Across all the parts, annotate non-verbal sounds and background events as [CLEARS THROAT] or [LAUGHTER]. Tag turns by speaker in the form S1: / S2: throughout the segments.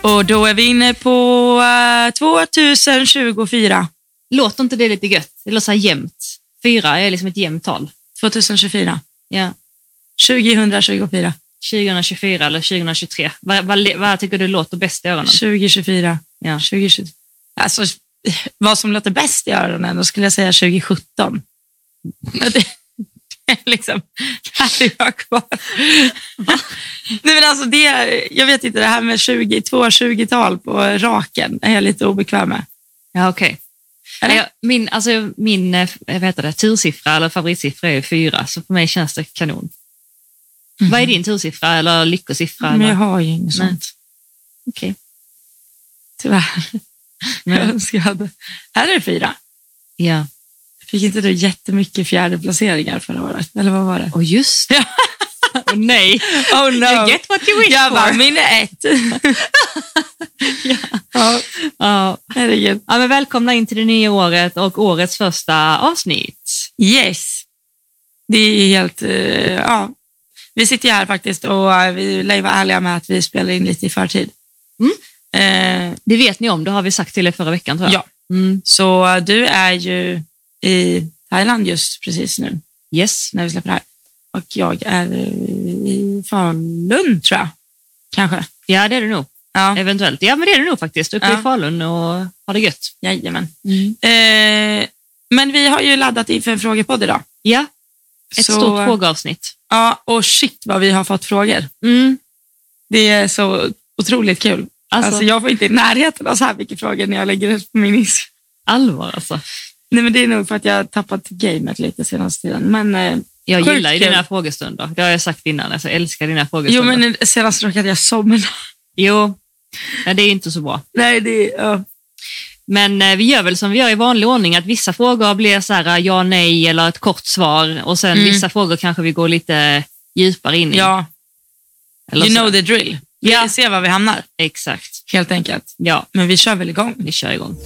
S1: Och då är vi inne på eh, 2024.
S2: Låter inte det lite gött? Det låter så här jämnt. Fyra är liksom ett jämnt tal.
S1: 2024.
S2: Ja.
S1: 2024.
S2: 2024 eller 2023. Vad, vad, vad tycker du låter bäst
S1: [LAUGHS]
S2: i öronen?
S1: 2024.
S2: Ja.
S1: 2020. Alltså, vad som låter bäst i öronen, då skulle jag säga 2017. Men Det, det är liksom, det här är jag kvar. Nej, men alltså det, jag vet inte, det här med 20, 20-tal på raken är jag lite obekväm med.
S2: Ja, okej.
S1: Eller?
S2: Nej, jag- Min, alltså, min eh, vad heter det, tursiffra eller favoritsiffra är ju fyra, så för mig känns det kanon. Vad är din tursiffra eller lyckosiffra?
S1: Mhm. Men jag
S2: Eller?
S1: har ju inget
S2: Nej.
S1: sånt,
S2: Okej.
S1: tyvärr. Jag önskar jag hade. Här är det fyra.
S2: Ja.
S1: Fick inte du jättemycket fjärdeplaceringar förra året? Eller vad var det?
S2: Och just
S1: Ja.
S2: Åh, [LAUGHS] nej.
S1: Oh
S2: You get what you wish
S1: Jag bara,
S2: for.
S1: min är ett. ja.
S2: Ja.
S1: Herregud.
S2: Ja, men välkomna in till det nya året och årets första avsnitt.
S1: Yes. Det är helt... eh, ja. Vi sitter ju här faktiskt och eh, vi lär ju vara ärliga med att vi spelar in lite i förtid.
S2: Mm.
S1: Eh,
S2: Det vet ni om, det har vi sagt till er förra veckan tror jag.
S1: Ja.
S2: Mm.
S1: så eh, du är ju i Thailand just precis nu
S2: Yes.
S1: när vi släpper det här. Och jag är eh, i Falun tror jag. Kanske.
S2: Ja, det är det nog.
S1: Ja,
S2: Eventuellt. Ja, men det är det nog faktiskt. Uppe
S1: Ja. Mm.
S2: i Falun och har det gött.
S1: jajamän. Eh, men vi har ju laddat inför en frågepodd idag.
S2: Ja, ett
S1: Så,
S2: stort frågeavsnitt.
S1: Ja, och shit vad vi har fått frågor.
S2: Mm.
S1: Det är så otroligt kul.
S2: Alltså,
S1: Alltså, jag var inte i närheten av så här mycket frågor när jag lägger ut på min Instagram.
S2: allvar alltså.
S1: Nej, men det är nog för att jag har tappat gamet lite senaste tiden. Men, eh,
S2: Jag
S1: Sjukt
S2: gillar ju
S1: kul.
S2: dina frågestunder. Det har jag sagt innan. Alltså, jag älskar dina
S1: jo,
S2: frågestunder.
S1: men senast råkade jag somna.
S2: jo. Ja, det är inte så bra.
S1: Nej, det, ja.
S2: Mm. Men eh, vi gör väl som vi gör i vanlig ordning, att vissa frågor blir så här eh, ja, nej eller ett kort svar och sen
S1: Mm.
S2: vissa frågor kanske vi går lite djupare in i.
S1: ja,
S2: eller
S1: you
S2: så.
S1: know the drill. Vi
S2: Ja.
S1: ser var vi hamnar,
S2: Exakt.
S1: helt enkelt.
S2: Ja,
S1: Men vi kör väl igång.
S2: vi kör igång.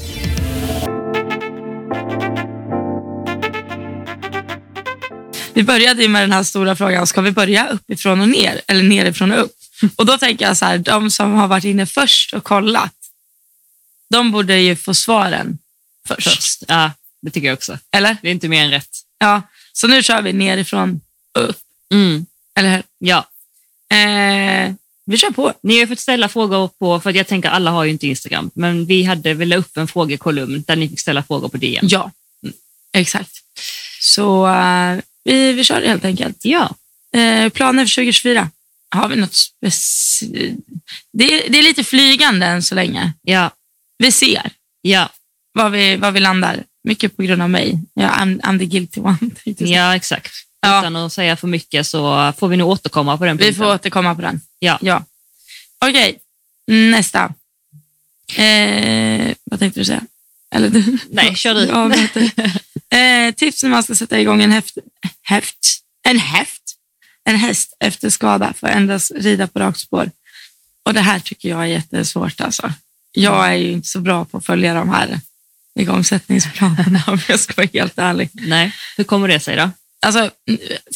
S1: Vi började ju med den här stora frågan, ska vi börja uppifrån och ner eller nerifrån och upp? Och då tänker jag så här, de som har varit inne först och kollat, de borde ju få svaren först.
S2: Först. Ja, det tycker jag också.
S1: Eller?
S2: Det är inte mer än rätt.
S1: Ja, så nu kör vi nerifrån och upp,
S2: Mm.
S1: eller hur?
S2: Ja,
S1: Eh, vi kör på.
S2: ni har ju fått ställa frågor på, för att jag tänker alla har ju inte Instagram, men vi hade väl la upp en frågekolumn där ni fick ställa frågor på DM.
S1: Ja, exakt. Så eh, vi, vi kör det helt enkelt.
S2: Ja,
S1: Eh, planer för 2024? Har vi något speci- det, är- det är lite flygande än så länge.
S2: ja,
S1: Vi ser
S2: ja,
S1: var vi, var vi landar. Mycket på grund av mig. Ja, I'm, I'm the guilty one. [LAUGHS] tänkte jag säga.
S2: ja exakt.
S1: Ja.
S2: Utan att säga för mycket så får vi nog återkomma på den
S1: Vi
S2: punkten.
S1: får återkomma på den.
S2: Ja.
S1: ja. Okej, nästa. Eh, vad tänkte du säga? Eller du? [LAUGHS]
S2: Nej, kör du.
S1: Ja, vet du.
S2: [LAUGHS]
S1: eh, tips när man ska sätta igång en häft, häft, en häft, en häst efter skada för att endast rida på rakt spår. Och det här tycker jag är jättesvårt alltså. Jag är ju inte så bra på att följa de här igångsättningsplanerna [LAUGHS] om jag ska vara helt ärlig.
S2: Nej, hur kommer det sig då?
S1: Alltså,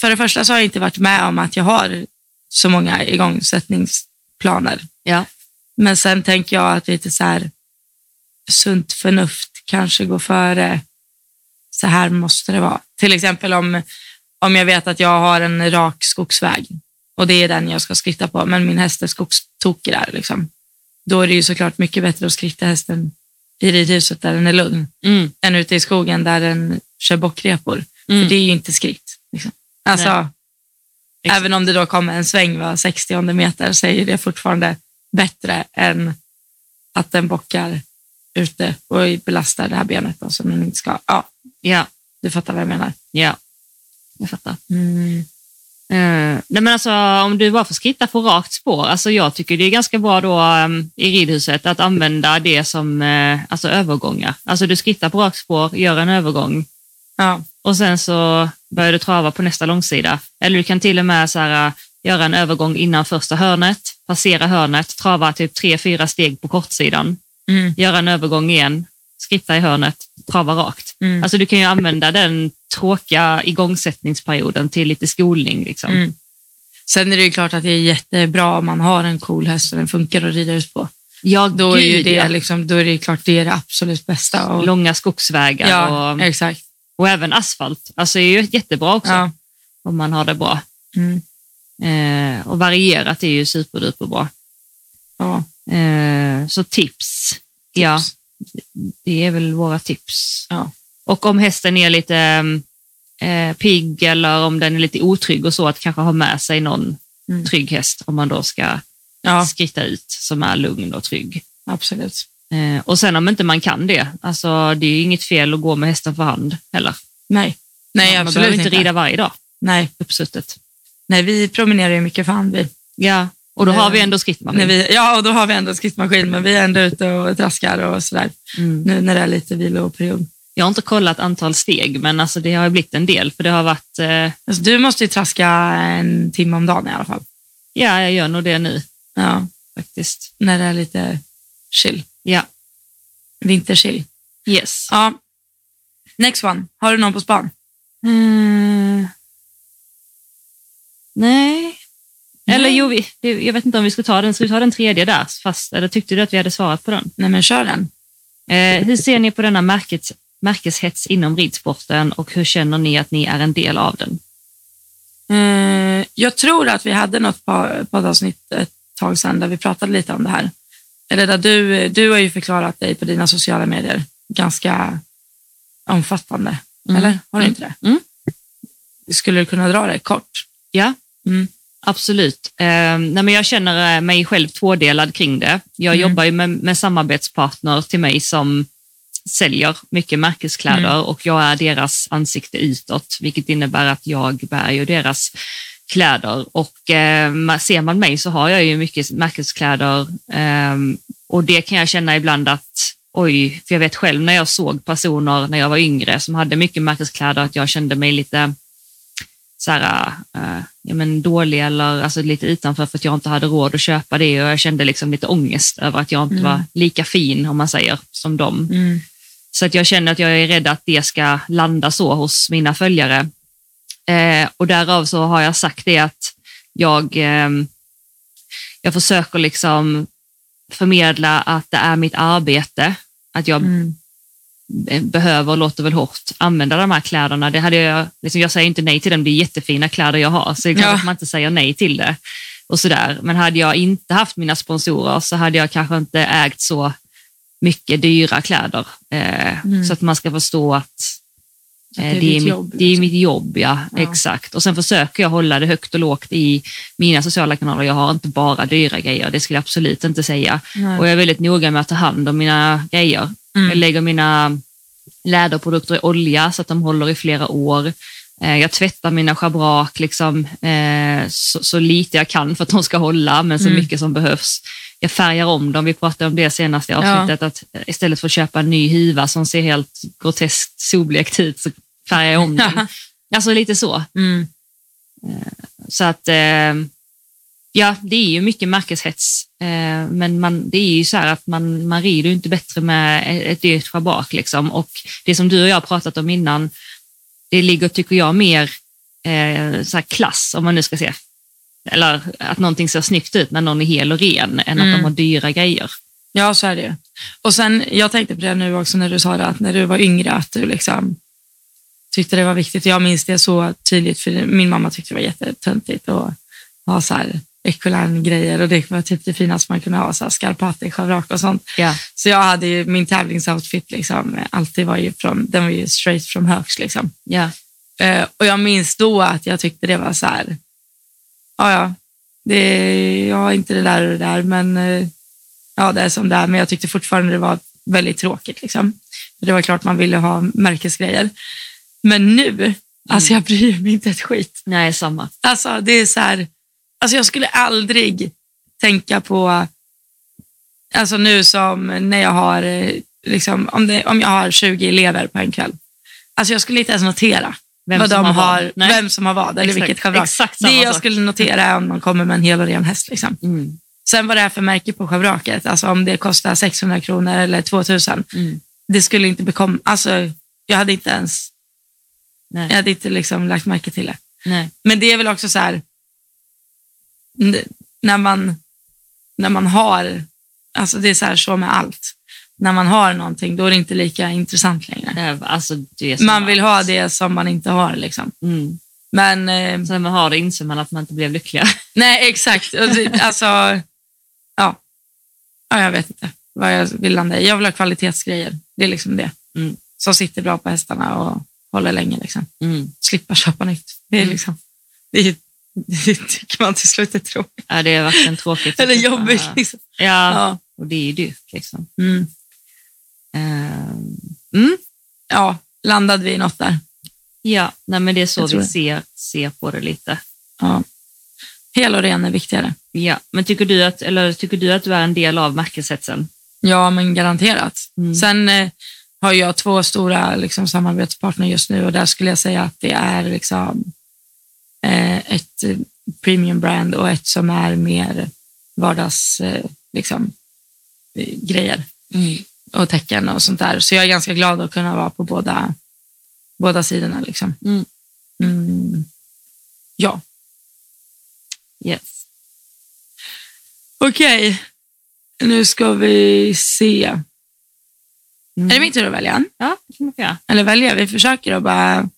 S1: för det första så har jag inte varit med om att jag har så många igångsättningsplaner.
S2: Ja.
S1: Men sen tänker jag att lite så här sunt förnuft kanske går före så här måste det vara. Till exempel om, om jag vet att jag har en rak skogsväg och det är den jag ska skritta på, men min häst är skogstokig där. Liksom. Då är det ju såklart mycket bättre att skritta hästen i ridhuset där den är lugn
S2: Mm.
S1: än ute i skogen där den kör bockrepor.
S2: Mm.
S1: För det är ju inte skritt. Liksom. Alltså,
S2: Nej. Exakt.
S1: Även om det då kommer en sväng var 60 meter så är ju det fortfarande bättre än att den bockar ute och belastar det här benet då, som den inte ska. Ja,
S2: Ja,
S1: du fattar vad jag menar.
S2: ja, jag fattar.
S1: Mm.
S2: Eh, nej men alltså, om du bara får skritta på rakt spår, alltså jag tycker det är ganska bra då ehm, i ridhuset att använda det som eh, alltså övergångar. Alltså du skrittar på rakt spår, gör en övergång
S1: Ja,
S2: och sen så börjar du trava på nästa långsida. Eller du kan till och med så här, eh, göra en övergång innan första hörnet, passera hörnet, trava typ tre, fyra steg på kortsidan,
S1: Mm.
S2: göra en övergång igen, skritta i hörnet, trava rakt.
S1: Mm.
S2: Alltså du kan ju använda den tråkiga igångsättningsperioden till lite skolning. Liksom.
S1: Mm. Sen är det ju klart att det är jättebra om man har en cool häst och den funkar att rida ut på.
S2: Ja,
S1: Då är, ju
S2: gud,
S1: det,
S2: ja.
S1: liksom, då är det ju klart det är det absolut bästa. Och,
S2: Långa skogsvägar
S1: ja,
S2: och,
S1: exakt.
S2: och även asfalt. Alltså det är ju jättebra också
S1: Ja.
S2: om man har det bra.
S1: Mm.
S2: Eh, och varierat är ju superduperbra.
S1: Ja.
S2: Eh, så tips. Ja,
S1: Tips.
S2: det är väl våra tips.
S1: Ja.
S2: Och om hästen är lite eh, pigg eller om den är lite otrygg och så, att kanske ha med sig någon
S1: Mm.
S2: trygg häst om man då ska
S1: ja,
S2: skritta ut som är lugn och trygg.
S1: absolut.
S2: Eh, och sen om inte man kan det, alltså det är ju inget fel att gå med hästen för hand heller.
S1: Nej, Nej
S2: man, man
S1: absolut
S2: behöver
S1: inte.
S2: inte rida varje dag
S1: Nej.
S2: uppsuttet.
S1: Nej, vi promenerar ju mycket för hand vi.
S2: Ja, och då
S1: Nej.
S2: har vi ändå
S1: När
S2: skrittmaskin.
S1: vi. Ja, och då har vi ändå en skrittmaskin, men vi är ändå ute och traskar och sådär.
S2: Mm.
S1: Nu när det är lite viloperiod.
S2: Jag har inte kollat antal steg, men alltså det har ju blivit en del, för det har varit, eh,
S1: Alltså, du måste ju traska en timme om dagen i alla fall.
S2: ja, jag gör nog det nu
S1: Ja,
S2: faktiskt.
S1: när det är lite chill.
S2: Ja,
S1: Vinterchill.
S2: yes.
S1: Ja. Next one. Har du någon på span?
S2: Eh, nej. Eller
S1: Nej.
S2: jo, vi, det- jag vet inte om vi ska ta den. Ska vi ta den tredje där? Fast, eller tyckte du att vi hade svarat på den?
S1: Nej, men kör den.
S2: Eh, hur ser ni på denna märket, märkeshets inom ridsporten och hur känner ni att ni är en del av den?
S1: Eh, jag tror att vi hade något pa- poddavsnitt ett tag sedan där vi pratade lite om det här. Eller där du, du har ju förklarat dig på dina sociala medier ganska omfattande.
S2: Mm.
S1: Eller har du inte det?
S2: Mm.
S1: Skulle du kunna dra det kort?
S2: Ja,
S1: Mm.
S2: absolut. Eh, nej, men jag känner eh, mig själv tvådelad kring det. Jag
S1: Mm.
S2: jobbar ju med, med samarbetspartner till mig som säljer mycket märkeskläder och jag är deras ansikte utåt, vilket innebär att jag bär ju deras kläder och eh, ma- ser man mig så har jag ju mycket märkeskläder ehm, och det kan jag känna ibland att oj, för jag vet själv när jag såg personer när jag var yngre som hade mycket märkeskläder att jag kände mig lite så här, eh, ja, men dålig eller alltså, lite utanför för att jag inte hade råd att köpa det och jag kände liksom lite ångest över att jag inte
S1: Mm.
S2: var lika fin om man säger som dem. Så att jag känner att jag är rädd att det ska landa så hos mina följare. Eh, och därav så har jag sagt det att jag, ehm, jag försöker liksom förmedla att det är mitt arbete, att jag
S1: Mm.
S2: eh, behöver, låter väl hårt, använda de här kläderna. Det hade jag, liksom, jag säger inte nej till dem, det är jättefina kläder jag har, så det är klart
S1: Ja.
S2: att man inte säger nej till det. Och sådär. Men hade jag inte haft mina sponsorer så hade jag kanske inte ägt så mycket dyra kläder. Eh,
S1: Mm.
S2: Så att man ska förstå att
S1: Att
S2: Eh, Det är, mitt,
S1: jobb,
S2: det är
S1: liksom.
S2: mitt jobb, ja,
S1: Ja.
S2: Exakt. Och sen försöker jag hålla det högt och lågt i mina sociala kanaler. Jag har inte bara dyra grejer, det skulle jag absolut inte säga.
S1: Nej.
S2: Och jag är väldigt noga med att ta hand om mina grejer.
S1: Mm.
S2: Jag lägger mina läderprodukter i olja så att de håller i flera år. Eh, Jag tvättar mina schabrak liksom, eh, så, så lite jag kan för att de ska hålla, men så
S1: Mm.
S2: mycket som behövs. Jag färgar om dem. Vi pratade om det senaste avsnittet, att istället för att köpa en ny huva som ser helt groteskt solblekt ut, så färgar
S1: [LAUGHS]
S2: jag om den. Alltså lite så.
S1: Mm.
S2: Så att, eh, ja, det är ju mycket märkeshets, eh, men man, det är ju så här att man, man rider ju inte bättre med ett dyrt schabrak liksom. Och det som du och jag har pratat om innan, det ligger, tycker jag, mer eh, så här klass, om man nu ska se. Eller att någonting ser snyggt ut när någon är hel och ren, än att
S1: Mm.
S2: de har dyra grejer.
S1: Ja, så är det ju. Och sen, jag tänkte på det nu också när du sa det, att när du var yngre, att du liksom tyckte det var viktigt. Jag minns det så tydligt, för min mamma tyckte det var jättetöntigt att ha så här Ecolan-grejer och det var typ det finaste man kunde ha, så här skarpater, schavrak och sånt.
S2: Ja.
S1: Så jag hade ju min tävlingsoutfit, liksom, alltid var ju från, den var ju straight from Högs. Liksom.
S2: Ja.
S1: Eh, och jag minns då att jag tyckte det var så här, ja, ja, det, jag har inte det där och det där, men eh, ja, det är som det är. Men jag tyckte fortfarande det var väldigt tråkigt. Liksom. För Det var klart man ville ha märkesgrejer. Men nu, alltså jag bryr mig inte ett skit.
S2: Nej, samma.
S1: Alltså det är så här, alltså jag skulle aldrig tänka på, alltså nu som när jag har, eh, liksom, om, det, om jag har 20 elever på en kväll. Alltså jag skulle inte ens notera
S2: Vem
S1: vad
S2: som
S1: de
S2: har
S1: har,
S2: vad. Nej.
S1: vem som har vad eller
S2: Exakt,
S1: vilket schabrak.
S2: exakt samma
S1: det jag
S2: sak.
S1: skulle notera är om någon kommer med en hel och ren häst. Liksom.
S2: Mm.
S1: Sen vad det är för märke på schabraket, alltså om det kostar 600 kronor eller 2000,
S2: Mm.
S1: det skulle inte bekomma, alltså jag hade inte ens,
S2: Nej.
S1: jag hade inte liksom lagt märke till det.
S2: Nej.
S1: Men det är väl också så här, n- när man, när man har Alltså det är så, här, så med allt. När man har någonting, då är det inte lika intressant längre.
S2: Eh, Alltså, det är så
S1: Man vill ha
S2: allt.
S1: det som man inte har. Liksom.
S2: Mm.
S1: Men eh,
S2: Så när man har det inser man att man inte blev lyckligare.
S1: nej, exakt. Och det- Alltså, ja. ja, jag vet inte vad jag vill landa i. Jag vill ha kvalitetsgrejer. Det är liksom det.
S2: Mm.
S1: Som sitter bra på hästarna och håller länge. Liksom.
S2: Mm.
S1: Slippa köpa nytt. Det, är
S2: Mm.
S1: liksom, det, är- det tycker man till slut är tråkigt.
S2: Ja, det är verkligen tråkigt.
S1: Eller jobbigt. Liksom.
S2: Ja,
S1: Ja.
S2: och det är ju dyrt. Liksom.
S1: Mm.
S2: Ehm, Mm.
S1: ja, landade vi i något där.
S2: Ja, nej, men det är så
S1: Jag tror
S2: vi
S1: det.
S2: ser, ser på det lite.
S1: Ja. Hel och ren är viktigare.
S2: Ja, men tycker du att, eller tycker du, att du är en del av märkeshetsen?
S1: Ja, men garanterat.
S2: Mm.
S1: Sen eh, har jag två stora liksom, samarbetspartner just nu och där skulle jag säga att det är liksom, eh, ett eh, premium brand och ett som är mer vardags eh, liksom, eh, grejer
S2: Mm.
S1: och tecken och sånt där. Så jag är ganska glad att kunna vara på båda, båda sidorna. Liksom.
S2: Mm.
S1: Mm. Ja,
S2: Yes.
S1: okej. Nu ska vi se. Är det min tur att välja en?
S2: Mm. Ja, det kan man få göra.
S1: Eller välja, vi försöker att bara...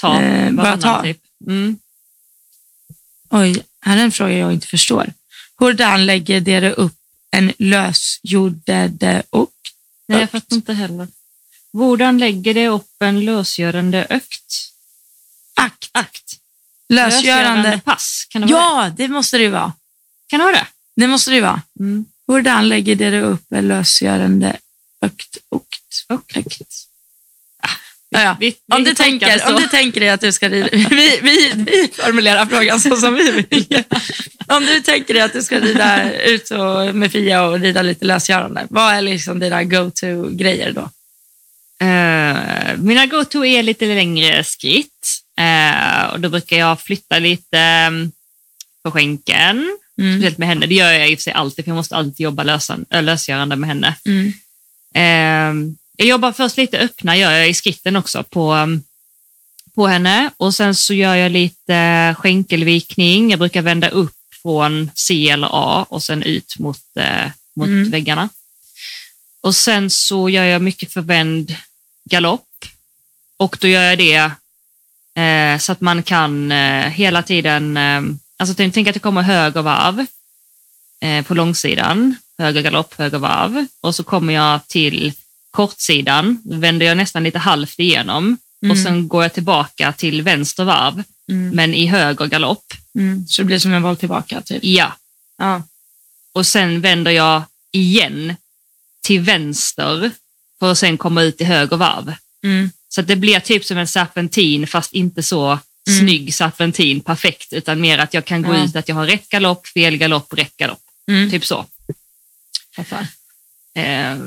S2: Ta,
S1: Eh, bara
S2: varannan
S1: ta.
S2: Typ. Mm.
S1: Oj, här är en fråga jag inte förstår. Hurdan lägger dere upp en lösjordade och?
S2: Nej, jag
S1: Ökt.
S2: fattar inte heller. Vordan lägger det upp en lösgörande ökt.
S1: Akt.
S2: Akt.
S1: Lösgörande.
S2: pass. Kan det vara det?
S1: Ja, det måste det ju vara.
S2: Kan det vara det?
S1: Det måste det ju vara.
S2: Mm.
S1: Hurdan lägger dere upp en lösgörande ökt och?
S2: Ökt.
S1: Ja, ja.
S2: Vi, vi
S1: Om du,
S2: tolkar det
S1: tänker,
S2: så.
S1: om du tänker dig att du ska rida... [LAUGHS] Vi, vi, vi formulerar frågan så som vi
S2: [LAUGHS]
S1: vill. Om du tänker dig att du ska rida ut och, med Fia och rida lite lösgörande, vad är liksom dina go-to-grejer då?
S2: Eh, mina go-to är lite längre skritt. Eh, och då brukar jag flytta lite mm, på skänken. Speciellt med henne. Det gör jag i och för sig alltid, för jag måste alltid jobba lösan, ö, lösgörande med henne.
S1: Mm.
S2: Ehm, jag jobbar först lite öppna gör jag i skritten också på, um, på henne och sen så gör jag lite skänkelvikning. Jag brukar vända upp från C eller A och sen ut mot, eh, mot
S1: Mm.
S2: väggarna. Och sen så gör jag mycket förvänd galopp och då gör jag det eh, så att man kan eh, hela tiden, eh, alltså tänk, tänk att det kommer höger varv eh, på långsidan, höger galopp, höger varv och så kommer jag till kortsidan, Då vänder jag nästan lite halvt igenom och
S1: Mm.
S2: sen går jag tillbaka till vänster varv,
S1: Mm.
S2: men i höger galopp.
S1: Mm. Så det blir som en boll tillbaka, typ.
S2: Ja,
S1: Ja.
S2: och sen vänder jag igen till vänster för att sen komma ut i höger varv.
S1: Mm.
S2: Så att det blir typ som en serpentin fast inte så snygg serpentin perfekt utan mer att jag kan gå
S1: Mm. Ja.
S2: ut att jag har rätt galopp, fel galopp, rätt galopp.
S1: mm.
S2: Typ så. Eh,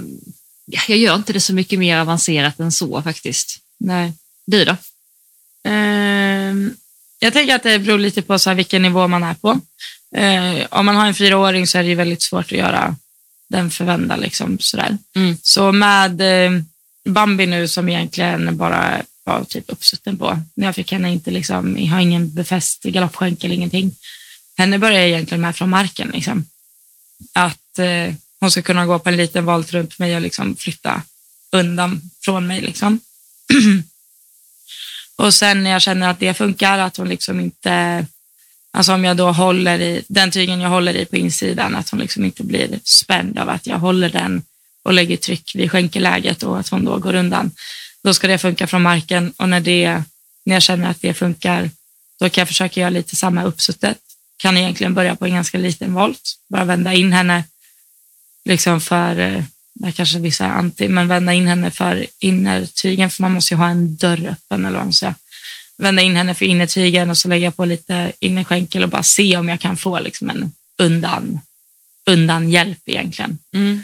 S2: ja, jag gör inte det så mycket mer avancerat än så faktiskt.
S1: Nej.
S2: Du då?
S1: Ehm, jag tänker att det beror lite på så här vilken nivå man är på. Eh, om man har en fyraåring så är det ju väldigt svårt att göra den förvända. Liksom, sådär.
S2: Mm.
S1: Så med eh, Bambi nu som egentligen bara var typ uppsutten på. När jag fick henne inte liksom, jag har ingen befäst galoppskänk eller ingenting. Henne börjar jag egentligen med från marken. Liksom. Att eh, hon ska kunna gå på en liten volt runt mig och liksom flytta undan från mig. Liksom. [CLEARS THROAT] Och sen när jag känner att det funkar, att hon liksom inte... Alltså om jag då håller i den tygen jag håller i på insidan, att hon liksom inte blir spänd av att jag håller den och lägger tryck vid skänkeläget och att hon då går undan. Då ska det funka från marken och när, det, när jag känner att det funkar, då kan jag försöka göra lite samma uppsuttet. Kan egentligen börja på en ganska liten volt, bara vända in henne liksom för, eh, där kanske vissa är anti, men vända in henne för innertygen, för man måste ju ha en dörr öppen eller vad man säger. Vända in henne för innertygen och så lägga på lite innerskänkel och bara se om jag kan få liksom en undan, undan hjälp egentligen.
S2: mm,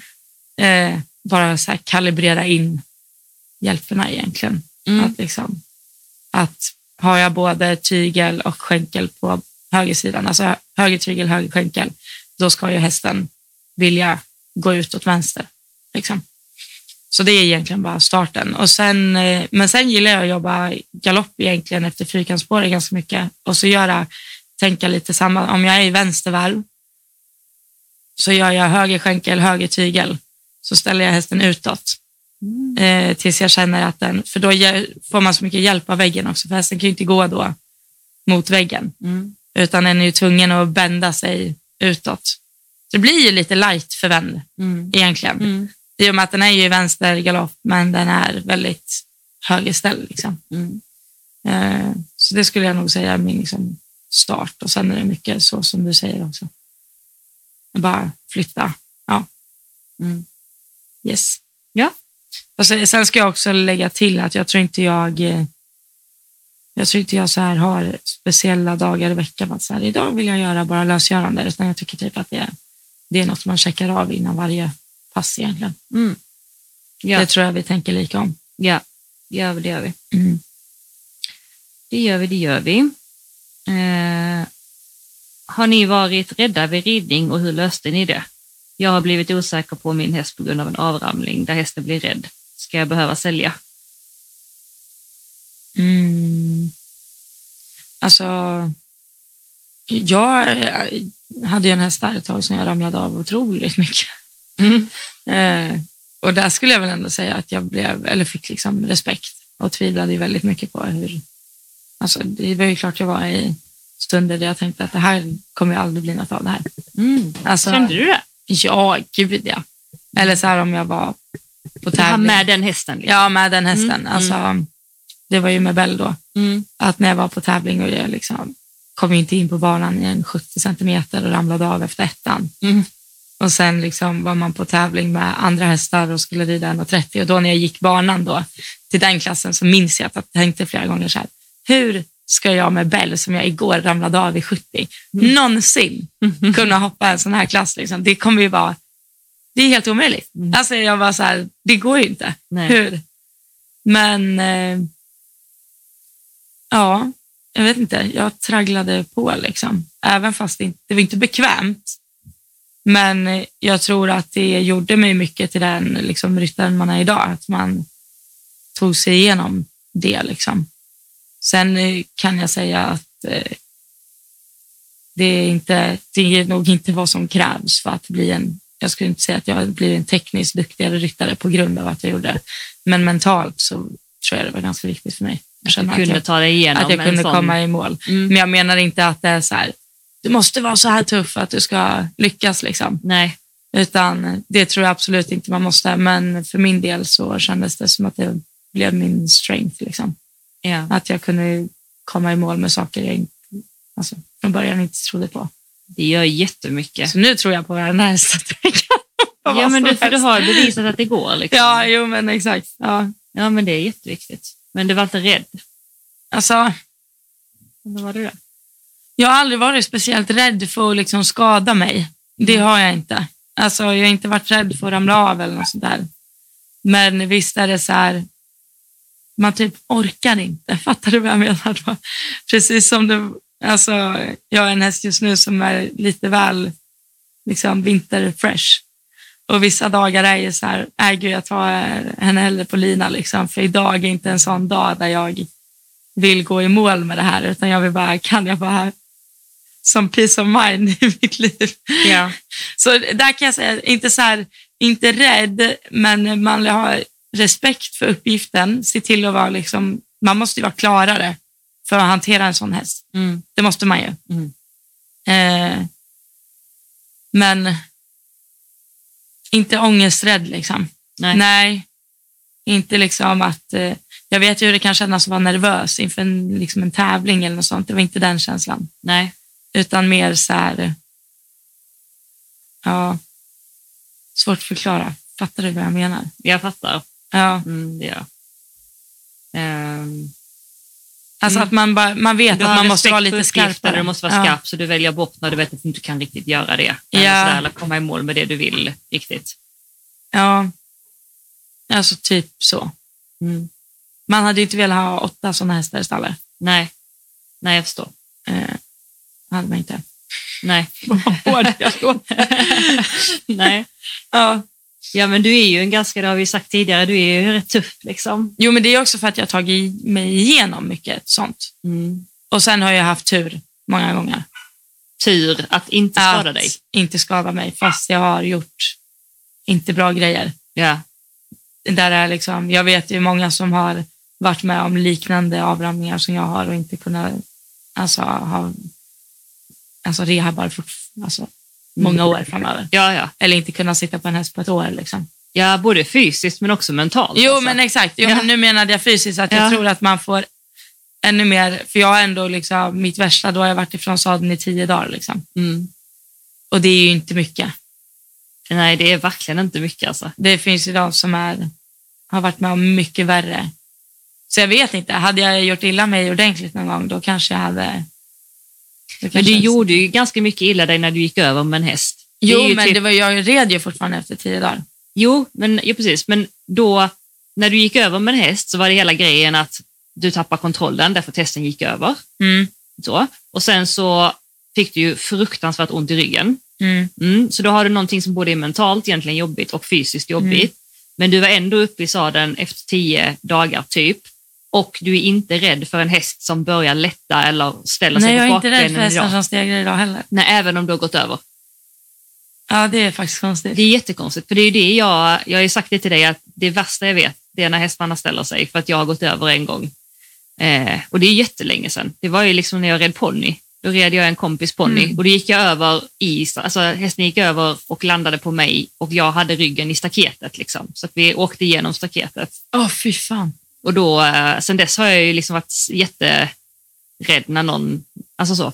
S1: Eh, bara så här kalibrera in hjälperna egentligen.
S2: Mm.
S1: Att, liksom, att har jag både tygel och skänkel på högersidan, alltså hö- höger tygel, höger skänkel, då ska ju hästen vilja gå ut åt vänster. Liksom. Så det är egentligen bara starten. Och sen, eh, men sen gillar jag att jobba galopp egentligen efter fyrkantsspåret ganska mycket och så göra, tänka lite samma, om jag är i vänstervarv, så gör jag höger skänkel, höger tygel. Så ställer jag hästen utåt
S2: Mm,
S1: eh, tills jag känner att den, för då ge- får man så mycket hjälp av väggen också, för hästen kan ju inte gå då mot väggen,
S2: Mm.
S1: utan den är ju tvungen att bända sig utåt. Så det blir ju lite light för vänd
S2: Mm.
S1: egentligen.
S2: Mm.
S1: I och med att den är ju i vänstergalopp, men den är väldigt högerställd. Liksom.
S2: Mm.
S1: Eh, så det skulle jag nog säga är min liksom, start. Och sen är det mycket så som du säger också. Bara flytta. Ja.
S2: Mm.
S1: Yes.
S2: Ja.
S1: Och sen, sen ska jag också lägga till att jag tror inte jag eh, jag tror inte jag så här har speciella dagar i veckan. Att så här, idag vill jag göra bara lösgörande. Utan jag tycker typ att det är, det är något man checkar av innan varje pass egentligen.
S2: Mm. Ja.
S1: Det tror jag vi tänker lika om. Mm.
S2: Ja, det gör vi, det gör vi. Det gör vi, det gör vi. Eh, har ni varit rädda vid ridning och hur löste ni det? Jag har blivit osäker på min häst på grund av en avramling där hästen blir rädd. Ska jag behöva sälja?
S1: Mm. Alltså, jag eh, hade ju en häst där ett tag som jag ramlade av otroligt mycket.
S2: Mm.
S1: Eh, och där skulle jag väl ändå säga att jag blev, eller fick liksom respekt och tvivlade ju väldigt mycket på hur... Alltså, det var ju klart jag var i stunder där jag tänkte att det här kommer ju aldrig bli något av det här.
S2: Mm.
S1: Alltså,
S2: Kände du det?
S1: Ja, gud ja. Eller så här om jag var på
S2: Det här
S1: tävling.
S2: med den hästen? Liksom.
S1: Ja, med den hästen.
S2: Mm,
S1: Alltså, Det var ju med Bell då
S2: Mm.
S1: att när jag var på tävling och jag liksom kom ju inte in på banan i en 70 centimeter och ramlade av efter ettan.
S2: Mm.
S1: Och sen liksom var man på tävling med andra hästar och skulle rida 1,30 och då när jag gick banan då till den klassen så minns jag att jag tänkte flera gånger så här, hur ska jag med Bell som jag igår ramlade av i 70
S2: Mm.
S1: någonsin
S2: [LAUGHS]
S1: kunna hoppa en sån här klass? Liksom? Det kommer ju vara, det är helt omöjligt.
S2: Mm.
S1: Alltså jag var så här, det går ju inte.
S2: Nej.
S1: Hur? Men eh, ja, jag vet inte. Jag tragglade på liksom. Även fast det inte, det var inte bekvämt. Men eh, jag tror att det gjorde mig mycket till den liksom, ryttaren man är idag. Att man tog sig igenom det. Liksom. Sen eh, kan jag säga att eh, det, är inte, det är nog inte vad som krävs för att bli en... Jag skulle inte säga att jag blir en tekniskt duktigare ryttare på grund av att jag gjorde det. Men mentalt så tror jag det var ganska viktigt för mig. Jag
S2: Du
S1: känner att
S2: kunde
S1: jag,
S2: ta dig igenom
S1: att jag
S2: en
S1: kunde
S2: sån...
S1: komma i mål.
S2: Mm.
S1: Men jag menar inte att det är så här, du måste vara så här tuff för att du ska lyckas. Liksom.
S2: Nej.
S1: Utan det tror jag absolut inte man måste. Men för min del så kändes det som att det blev min strength. Liksom.
S2: Ja.
S1: Att jag kunde komma i mål med saker jag inte, alltså, från början inte trodde på.
S2: Det gör jättemycket.
S1: Så nu tror jag på varenda häst. att jag kan vara
S2: [LAUGHS] Ja, men
S1: så
S2: du, för du
S1: häst.
S2: har bevisat att det går. Liksom.
S1: [LAUGHS] Ja, jo men exakt. Ja.
S2: ja, men det är jätteviktigt. Men du var inte rädd?
S1: Alltså,
S2: Eller var du det?
S1: Jag har aldrig varit speciellt rädd för att liksom skada mig. Det har jag inte. Alltså, jag har inte varit rädd för att ramla av eller något sånt där. Men visst är det så här, man typ orkar inte. [LAUGHS] Fattar du vad jag menar då? Precis som du, alltså, jag har en häst just nu som är lite väl liksom vinterfresh. Och vissa dagar är ju så här, nej gud jag tar henne hellre på lina liksom. För idag är inte en sån dag där jag vill gå i mål med det här, utan jag vill bara, kan jag bara som peace of mind i mitt liv.
S2: Ja.
S1: Så där kan jag säga, inte så här, inte rädd, men man har respekt för uppgiften. Se till att vara liksom, man måste ju vara klarare för att hantera en sån häst.
S2: Mm.
S1: Det måste man ju.
S2: Mm.
S1: Eh, men inte ångesträdd liksom.
S2: Nej.
S1: Inte liksom att, eh, jag vet ju hur det kan kännas att vara nervös inför en, liksom en tävling eller något sånt. Det var inte den känslan.
S2: Nej.
S1: Utan mer så här, ja, svårt att förklara. Fattar du vad jag menar?
S2: Jag fattar.
S1: Ja,
S2: Mm, det gör jag. Ehm,
S1: alltså
S2: Mm.
S1: att man, bara, man vet
S2: du
S1: att
S2: har
S1: man måste
S2: respekt
S1: vara
S2: för
S1: lite
S2: uppgiften,
S1: skarpare.
S2: Du måste vara
S1: ja.
S2: skarp så du väljer bort när du vet att du inte kan riktigt göra det. Eller,
S1: Ja.
S2: sådär, eller komma i mål med det du vill riktigt.
S1: Ja, alltså typ så.
S2: Mm.
S1: Man hade ju inte velat ha åtta sådana hästar i stallet.
S2: Nej. Nej, jag förstår.
S1: Eh, hade man inte.
S2: Nej. [LAUGHS] Nej.
S1: ja.
S2: Ja, men du är ju en ganska, det har vi sagt tidigare, du är ju rätt tuff liksom.
S1: Jo, men det är också för att jag har tagit Mm. mig igenom mycket sånt. Och sen har jag haft tur många gånger.
S2: tur att inte skada dig.
S1: inte skada mig fast jag har gjort inte bra grejer.
S2: Ja.
S1: Där är liksom, jag vet ju många som har varit med om liknande avramningar som jag har och inte kunnat alltså, ha alltså rehabbar för, alltså, många år framöver.
S2: Ja, ja.
S1: Eller inte kunnat sitta på en häst på ett år. Liksom.
S2: ja, både fysiskt men också mentalt.
S1: Jo,
S2: alltså.
S1: men exakt. Jo,
S2: Ja.
S1: men nu menade jag fysiskt att jag
S2: Ja.
S1: tror att man får ännu mer, för jag har ändå liksom, mitt värsta, då har jag varit ifrån sadeln i tio dagar. Liksom.
S2: Mm.
S1: Och det är ju inte mycket.
S2: Nej, det är verkligen inte mycket alltså.
S1: Det finns ju de som är, har varit med om mycket värre. Så jag vet inte, hade jag gjort illa mig ordentligt någon gång, då kanske jag hade... då
S2: Men
S1: kanske
S2: du
S1: jag-
S2: gjorde ju ganska mycket illa dig när du gick över med en häst. Det är
S1: Jo,
S2: ju
S1: men
S2: typ-
S1: det var, jag red ju fortfarande efter tio dagar.
S2: Jo, men, ja, precis. Men då, när du gick över med en häst så var det hela grejen att du tappade kontrollen därför att hästen gick över.
S1: Mm.
S2: Så. Och sen så fick du ju fruktansvärt ont i ryggen.
S1: Mm.
S2: Mm. Så då har du någonting som både är mentalt egentligen jobbigt och fysiskt jobbigt.
S1: Mm.
S2: Men du var ändå uppe i sadeln efter tio dagar typ. Och du är inte rädd för en häst som börjar lätta eller ställer
S1: Nej,
S2: sig
S1: jag
S2: på
S1: är inte rädd för
S2: bakbenen
S1: hästar
S2: idag.
S1: som stegar idag heller.
S2: Nej, även om du har gått över.
S1: Ja, det är faktiskt konstigt.
S2: Det är jättekonstigt, för det är ju det jag, jag har ju sagt det till dig att det värsta jag vet, det är när hästarna ställer sig för att jag har gått över en gång. Eh, och det är jättelänge sedan. Det var ju liksom när jag red ponny. Då red jag en kompis ponny
S1: Mm.
S2: och då gick jag över i, alltså hästen gick över och landade på mig och jag hade ryggen i staketet liksom. Så att vi åkte igenom staketet.
S1: Åh, fy fan.
S2: Och då, eh, sen dess har jag ju liksom varit jätterädd när någon, alltså så,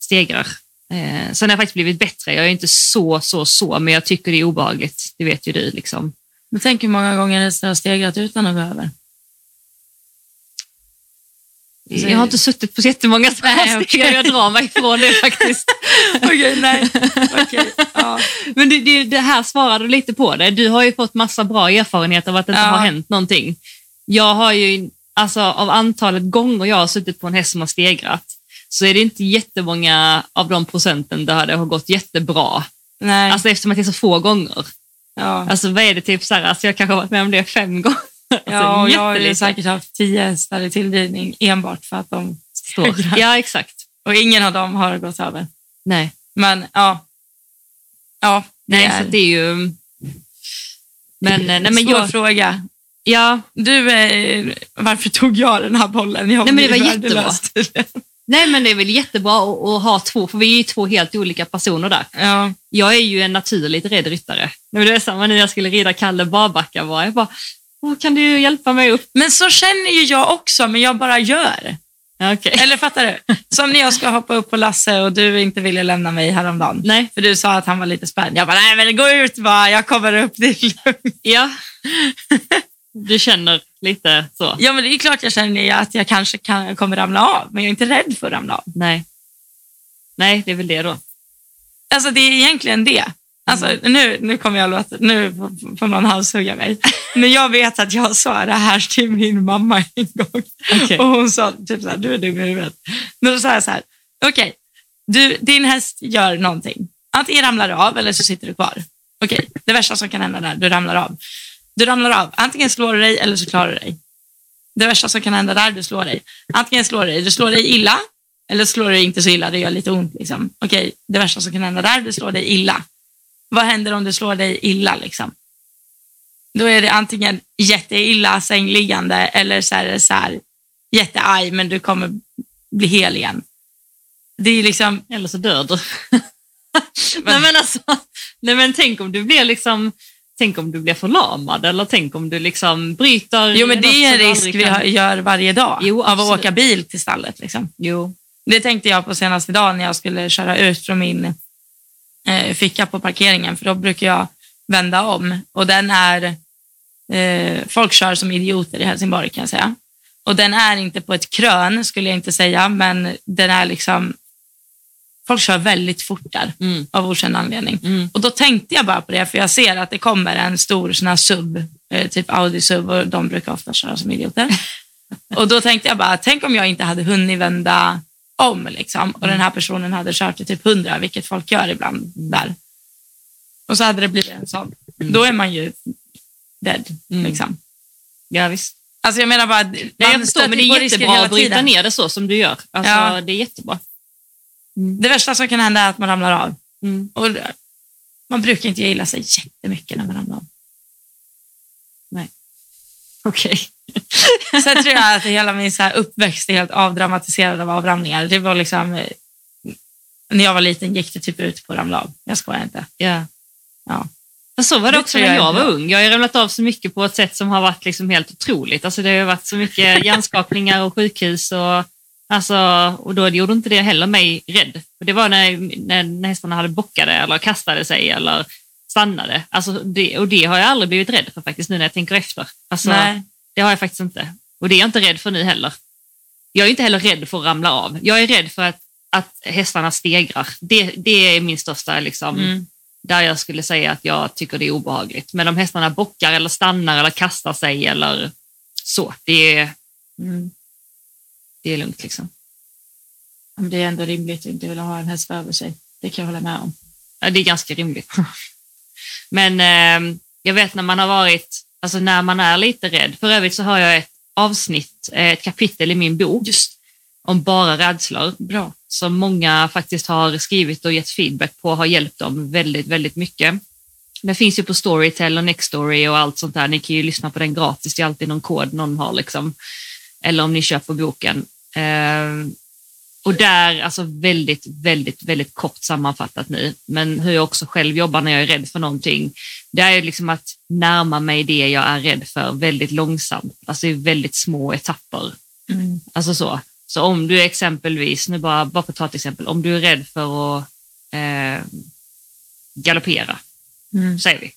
S2: stegrar. Eh, sen har jag faktiskt blivit bättre. Jag är ju inte så, så, så, men jag tycker det är obehagligt. Det vet ju du liksom.
S1: Men tänk hur många gånger hästar har stegrat utan att gå
S2: [LAUGHS]
S1: över. Så-
S2: Jag har inte suttit på så jättemånga
S1: Nej,
S2: Nej, jag drar mig ifrån det faktiskt.
S1: Okej, nej. Okej, ja.
S2: Men det, det, det här svarar du lite på det. Du har ju fått massa bra erfarenhet av att det inte
S1: Ja.
S2: har hänt någonting. Jag har ju, alltså av antalet gånger jag har suttit på en häst som har stegrat, så är det inte jättemånga av de procenten där det har gått jättebra.
S1: Nej,
S2: Alltså eftersom att det är så få gånger.
S1: ja.
S2: Alltså vad är det typ så här, alltså jag kanske har varit med om det fem gånger. [LAUGHS] Alltså,
S1: ja, och jag har ju
S2: jättelite
S1: säkert haft tio hästar i tillridning enbart för att de...
S2: står. Ja, exakt.
S1: Och ingen av dem har gått över.
S2: Nej,
S1: Men ja. Ja, det
S2: nej
S1: är
S2: så det är ju... Men, eh, nej, men
S1: svår
S2: jag,
S1: fråga.
S2: ja,
S1: Du, eh, varför tog jag den här bollen? Jag
S2: Nej, men det
S1: blir
S2: var
S1: värdelös.
S2: nej, men det är väl jättebra att, att ha två, för vi är ju två helt olika personer där.
S1: Ja,
S2: jag är ju en naturligt rädd ryttare. Nej, men Det var samma när jag skulle rida Kalle Barbacka. Var. Jag bara, Åh, kan du hjälpa mig upp?
S1: men så känner ju jag också, men jag bara gör.
S2: Ja, okej.
S1: Eller fattar du? Som när jag ska hoppa upp på Lasse och du inte ville lämna mig häromdagen.
S2: Nej,
S1: För du sa att han var lite spänd. Jag bara, nej men gå ut bara, jag kommer upp, det är lugnt.
S2: ja. [LAUGHS] Du känner lite så.
S1: Ja men det är klart jag känner ju att jag kanske kan, kommer ramla av, men jag är inte rädd för att ramla av.
S2: Nej. Nej, det är väl det då.
S1: Alltså det är egentligen det. Alltså, nu, nu kommer jag låta, nu får- får någon halshugga mig. Men jag vet att jag sa det här till min mamma en gång.
S2: Okej.
S1: Och hon sa typ så här, du är dum i huvudet. Men då sa jag så här, okej, du, din häst gör någonting. Antingen ramlar du av eller så sitter du kvar. Okej, det värsta som kan hända där, du ramlar av. Du ramlar av, antingen slår du dig eller så klarar du dig. Det värsta som kan hända där, du slår dig. Antingen slår du dig, du slår dig illa eller slår dig inte så illa, det gör lite ont. Liksom. Okej, det värsta som kan hända där, du slår dig illa. Vad händer om du slår dig illa? Liksom? Då är det antingen jätteilla sängliggande eller så är det så här, jättearg men du kommer bli hel igen. Det är liksom,
S2: Eller så dör du. nej, men alltså, nej, men tänk om du blir liksom... Tänk om du blir förlamad eller tänk om du liksom bryter...
S1: jo men det
S2: något
S1: är en
S2: som du
S1: risk
S2: aldrig
S1: vi
S2: kan-
S1: har- gör varje dag
S2: Jo,
S1: av att
S2: absolut.
S1: åka bil till stallet. Liksom.
S2: Jo.
S1: Det tänkte jag på senast idag när jag skulle köra ut från min eh, ficka på parkeringen, för då brukar jag vända om. Och den är, eh, folk kör som idioter i Helsingborg kan jag säga. Och den är inte på ett krön skulle jag inte säga, men den är liksom, folk kör väldigt fort där
S2: Mm.
S1: av okänd anledning.
S2: Mm.
S1: Och då tänkte jag bara på det, för jag ser att det kommer en stor sån här sub, eh, typ Audi sub, och de brukar ofta köra som idioter. [LAUGHS] och då tänkte jag bara, tänk om jag inte hade hunnit vända om liksom, och den här personen hade kört i typ 100, vilket folk gör ibland där. Och så hade det blivit en sån. Då är man ju dead.
S2: Mm.
S1: Liksom.
S2: Ja, visst.
S1: Alltså jag menar bara, man
S2: Nej, jag förstår,
S1: stöter
S2: men det
S1: på
S2: är
S1: risker
S2: jättebra
S1: hela
S2: att bryta
S1: tiden.
S2: ner det så som du gör. Alltså,
S1: Ja.
S2: Det är jättebra. Mm.
S1: Det värsta som kan hända är att man ramlar av.
S2: Mm.
S1: Och det- man brukar inte gilla sig jättemycket när man ramlar av.
S2: Okej.
S1: [LAUGHS] Sen tror jag att hela min så här uppväxt är helt avdramatiserad av avramningar. Det var liksom, eh, när jag var liten gick det typ ut på att ramla av. Jag skojar inte.
S2: Ja.
S1: Ja.
S2: Men så var det
S1: Det
S2: också
S1: tror
S2: när
S1: jag
S2: jag
S1: är
S2: var
S1: bra.
S2: ung. Jag har ju ramlat av så mycket på ett sätt som har varit liksom helt otroligt. Alltså det har ju varit
S1: [LAUGHS]
S2: så mycket hjärnskakningar och sjukhus. Och, alltså, och då gjorde inte det heller mig rädd. Och det var när, när, när hästarna hade bockade eller kastade sig eller stannade. Alltså det, och det har jag aldrig blivit rädd för faktiskt nu när jag tänker efter. Alltså,
S1: Nej.
S2: Det har jag faktiskt inte. Och det är jag inte rädd för nu heller. Jag är inte heller rädd för att ramla av. Jag är rädd för att, att hästarna stegrar. Det, det är min största liksom,
S1: Mm.
S2: där jag skulle säga att jag tycker det är obehagligt. Men om hästarna bockar eller stannar eller kastar sig eller så, det är,
S1: Mm.
S2: det är lugnt. liksom.
S1: Men Det är ändå rimligt att inte vilja ha en häst över sig. Det kan jag hålla med om.
S2: Ja, det är ganska rimligt. [LAUGHS] Men eh, jag vet när man har varit, alltså när man är lite rädd. För övrigt så har jag ett avsnitt, eh, ett kapitel i min bok om bara rädslor.
S1: Bra.
S2: som många faktiskt har skrivit och gett feedback på har hjälpt dem väldigt, väldigt mycket. Den finns ju på Storytel och Nextory och allt sånt där. Ni kan ju lyssna på den gratis. Det är alltid någon kod någon har liksom. Eller om ni köper boken. Eh, och där, alltså väldigt, väldigt, väldigt kort sammanfattat nu, men hur jag också själv jobbar när jag är rädd för någonting, det är ju liksom att närma mig det jag är rädd för väldigt långsamt, alltså i väldigt små etapper.
S1: Mm.
S2: Alltså så. Så om du exempelvis, nu bara, bara för att ta ett exempel, om du är rädd för att eh, galoppera,
S1: Mm.
S2: säger vi.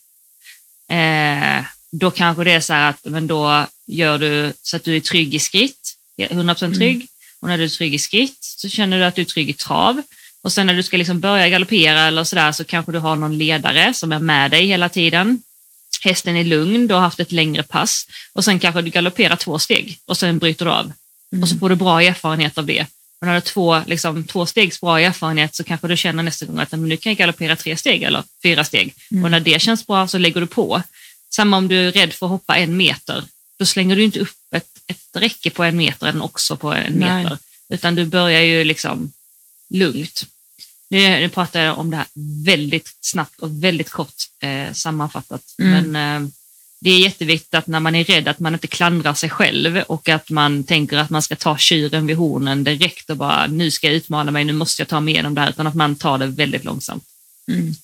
S2: Eh, då kanske det är så här att men då gör du så att du är trygg i skritt, 100% trygg. Och när du är trygg i skritt så känner du att du är trygg i trav. Och sen när du ska liksom börja galoppera eller sådär så kanske du har någon ledare som är med dig hela tiden. Hästen är lugn, du har haft ett längre pass och sen kanske du galopperar två steg och sen bryter du av.
S1: Mm.
S2: Och så får du bra erfarenhet av det. Och när du har två, liksom, två stegs bra erfarenhet så kanske du känner nästa gång att "Nej, men nu kan jag galoppera tre steg eller fyra steg.
S1: Mm.
S2: Och när det känns bra så lägger du på. Samma om du är rädd för att hoppa en meter, då slänger du inte upp ett, ett räcke på en meter än också på en
S1: Nej.
S2: meter. Utan du börjar ju liksom lugnt. Nu, nu pratar jag om det här väldigt snabbt och väldigt kort eh, sammanfattat.
S1: Mm.
S2: Men eh, det är jätteviktigt att när man är rädd att man inte klandrar sig själv och att man tänker att man ska ta tjuren vid hornen direkt och bara nu ska jag utmana mig, nu måste jag ta mig igenom det här, utan att man tar det väldigt långsamt.
S1: Mm.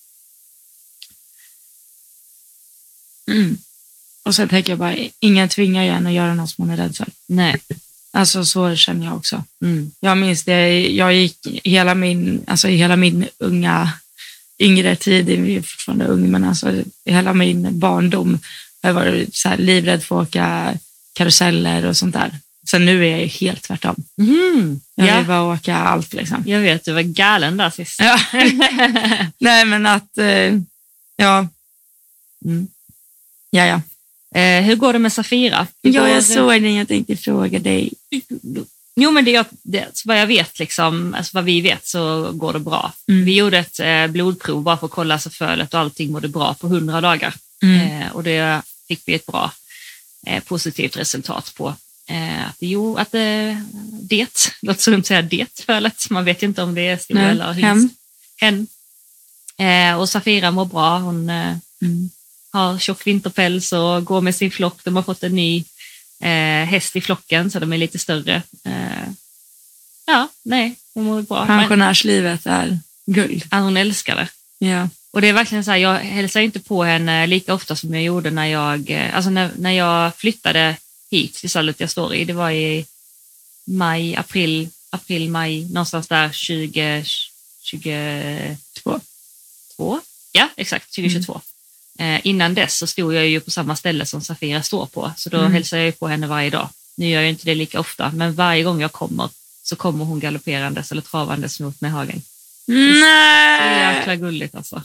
S1: Mm. Och sen tänker jag bara, ingen tvingar ju en att göra något som man är rädd för.
S2: Nej.
S1: Alltså så känner jag också.
S2: Mm.
S1: Jag minns det, jag gick hela min, alltså hela min unga, yngre tid, vi är fortfarande ung, men alltså hela min barndom har jag varit så här livrädd för att åka karuseller och sånt där. Sen nu är jag ju helt tvärtom.
S2: Mhm.
S1: Jag
S2: Ja,
S1: vill bara åka allt liksom.
S2: jag vet, du var galen där sist. [LAUGHS]
S1: Ja. [LAUGHS] Nej men att, eh, ja,
S2: Mm.
S1: ja, ja.
S2: Eh, hur går det med Safira? Hur
S1: Ja,
S2: går det-
S1: jag såg den, jag tänkte fråga dig.
S2: Jo, men det, jag- det, så vad jag vet, liksom, alltså vad vi vet så går det bra.
S1: Mm.
S2: Vi gjorde ett eh, blodprov bara för att kolla så fölet och allting mådde bra på 100 dagar.
S1: Mm.
S2: Eh, och det fick vi ett bra eh, positivt resultat på. Eh, att, det- jo, att eh, det, låt så dumt säga det fölet, man vet ju inte om det är stor
S1: Nej,
S2: eller hingst.
S1: hen.
S2: Hen. Eh, och Safira mår bra, hon eh,
S1: Mm.
S2: har tjock vinterpäls och går med sin flock. De har fått en ny eh, häst i flocken så de är lite större. Eh, ja, nej, hon mår bra. Men,
S1: Pensionärslivet är guld.
S2: ja, hon älskar det.
S1: Ja.
S2: Och det är verkligen så här, jag hälsar inte på henne lika ofta som jag gjorde när jag, eh, alltså när, när jag flyttade hit till stället jag står i. Det var i maj, april, april, maj, någonstans där 20, 22. Ja, exakt, 2022. Eh, innan dess så stod jag ju på samma ställe som Safira står på, så då
S1: Mm.
S2: hälsar jag ju på henne varje dag. Nu gör jag ju inte det lika ofta, men varje gång jag kommer så kommer hon galopperandes eller travandes mot mig i hagen. Så
S1: Nej!
S2: jäkla gulligt alltså.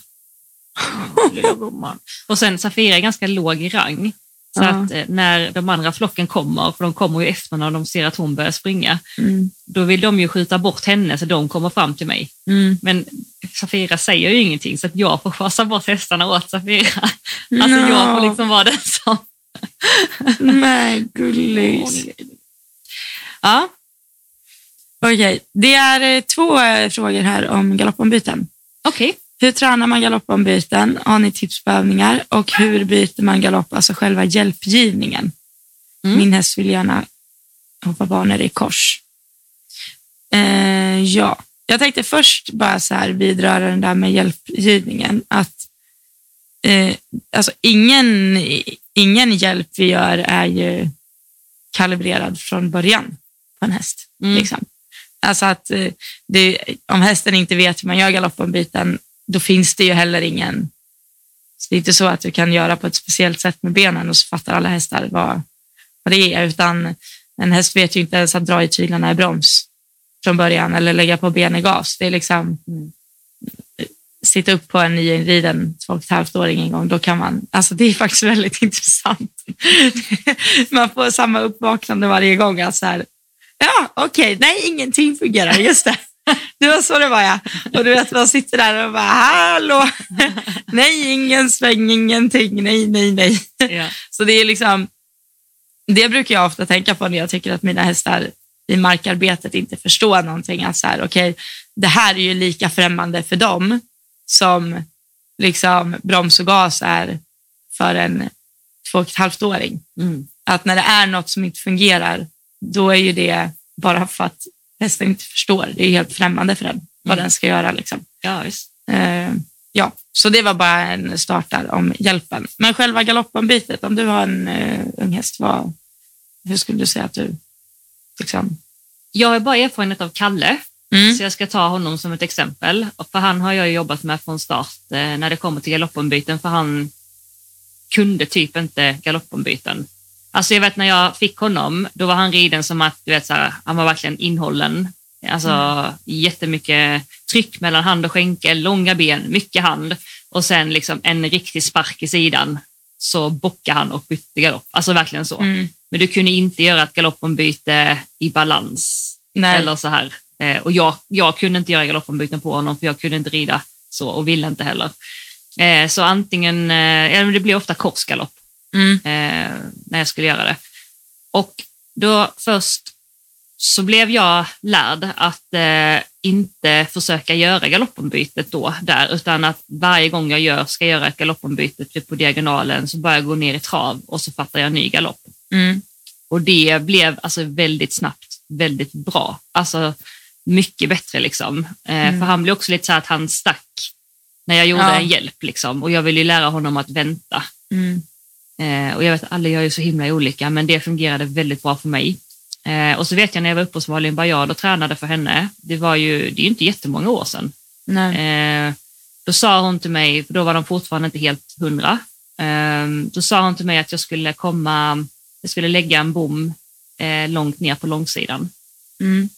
S2: Lilla gumman. Och sen Safira är ganska låg i rang. Så
S1: Ja.
S2: att eh, när de andra flocken kommer, för de kommer ju efter när de ser att hon börjar springa,
S1: Mm.
S2: då vill de ju skjuta bort henne så de kommer fram till mig.
S1: Mm.
S2: Men Safira säger ju ingenting så att jag får chasa bort hästarna åt Safira. Alltså jag får liksom vara den som...
S1: [LAUGHS] Nej, gullis.
S2: Ja.
S1: Okej, det är eh, två eh, frågor här om galoppombyten.
S2: Okej.
S1: Hur tränar man galoppombyten? Har ni tips på övningar? Och hur byter man galopp, alltså själva hjälpgivningen?
S2: Mm.
S1: Min häst vill gärna hoppa banor i kors. Eh, ja, jag tänkte först bara så här vidröra den där med hjälpgivningen. Att, eh, alltså ingen, ingen hjälp vi gör är ju kalibrerad från början på en häst.
S2: Mm.
S1: Liksom. Alltså att eh, det, om hästen inte vet hur man gör galoppombyten, då finns det ju heller ingen... Så det är inte så att du kan göra på ett speciellt sätt med benen och så fattar alla hästar vad, vad det är, utan en häst vet ju inte ens att dra i tyglarna i broms från början eller lägga på ben i gas. Det är liksom
S2: Mm.
S1: sitta upp på en nyinriden två och ett halvt åring en gång, då kan man... Alltså det är faktiskt väldigt [LAUGHS] intressant. man får samma uppvaknande varje gång. Alltså här, ja, okej, nej, ingenting fungerar, just det. Det var så det var ja. Och du vet, man sitter där och bara, hallå, nej, ingen sväng, ingenting, nej, nej, nej.
S2: Ja.
S1: Så det är liksom, det brukar jag ofta tänka på när jag tycker att mina hästar i markarbetet inte förstår någonting. Att så här, okej, det här är ju lika främmande för dem som liksom broms och gas är för en två och ett halvt åring.
S2: Mm.
S1: Att när det är något som inte fungerar, då är ju det bara för att hästen inte förstår. Det är ju helt främmande för den, vad
S2: Mm.
S1: den ska göra. Liksom.
S2: ja, visst.
S1: Eh, ja, så det var bara en start där om hjälpen. Men själva galoppombytet, om du har en eh, ung häst, vad, hur skulle du säga att du... Liksom,
S2: Jag har bara erfarenhet av Kalle,
S1: mm.
S2: så jag ska ta honom som ett exempel. Och För han har jag ju jobbat med från start eh, när det kommer till galoppombyten, för han kunde typ inte galoppombyten. Alltså jag vet när jag fick honom, då var han riden som att, du vet, så här, han var verkligen inhållen. Alltså
S1: Mm.
S2: jättemycket tryck mellan hand och skänkel, långa ben, mycket hand och sen liksom en riktig spark i sidan så bockade han och bytte galopp. Alltså verkligen så.
S1: Mm.
S2: Men du kunde inte göra ett galoppombyte i balans
S1: Nej.
S2: eller så här. Eh, och jag, jag kunde inte göra galoppombyten på honom för jag kunde inte rida så och ville inte heller. Eh, så antingen, eh, ja, men det blir ofta korsgalopp
S1: Mm.
S2: eh, när jag skulle göra det. Och då först så blev jag lärd att eh, inte försöka göra galoppombytet då där, utan att varje gång jag gör, ska göra ett galoppombyte typ på diagonalen så börjar jag gå ner i trav och så fattar jag en ny galopp.
S1: Mm.
S2: Och det blev alltså väldigt snabbt väldigt bra. Alltså mycket bättre liksom. Eh,
S1: Mm.
S2: För han blev också lite så här att han stack när jag gjorde
S1: Ja.
S2: en hjälp liksom. Och jag ville ju lära honom att vänta.
S1: Mm.
S2: Eh, och jag vet, alla gör ju så himla olika, men det fungerade väldigt bra för mig. Eh, och så vet jag när jag var uppe hos Malin Bajard och tränade för henne, det var ju, det är ju inte jättemånga år sedan.
S1: Nej.
S2: Eh, då sa hon till mig, för då var de fortfarande inte helt hundra, eh, då sa hon till mig att jag skulle komma, jag skulle lägga en bom eh, långt ner på långsidan.
S1: Mm.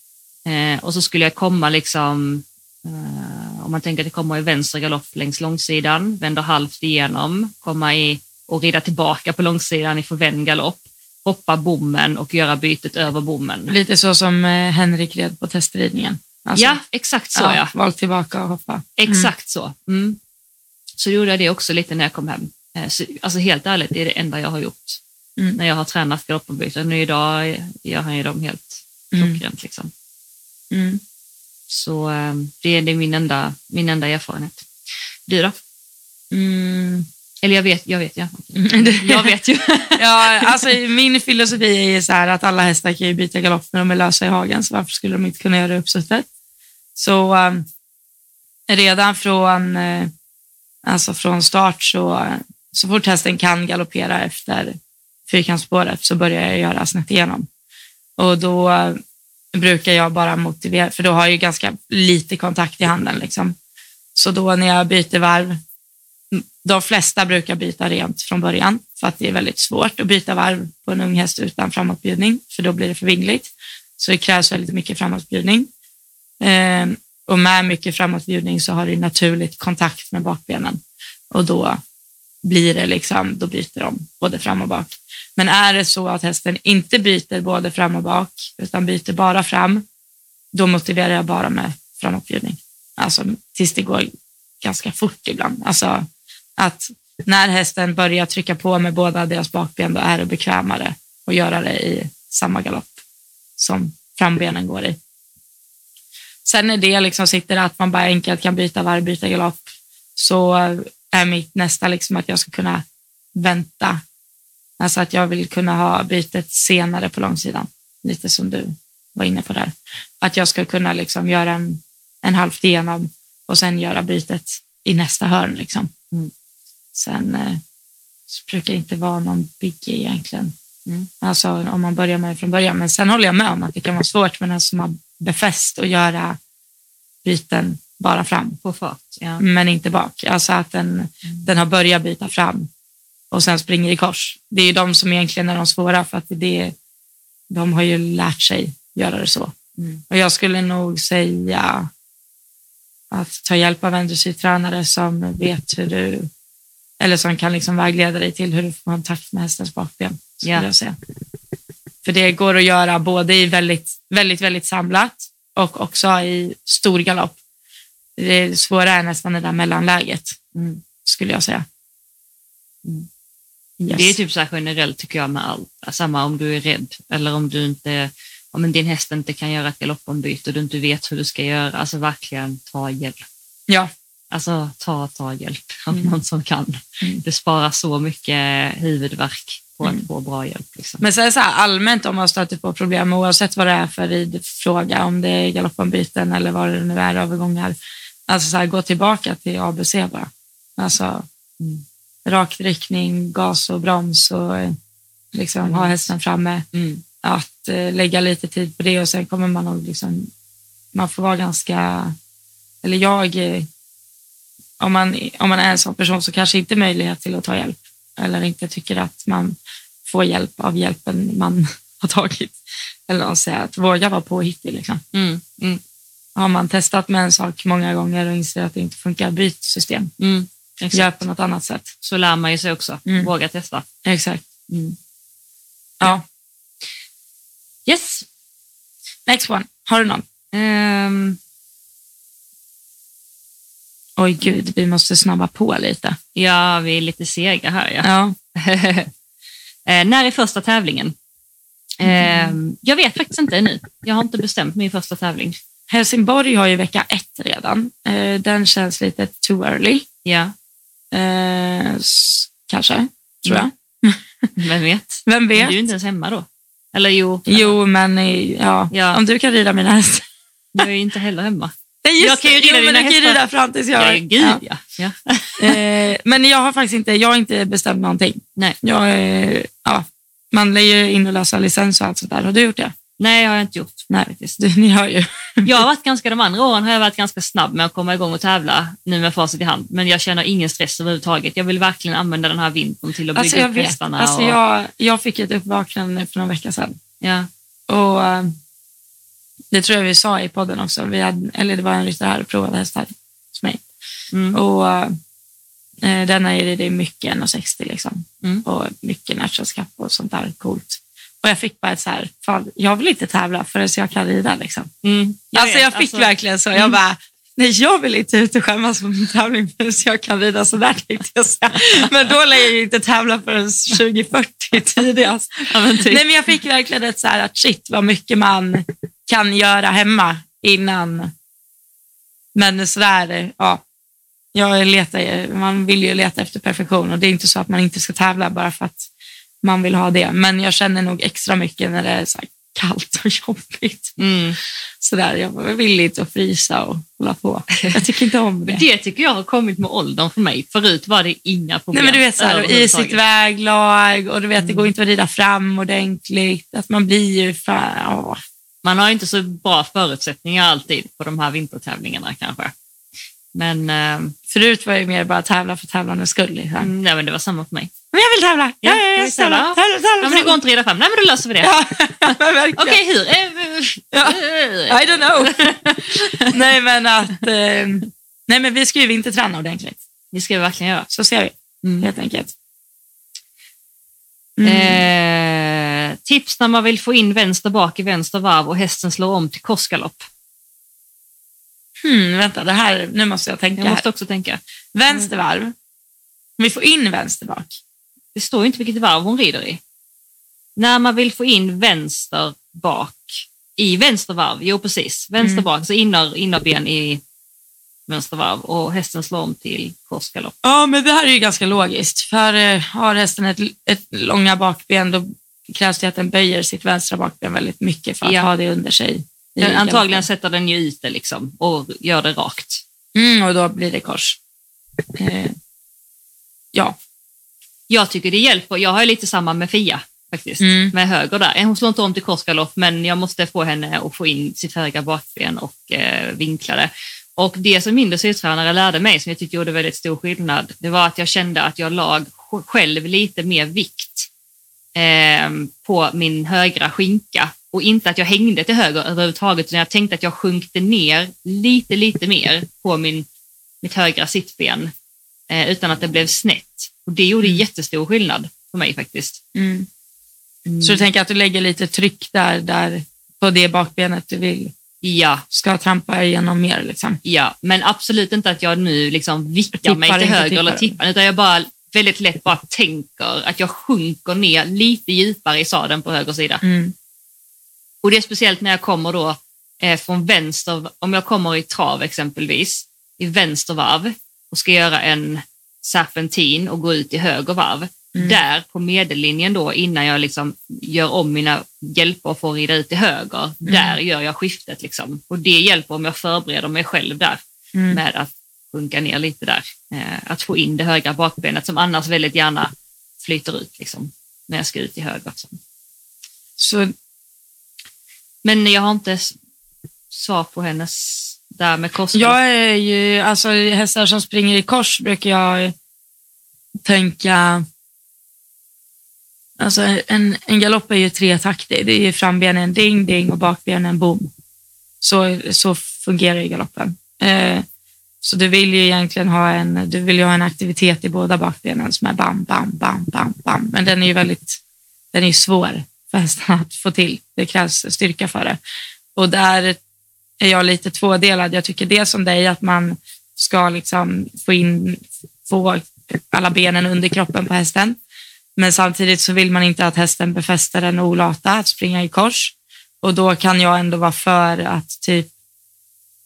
S2: Eh, och så skulle jag komma liksom, eh, om man tänker att det kommer i vänster galopp längs långsidan, vänder halvt igenom, komma i och rida tillbaka på långsidan i förvänd galopp, hoppa bommen och göra bytet över bommen.
S1: Lite så som eh, Henrik red på testridningen. Alltså,
S2: ja, exakt så ja.
S1: Valt tillbaka och hoppa.
S2: Exakt så. Mm. Så gjorde jag det också lite när jag kom hem. Eh, Så, alltså helt ärligt, det är det enda jag har gjort
S1: Mm.
S2: när jag har tränat galoppombyten. Nu idag gör han ju dem helt
S1: Mm.
S2: klockrent. Liksom.
S1: Mm. Mm.
S2: Så eh, det är det är min enda, min enda erfarenhet. Du då?
S1: Mm. [LAUGHS]
S2: Eller jag vet, jag vet, ja.
S1: Mm.
S2: [LAUGHS] Jag vet ju.
S1: Ja, alltså, min filosofi är ju så här att alla hästar kan ju byta galopp när de är lösa i hagen, så varför skulle de inte kunna göra det uppsuttet? Så eh, redan från, eh, alltså från start, så, så fort hästen kan galoppera efter fyrkantsspåret så börjar jag göra snett igenom. Och då eh, brukar jag bara motivera, för då har jag ju ganska lite kontakt i handen. Liksom. Så då när jag byter varv de flesta brukar byta rent från början för att det är väldigt svårt att byta varv på en ung häst utan framåtbjudning för då blir det för vingligt. Så det krävs väldigt mycket framåtbjudning. Eh, och med mycket framåtbjudning så har du naturligt kontakt med bakbenen och då blir det liksom, då byter de både fram och bak. Men är det så att hästen inte byter både fram och bak utan byter bara fram, då motiverar jag bara med framåtbjudning. Alltså tills det går ganska fort ibland. Alltså, att när hästen börjar trycka på med båda deras bakben, då är det bekvämare att göra det i samma galopp som frambenen går i. Sen när det liksom sitter att man bara enkelt kan byta varv, byta galopp, så är mitt nästa liksom att jag ska kunna vänta. Alltså att jag vill kunna ha bytet senare på långsidan, lite som du var inne på där. Att jag ska kunna liksom göra en, en halvt igenom och sen göra bytet i nästa hörn. Liksom.
S2: Mm.
S1: Sen eh, så brukar det inte vara någon biggie egentligen.
S2: Mm.
S1: Alltså om man börjar med det från början. Men sen håller jag med om att det kan vara svårt med den som har befäst och göra byten bara fram,
S2: På fart. Ja.
S1: men inte bak. Alltså att den, den har börjat byta fram och sen springer i kors. Det är ju de som egentligen är de svåra för att det, de har ju lärt sig göra det så.
S2: Mm.
S1: Och jag skulle nog säga att ta hjälp av en dressyrtränare som vet hur du, eller som kan liksom vägleda dig till hur du får kontakt med hästens bakben. Skulle
S2: Ja.
S1: jag säga. För det går att göra både i väldigt, väldigt, väldigt samlat och också i stor galopp. Det svåra är nästan det där mellanläget,
S2: Mm.
S1: skulle jag säga.
S2: Mm.
S1: Yes.
S2: Det är typ så här generellt tycker jag med allt. Samma om du är rädd eller om du inte, om din häst inte kan göra ett galoppombyte och du inte vet hur du ska göra. Alltså verkligen ta hjälp.
S1: Ja.
S2: Alltså ta, ta hjälp av
S1: Mm.
S2: någon som kan.
S1: Mm.
S2: Det sparar så mycket huvudvärk på
S1: Mm.
S2: att få bra hjälp. Liksom.
S1: Men sen så här, allmänt om man stöter på problem, oavsett vad det är för ridfråga, om det är galoppombyten eller vad det nu är, övergångar. Alltså så här, gå tillbaka till ABC bara. Alltså
S2: Mm.
S1: rak riktning, gas och broms och eh, liksom ha hästen framme.
S2: Mm.
S1: Att eh, lägga lite tid på det och sen kommer man nog liksom, man får vara ganska, eller jag, eh, om man, om man är en sån person så kanske inte möjlighet till att ta hjälp eller inte tycker att man får hjälp av hjälpen man [LAUGHS] har tagit. Eller att säga att våga vara påhittig. Liksom.
S2: Mm. Mm.
S1: Har man testat med en sak många gånger och inser att det inte funkar, byt system.
S2: Mm. Exakt.
S1: Gör på något annat sätt.
S2: Så lär man ju sig också.
S1: Mm.
S2: Våga testa.
S1: Exakt.
S2: Mm.
S1: Ja.
S2: Yes,
S1: Next one. Har du någon?
S2: Ehm,
S1: Oj gud, vi måste snabba på lite.
S2: ja, vi är lite sega här. Ja. [LAUGHS]
S1: Ja.
S2: Eh, när är första tävlingen?
S1: Mm.
S2: Ehm, jag vet faktiskt inte ännu. Jag har inte bestämt min första tävling.
S1: Helsingborg har ju vecka ett redan. Eh, Den känns lite too early,
S2: Ja,
S1: eh, s- kanske, tror jag.
S2: vem vet?
S1: Vem
S2: Du
S1: vet?
S2: är ju inte ens hemma då. Eller jo,
S1: Jo, men eh, ja.
S2: Ja.
S1: om du kan rida mina hästar.
S2: jag är ju inte heller hemma.
S1: Nej, just
S2: Jag kan ju
S1: det.
S2: rida
S1: jo, men
S2: dina
S1: du kan ju
S2: hästar.
S1: rida fram tills
S2: Ja,
S1: jag...
S2: gud ja. ja.
S1: Ja. Eh, Men jag har faktiskt inte, jag har inte bestämt någonting.
S2: Nej.
S1: Jag, eh, ja. Man lär ju in och lösa licens och allt sånt där. Har du gjort det?
S2: Nej, har jag inte gjort.
S1: Nej, du, ni har ju.
S2: Jag har varit ganska, de andra åren har jag varit ganska snabb med att komma igång och tävla nu med facit i hand. Men jag känner ingen stress överhuvudtaget. Jag vill verkligen använda den här vintern till att bygga
S1: Alltså, jag
S2: upp
S1: vet.
S2: hästarna.
S1: Alltså,
S2: och,
S1: jag, jag fick ett uppvaknande för någon vecka sedan.
S2: ja.
S1: Och eh, det tror jag vi sa i podden också. Vi hade, eller det var en ryttare här och provade hästar hos mig.
S2: mm.
S1: Och eh, den är ju det är mycket 1,60 liksom.
S2: Mm.
S1: Och mycket Nations Cup och sånt där coolt. Och jag fick bara ett så här, fan, jag vill inte tävla förrän jag kan rida liksom.
S2: Mm.
S1: alltså Mm.
S2: vet,
S1: jag fick verkligen så. Jag bara, nej jag vill inte ut och skämmas på min tävling förrän jag kan rida sådär tänkte jag säga. Men då lär jag ju inte tävla förrän 2040 tidigast.
S2: Ja, men typ.
S1: Nej, men jag fick verkligen ett så här att shit vad mycket man kan göra hemma innan. Men sådär, ja. Jag letar, ju- man vill ju leta efter perfektion och det är inte så att man inte ska tävla bara för att man vill ha det. Men jag känner nog extra mycket när det är så här kallt och jobbigt.
S2: Mm.
S1: Sådär, jag vill inte att frysa och hålla på. Jag tycker inte om det.
S2: Det tycker jag har kommit med åldern för mig. Förut var det
S1: [LAUGHS]
S2: inga
S1: Nej,
S2: problem.
S1: men du vet, så här, och isigt
S2: överhuvudtaget.
S1: väglag och du vet, det går inte att rida fram ordentligt. Att man blir ju fan, åh.
S2: Man har inte så bra förutsättningar alltid på de här vintertävlingarna kanske. Men, eh,
S1: Förut var jag mer bara tävla för tävlandets skull. Liksom.
S2: mm, nej, men det var samma för mig.
S1: Men jag vill tävla! Ja,
S2: Ja,
S1: ja,
S2: jag
S1: jag
S2: vill
S1: ska tävla.
S2: tävla.
S1: Tävla,
S2: Ja,
S1: tävla,
S2: men det går
S1: tävla.
S2: inte att reda fram. Nej, men då löser vi det.
S1: [LAUGHS] Ja, men verkligen.
S2: Okej, hur? Eh, eh,
S1: Ja.
S2: eh, eh.
S1: I don't know. nej, men att... Eh, nej, men vi ska ju inte träna ordentligt.
S2: [LAUGHS] Det ska vi verkligen göra.
S1: Så ser vi,
S2: Mm.
S1: helt enkelt. Mm.
S2: Eh, tips när man vill få in vänster bak i vänster varv och hästen slår om till korsgalopp.
S1: Hmm, vänta, det här, nu måste jag tänka
S2: Jag
S1: här.
S2: måste också tänka.
S1: Vänster varv. Om vi får in vänster bak.
S2: Det står ju inte vilket varv hon rider i. När man vill få in vänster bak i vänstervarv, jo precis,
S1: Mm.
S2: vänsterbak, så inner, innerben i vänstervarv och hästen slår om till korsgalopp.
S1: Ja, men det här är ju ganska logiskt. För eh, har hästen ett, ett långa bakben, då krävs det att den böjer sitt vänstra bakben väldigt mycket för att
S2: Ja.
S1: ha det under sig. i
S2: Den,
S1: galoppen.
S2: antagligen sätter den ju ut det liksom och gör det rakt.
S1: Mm, och då blir det kors. Eh, ja.
S2: Jag tycker det hjälper, jag har ju lite samma med Fia faktiskt,
S1: Mm.
S2: med höger där. Hon slår inte om till korsgalopp men jag måste få henne att få in sitt högra bakben och eh, vinkla det. Och det som min dressyrtränare lärde mig, som jag tyckte gjorde väldigt stor skillnad, det var att jag kände att jag lag sj- själv lite mer vikt ehm, på min högra skinka och inte att jag hängde till höger överhuvudtaget, utan jag tänkte att jag sjunkte ner lite, lite mer på min, mitt högra sittben eh, utan att det blev snett. Och det
S1: Mm.
S2: gjorde jättestor skillnad för mig faktiskt.
S1: Så du tänker att du lägger lite tryck där, där på det bakbenet du vill
S2: Ja,
S1: ska trampa igenom mer. Liksom.
S2: ja, men absolut inte att jag nu liksom vickar
S1: Tippar
S2: mig till
S1: inte,
S2: höger eller
S1: tippar.
S2: tippar, utan jag bara väldigt lätt bara tänker att jag sjunker ner lite djupare i sadeln på höger sida.
S1: Mm.
S2: Och det är speciellt när jag kommer då eh, från vänster, om jag kommer i trav exempelvis, i vänster varv och ska göra en serpentin och gå ut i höger varv.
S1: Mm.
S2: Där på medellinjen då innan jag liksom gör om mina hjälper för att rida ut till höger,
S1: Mm.
S2: där gör jag skiftet liksom. Och det hjälper om jag förbereder mig själv där
S1: Mm.
S2: med att sjunka ner lite där. Eh, att få in det högra bakbenet som annars väldigt gärna flyter ut liksom, när jag ska ut i höger. Liksom. Också.
S1: Så
S2: Men jag har inte s- svar på hennes där med kosten.
S1: jag är ju, alltså hästar som springer i kors brukar jag tänka, alltså en, en galopp är ju tretaktig, det är ju frambenen ding ding och bakbenen bom. Så, så fungerar ju galoppen. Eh, så du vill ju egentligen ha en, du vill ju ha en aktivitet i båda bakbenen som är bam, bam, bam, bam, bam. Men den är ju väldigt, den är ju svår för hästarna att få till. Det krävs styrka för det. Och där är jag lite tvådelad. Jag tycker det som dig, att man ska liksom få in få alla benen under kroppen på hästen. Men samtidigt så vill man inte att hästen befäster den olata, att springa i kors. Och då kan jag ändå vara för att typ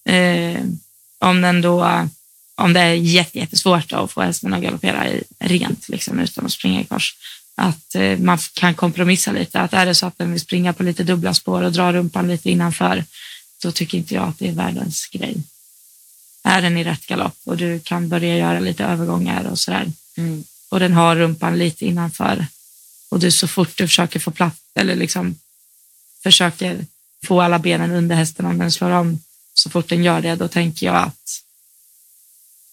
S1: eh, om den då om det är jätte, jättesvårt att få hästen att galoppera i rent liksom, utan att springa i kors, att eh, man kan kompromissa lite. Att är det så att den vill springa på lite dubbla spår och dra rumpan lite innanför, då tycker inte jag att det är världens grej. Är den i rätt galopp och du kan börja göra lite övergångar och sådär
S2: Mm.
S1: och den har rumpan lite innanför och du så fort du försöker få plats eller liksom försöker få alla benen under hästen om den slår om så fort den gör det, då tänker jag att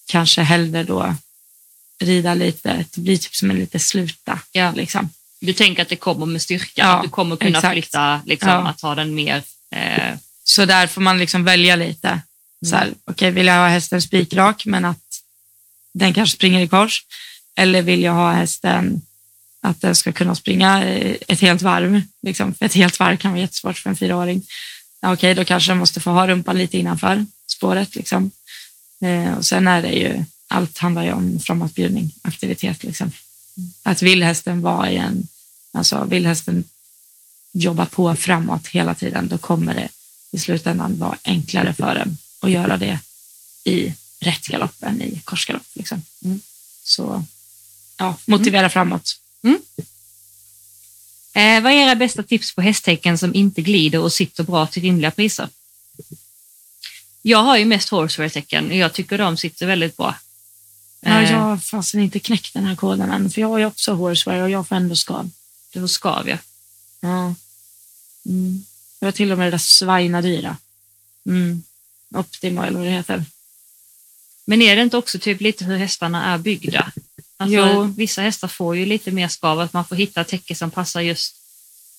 S1: kanske hellre då rida lite, det blir typ som en lite sluta.
S2: Ja.
S1: Liksom.
S2: Du tänker att det kommer med styrka,
S1: Ja,
S2: att du kommer kunna
S1: exakt.
S2: flytta, liksom,
S1: Ja.
S2: att ha den mer... Eh,
S1: Så där får man liksom välja lite. Så här, okej, vill jag ha hästen spikrak men att den kanske springer i kors? Eller vill jag ha hästen att den ska kunna springa eh, ett helt varv? Liksom, för ett helt varv kan vara jättesvårt för en fyraåring. Ja, okej, då kanske den måste få ha rumpan lite innanför spåret. Liksom. Eh, och sen är det ju, allt handlar ju om framåtbjudning, aktivitet. Liksom. Att vill hästen vara i en, alltså vill hästen jobba på framåt hela tiden, då kommer det i slutändan vara enklare för en att göra det i rätt galopp än i korsgalopp. Liksom.
S2: Mm.
S1: Så ja, motivera framåt.
S2: eh, vad är era bästa tips på hästtecken som inte glider och sitter bra till rimliga priser? Jag har ju mest horsewear-tecken och jag tycker de sitter väldigt bra.
S1: Ja,
S2: Eh,
S1: jag har fasen inte knäckt den här koden än, för jag har ju också horsewear och jag får ändå skav.
S2: Det var skav, ja.
S1: Ja. Mm. Det var till och med det där svainadyra. Mm. Optima eller vad det heter.
S2: Men är det inte också typ lite hur hästarna är byggda? Alltså,
S1: Jo.
S2: Vissa hästar får ju lite mer skav, att man får hitta ett täcke som passar just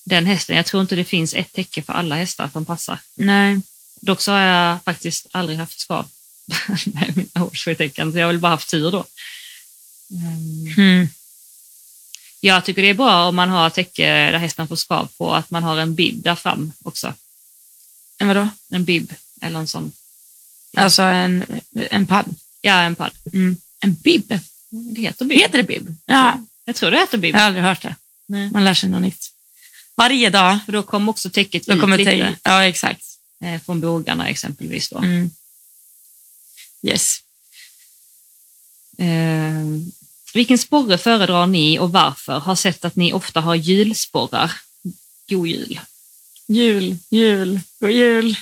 S2: den hästen. Jag tror inte det finns ett täcke för alla hästar som passar.
S1: Nej.
S2: Dock så har jag faktiskt aldrig haft skav [LAUGHS] med mina hårskörtecken, så jag har väl bara haft tur då. Ehm,
S1: Mm.
S2: Jag tycker det är bra om man har ett täcke där hästen får skav på, att man har en bib där fram också.
S1: Men vadå?
S2: En bib eller en sån,
S1: Alltså en, en padd.
S2: ja en pall.
S1: Mm. En bib?
S2: Det heter bib.
S1: Heter det bib? Ja.
S2: Jag tror det heter bib.
S1: Jag har aldrig hört det.
S2: Nej.
S1: Man lär sig något nytt. Varje dag.
S2: För då kommer också Mm, täcket
S1: Då
S2: ut
S1: kommer
S2: lite
S1: det, ja, exakt.
S2: eh, från bågarna exempelvis. Då.
S1: Mm. Yes.
S2: Eh, vilken sporre föredrar ni och varför? Har sett att ni ofta har julsporrar. God jul!
S1: Jul, jul, god jul.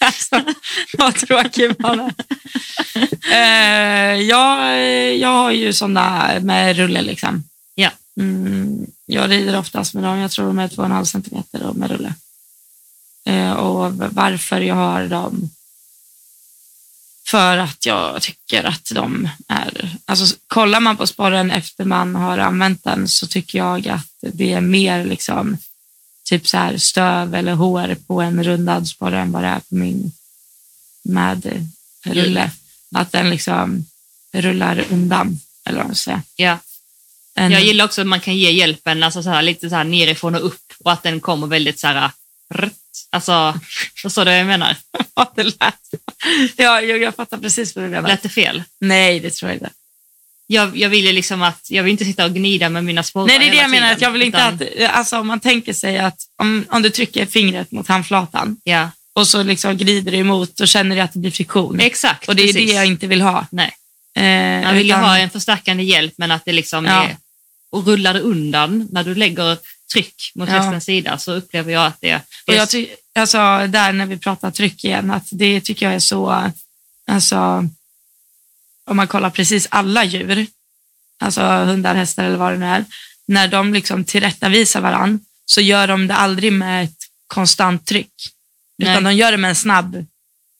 S1: alltså, [LAUGHS] vad tråkig man är. Eh, jag, jag har ju sådana med rulle. Liksom.
S2: Ja.
S1: Mm, jag rider oftast med dem. Jag tror de är 2,5 centimeter och med rulle. Eh, och varför jag har dem? För att jag tycker att de är... Alltså, kollar man på sporren efter man har använt den så tycker jag att det är mer liksom typ så här stöv eller hår på en rundad sporre än vad det är på min med eh,
S2: Mm.
S1: rulle. Att den liksom rullar undan, eller vad man ska säga.
S2: Ja.
S1: En,
S2: Jag gillar också att man kan ge hjälpen alltså så här, lite så här nerifrån och upp och att den kommer väldigt så här... rött. [LAUGHS] Alltså, förstår du vad jag menar?
S1: [LAUGHS] vad det lät. Ja, jag, jag fattar precis vad du menar.
S2: Lät det fel?
S1: Nej, det tror jag inte.
S2: Jag, jag vill ju liksom att, jag vill inte sitta och gnida med mina sporrar
S1: Nej, det är det
S2: hela
S1: jag menar.
S2: tiden,
S1: Att jag vill inte
S2: utan-
S1: att, alltså, om man tänker sig att om, om du trycker fingret mot handflatan
S2: Ja,
S1: och så liksom grider du emot, då känner du att det blir friktion.
S2: exakt.
S1: Och det är
S2: precis.
S1: det jag inte vill ha.
S2: Nej.
S1: Eh,
S2: Man vill ju
S1: utan-
S2: ha en förstärkande hjälp, men att det liksom
S1: Ja.
S2: är... Och rullar det undan, när du lägger tryck mot
S1: Ja.
S2: hästens sida, så upplever jag att det...
S1: Och jag ty- alltså, där när vi pratar tryck igen, att det tycker jag är så, alltså, om man kollar precis alla djur, alltså hundar, hästar eller vad det nu är, när de liksom tillrättavisar varann så gör de det aldrig med ett konstant tryck, utan de gör det med en snabb,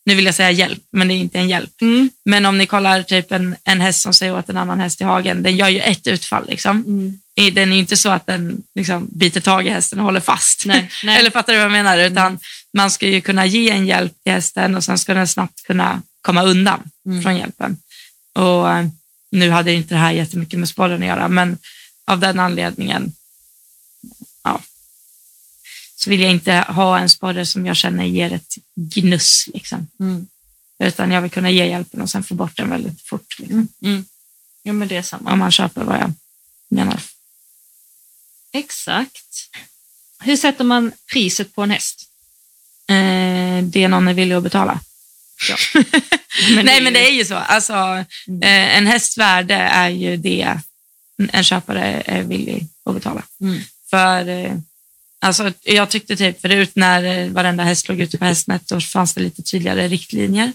S1: nu vill jag säga hjälp, men det är inte en hjälp.
S2: Mm.
S1: Men om ni kollar typ en, en häst som säger åt en annan häst i hagen, den gör ju ett utfall. Liksom.
S2: Mm.
S1: Den är ju inte så att den liksom, biter tag i hästen och håller fast.
S2: Nej, nej. Mm.
S1: Eller fattar du vad jag menar? Utan man ska ju kunna ge en hjälp till hästen och sen ska den snabbt kunna komma undan
S2: Mm.
S1: från hjälpen. Och eh, nu hade inte det här jättemycket med sporren att göra, men av den anledningen ja, så vill jag inte ha en sporre som jag känner ger ett gnuss, liksom.
S2: Mm.
S1: utan jag vill kunna ge hjälpen och sen få bort den väldigt fort, liksom,
S2: Mm. Ja, men det är samma.
S1: om man köper vad jag menar.
S2: Exakt. Hur sätter man priset på en häst?
S1: Eh, det är någon är villig att betala. [LAUGHS] Nej, men det är ju så. Alltså, eh, en hästs värde är ju det en köpare är villig att betala.
S2: Mm.
S1: För eh, alltså, Jag tyckte typ förut när eh, varenda häst låg ute på hästnät, då fanns det lite tydligare riktlinjer.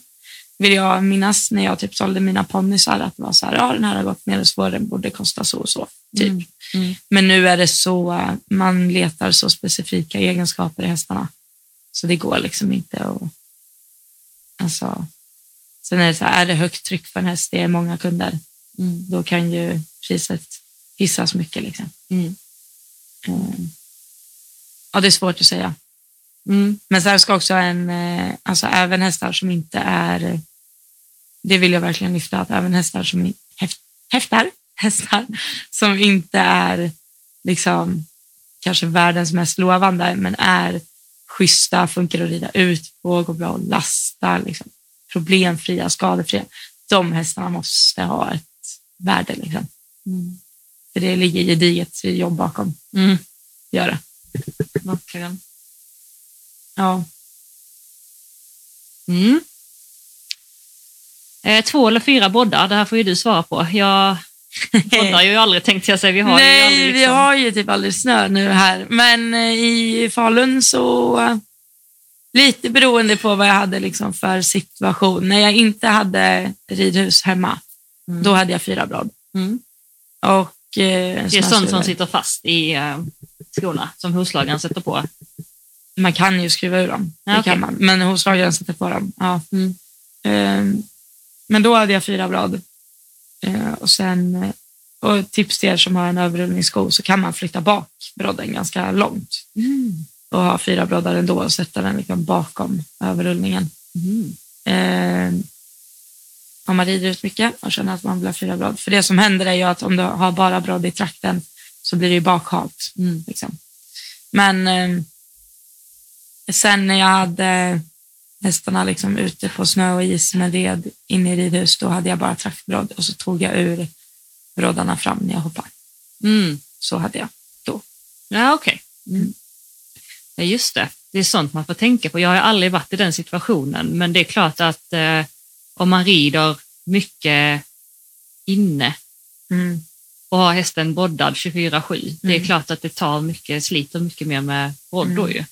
S1: Vill jag minnas när jag typ sålde mina ponnysar att det var så här, ja den här har gått ner så var den borde kosta så och så. Typ.
S2: Mm. Mm.
S1: Men nu är det så, eh, man letar så specifika egenskaper i hästarna. Så det går liksom inte att... Alltså, sen är det så här, är det högt tryck för en häst, det är många kunder,
S2: Mm.
S1: då kan ju priset hissas mycket. Liksom.
S2: Mm.
S1: Mm. Ja, det är svårt att säga.
S2: Mm.
S1: Men sen ska också en, eh, alltså även hästar som inte är, det vill jag verkligen lyfta, att även hästar som, i- häft, häftar, [LAUGHS] hästar som inte är liksom kanske världens mest lovande, men är schyssta, funkar att rida ut på, går bra att lasta, liksom, problemfria, skadefria. De hästarna måste ha ett värde, liksom.
S2: Mm.
S1: för det ligger gediget jobb bakom.
S2: Mm.
S1: Gör det.
S2: Verkligen.
S1: Ja.
S2: Mm. Eh, två eller fyra broddar, det här får ju du svara på.
S1: [LAUGHS]
S2: Jag broddar ju aldrig tänkte jag säga. Vi har ju
S1: Nej,
S2: aldrig, liksom-
S1: vi har ju typ aldrig snö nu här. Men eh, i Falun så eh, lite beroende på vad jag hade liksom för situation. När jag inte hade ridhus hemma,
S2: Mm.
S1: då hade jag fyra blad.
S2: Mm.
S1: Och, eh,
S2: Det är sånt som
S1: snöskruvar.
S2: sitter fast i eh, skorna som hovslagaren sätter på.
S1: Man kan ju skruva ur dem, det
S2: Ja, okej.
S1: kan man. men hovslagaren sätter på dem. Ja.
S2: Mm.
S1: Eh, Men då hade jag fyra blad. Eh, Och sen, eh, och tips till er som har en överrullningssko så kan man flytta bak brodden ganska långt. och ha fyra broddar ändå och sätta den liksom bakom överrullningen.
S2: Mm.
S1: Eh, om man rider ut mycket och känner att man vill ha fyra brodd. För det som händer är ju att om du har bara brodd i trakten så blir det ju bakhalt.
S2: Mm.
S1: Liksom. Men eh, sen när jag hade hästarna liksom ute på snö och is med red inne i ridhus, då hade jag bara traktbrodd och så tog jag ur broddarna fram när jag hoppade.
S2: Mm.
S1: Så hade jag då.
S2: Ja, okej.
S1: Mm.
S2: Ja, just det. Det är sånt man får tänka på. Jag har ju aldrig varit i den situationen, men det är klart att eh, om man rider mycket inne Mm. och har hästen broddad 24-7, det är
S1: Mm.
S2: klart att det tar mycket slit och mycket mer med brodd då
S1: Mm.
S2: ju.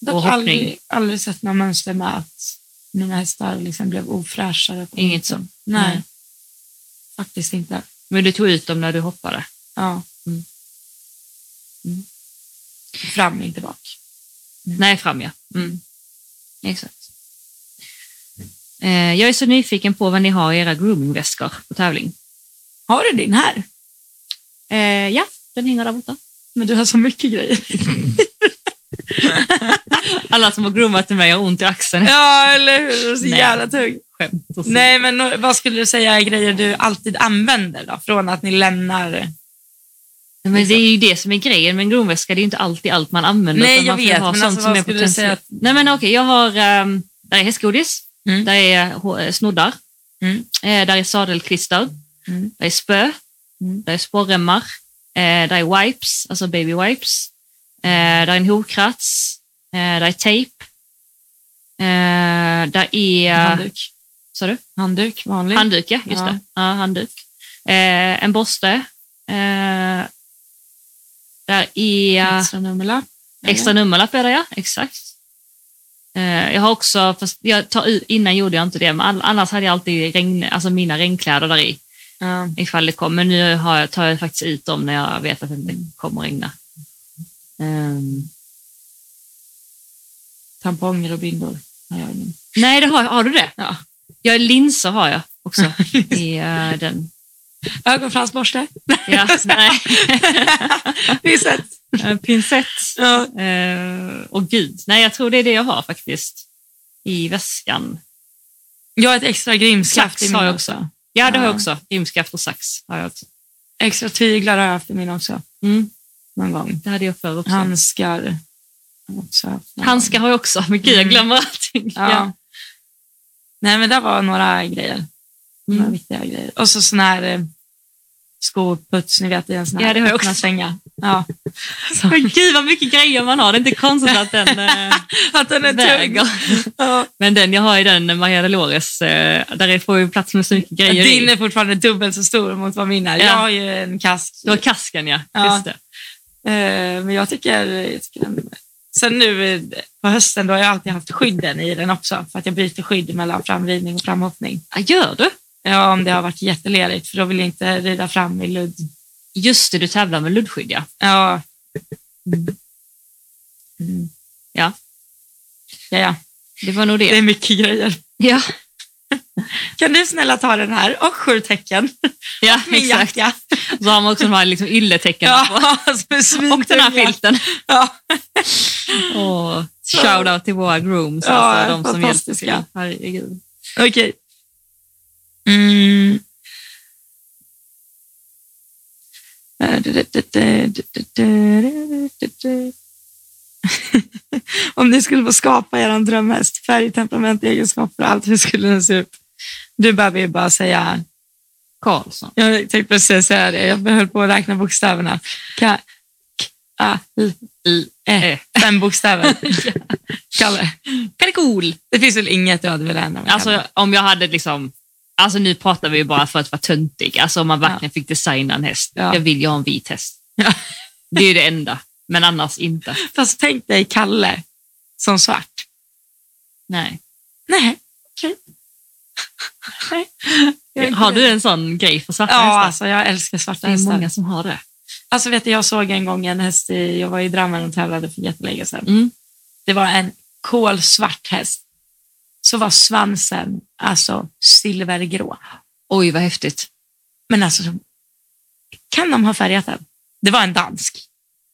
S1: Dock
S2: Och hoppning.
S1: aldrig, aldrig sett några mönster med att mina hästar liksom blev ofräschare. på
S2: Inget
S1: något sätt.
S2: sånt.
S1: Nej,
S2: Nej.
S1: faktiskt inte.
S2: Men du tog ut dem när du hoppade.
S1: Ja.
S2: Mm. Mm.
S1: Fram, inte bak.
S2: Nej, fram ja. Mm. Exakt. Eh, jag är så nyfiken på vad ni har i era groomingväskor på tävling.
S1: Har du din här?
S2: Eh, ja, den hänger där borta.
S1: Men du har så mycket grejer.
S2: Alla som har groomat till mig har ont i axeln.
S1: Ja, eller hur? Så
S2: Nej.
S1: jävla tung.
S2: Skämt åsido.
S1: Nej, men nå- vad skulle du säga är grejer du alltid använder då? Från att ni lämnar...
S2: Men det är ju det som är grejen med en groomväska. Det är ju inte alltid allt man använder.
S1: Nej,
S2: utan
S1: jag
S2: man får ju
S1: vet,
S2: ha
S1: men
S2: sånt
S1: alltså,
S2: som
S1: vad
S2: är
S1: skulle du säga
S2: potentiellt. Nej, men okej, jag har... ehm, där är hästgodis.
S1: Mm.
S2: Där är hå- eh, snoddar.
S1: Mm.
S2: Eh, där är sadelklister.
S1: Mm.
S2: Där är spö.
S1: Mm.
S2: Där är sporremmar. Eh, där är wipes, alltså baby wipes. Eh, där är en hovkrats. Eh, där är tejp. Eh, där är...
S1: Handduk.
S2: Sa du?
S1: Handduk, vanlig.
S2: Handduk, ja. Just
S1: Ja.
S2: det. Ja, handduk. Eh, en borste. Eh, där är...
S1: Extra nummerlapp.
S2: Extra nummerlapp är det, ja. Exakt. Eh, Jag har också, fast jag tar ut, innan gjorde jag inte det, men all- annars hade jag alltid regn, alltså mina regnkläder där i
S1: Ja.
S2: ifall det kom. Men nu har jag, tar jag faktiskt ut dem när jag vet att det inte kommer regna. Ehm,
S1: Tamponger och bindor. har jag ingen.
S2: nej, det har, jag- har du det?
S1: Ja.
S2: Ja, linser har jag också i eh, den.
S1: Ögonfransborste.
S2: Ja, nej.
S1: Visst.
S2: Eh, Pinsett.
S1: Ja.
S2: Eh, och gud, nej jag tror det är det jag har faktiskt i väskan.
S1: Jag har ett extra grimskaft i
S2: Sax har
S1: min
S2: jag
S1: också.
S2: Ja, det har jag
S1: Ja.
S2: också. Rimskaft och sax har jag också.
S1: Extra tyglar har jag haft i min också.
S2: Mm,
S1: Någon gång.
S2: det hade jag förr också.
S1: Handskar. har jag Också haft någon
S2: Handskar har jag också, [LAUGHS] men gud jag
S1: Mm.
S2: glömmer allting.
S1: gång. Ja. Nej, men det var några grejer.
S2: Mm.
S1: Några viktiga grejer. Och så sån här eh, skoputs, ni vet i en sån här
S2: Ja, det har jag också.
S1: öppna Stänga. Ja.
S2: Men gud vad mycket grejer man har, det är inte konstigt
S1: [LAUGHS]
S2: att den eh,
S1: Att den är tung.
S2: väger.
S1: Ja.
S2: Men den jag har i den, Maria Delores, eh, där får ju plats med så mycket grejer
S1: Din
S2: i.
S1: är fortfarande dubbelt så stor mot vad min är.
S2: Ja.
S1: Jag har ju en kask.
S2: Du har kasken ja,
S1: Ja.
S2: just det.
S1: Eh, Men jag tycker, jag tycker den... Sen nu eh, på hösten då har jag alltid haft skydden i den också för att jag byter skydd mellan framridning och framhoppning.
S2: Ja, gör du?
S1: Ja, om det har varit jättelerigt för då vill jag inte rida fram i ludd.
S2: Just det, du tävlar med luddskydd ja.
S1: Ja. Mm.
S2: Ja.
S1: Ja, ja.
S2: Det var nog det.
S1: Det är mycket grejer.
S2: Ja,
S1: Kan du snälla ta den här och sju [LAUGHS] tecken?
S2: ja
S1: Min
S2: exakt.
S1: jacka.
S2: Så har man också de här liksom ylletecknen på.
S1: Ja, som Alltså, är
S2: Och den
S1: svintunga.
S2: här filten.
S1: Ja.
S2: Och shoutout till våra grooms,
S1: Ja,
S2: alltså de som hjälper till.
S1: fantastiska.
S2: Herregud.
S1: Okej. Mm. Om ni skulle få skapa er drömhäst, färg, temperament, egenskaper och allt, hur skulle den se ut? Du behöver ju bara säga,
S2: Karlsson.
S1: jag tänkte precis säga det, jag höll på att räkna bokstäverna. Ka, k, a, l,
S2: I-
S1: e. Fem [LAUGHS] bokstäver. Kalle,
S2: Kalikol!
S1: det finns väl inget du hade velat ändra med Kalle?
S2: Alltså om jag hade liksom, alltså nu pratar vi ju bara för att vara töntig, alltså om man verkligen fick designa en häst.
S1: Ja.
S2: Jag vill ju ha en vit häst.
S1: Ja.
S2: Det är ju det enda, men annars inte.
S1: Fast tänk dig Kalle som svart.
S2: Nej.
S1: Nej, okej. Nej, jag är inte
S2: Har
S1: det.
S2: du en sån grej för svarta
S1: Ja,
S2: hästar?
S1: alltså jag älskar svarta
S2: Det är
S1: hästar.
S2: många som har det.
S1: Alltså vet du, jag såg en gång en häst, i, jag var i Drammen och tävlade för jättelänge sedan.
S2: Mm.
S1: Det var en kolsvart häst. Så var svansen alltså silvergrå.
S2: Oj, vad häftigt.
S1: Men alltså, kan de ha färgat den? Det var en dansk.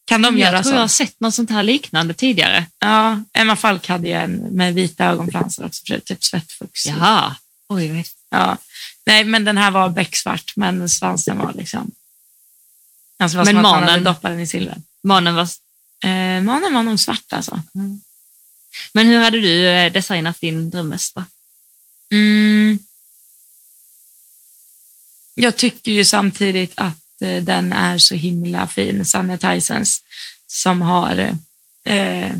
S1: Kan de
S2: jag
S1: göra
S2: tror
S1: så?
S2: jag har sett något sånt här liknande tidigare.
S1: Ja, Emma Falk hade ju en med vita ögonfransar också, för det är typ svettfux.
S2: Jaha. Oj, vad häftigt.
S1: Ja. Nej, men den här var becksvart, men svansen var liksom... Alltså var
S2: Men
S1: men som att man
S2: manen?
S1: hade doppat den i silver.
S2: Manen var...
S1: Eh, manen var nog svart alltså.
S2: Mm. Men hur hade du eh, designat din drömhäst? då?
S1: Mm. Jag tycker ju samtidigt att eh, den är så himla fin, Sanne Tysons, som har, eh,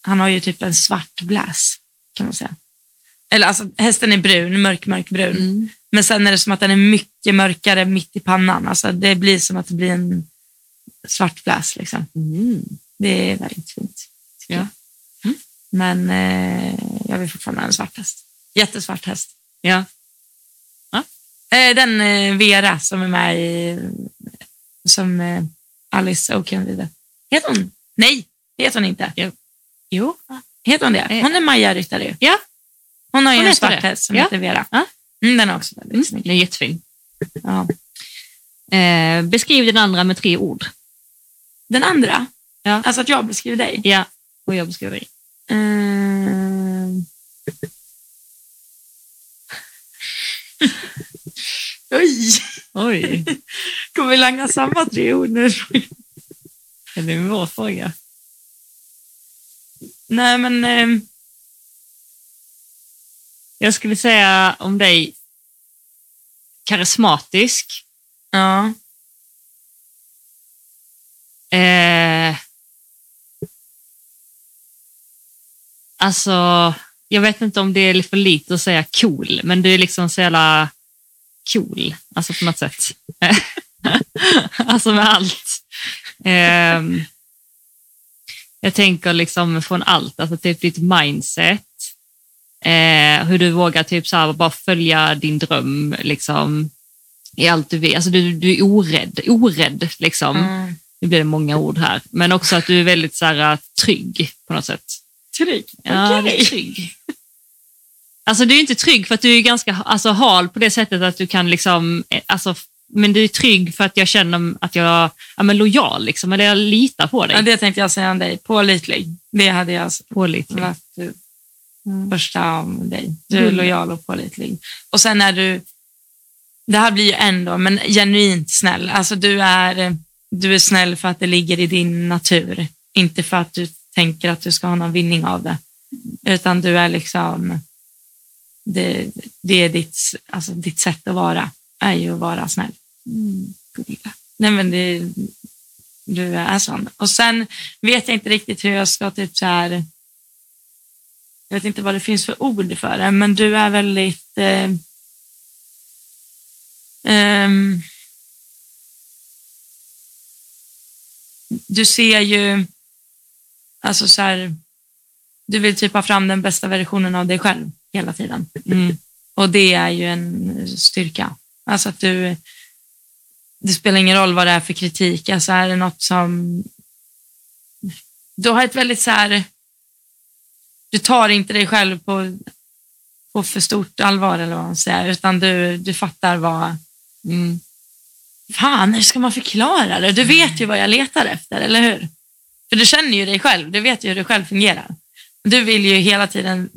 S1: han har ju typ en svart bläs kan man säga. Eller alltså hästen är brun, mörk, mörk brun.
S2: Mm.
S1: Men sen är det som att den är mycket mörkare mitt i pannan. Alltså det blir som att det blir en svart bläs liksom.
S2: Mm.
S1: Det är väldigt fint. tycker
S2: Ja.
S1: jag.
S2: Mm.
S1: Men eh, jag vill fortfarande ha en svart häst. Jättesvart häst.
S2: Ja.
S1: Eh, den eh, Vera som är med i, som eh, Alice Okenvide. Heter hon? Nej, det heter hon inte.
S2: Jo.
S1: Jo. Heter hon det?
S2: Eh.
S1: Hon är Maja Ryttare ju.
S2: Ja.
S1: Hon har ju
S2: Hon
S1: en
S2: heter
S1: svart
S2: det.
S1: häst som
S2: Ja.
S1: heter Vera.
S2: Ja.
S1: Mm, den är också väldigt
S2: Mm.
S1: snygg.
S2: Den är jättefin.
S1: Ja.
S2: Eh, beskriv den andra med tre ord.
S1: Den andra,
S2: Ja.
S1: alltså att jag beskriver dig.
S2: Ja. Och jag beskriver dig.
S1: Ehm. [LAUGHS] Oj,
S2: Oj,
S1: kommer vi langa samma tre ord nu?
S2: det är en bra fråga.
S1: Nej, men
S2: eh,
S1: ehm,
S2: Jag skulle säga om dig karismatisk,
S1: ja.
S2: Eh, alltså, jag vet inte om det är för lite att säga cool, men du är liksom så jävla cool, alltså på något sätt. [LAUGHS] alltså med allt. Ehm, jag tänker liksom från allt, alltså typ ditt mindset, eh, hur du vågar typ så här, bara följa din dröm liksom, i allt du vet. Alltså du, du är orädd, orädd liksom
S1: Mm.
S2: nu blir det många ord här, men också att du är väldigt så här, äh, trygg på något sätt.
S1: Trygg.
S2: Ja,
S1: Okej.
S2: du är trygg. Alltså du är inte trygg för att du är ganska alltså, hal på det sättet att du kan liksom, eh, alltså, f- men du är trygg för att jag känner att jag ja, men lojal liksom, eller jag litar på dig.
S1: Ja, det tänkte jag säga om dig. Pålitlig. Det hade jag alltså-
S2: Pålitlig.
S1: varit eh, första om dig. Du är
S2: Mm.
S1: lojal och pålitlig. Och sen är du, det här blir ju en då, men genuint snäll. Alltså du är, du är snäll för att det ligger i din natur, inte för att du tänker att du ska ha någon vinning av det, utan du är liksom, det, det är ditt, alltså ditt sätt att vara, är ju att vara snäll. Gulliga. Nej, men det, du är sån. Och sen vet jag inte riktigt hur jag ska typ så här. Jag vet inte vad det finns för ord för det, men du är väldigt. Eh, ehm, du ser ju. Alltså så här. Du vill typ ha fram den bästa versionen av dig själv hela tiden.
S2: Mm.
S1: Och det är ju en styrka. Alltså att du, det spelar ingen roll vad det är för kritik, alltså är det något som... Du har ett väldigt så här, du tar inte dig själv på, på för stort allvar eller vad man säger, utan du, du fattar vad,
S2: Mm.
S1: fan hur ska man förklara det? Du vet ju vad jag letar efter, eller hur? För du känner ju dig själv, du vet ju hur du själv fungerar. Du vill ju hela tiden,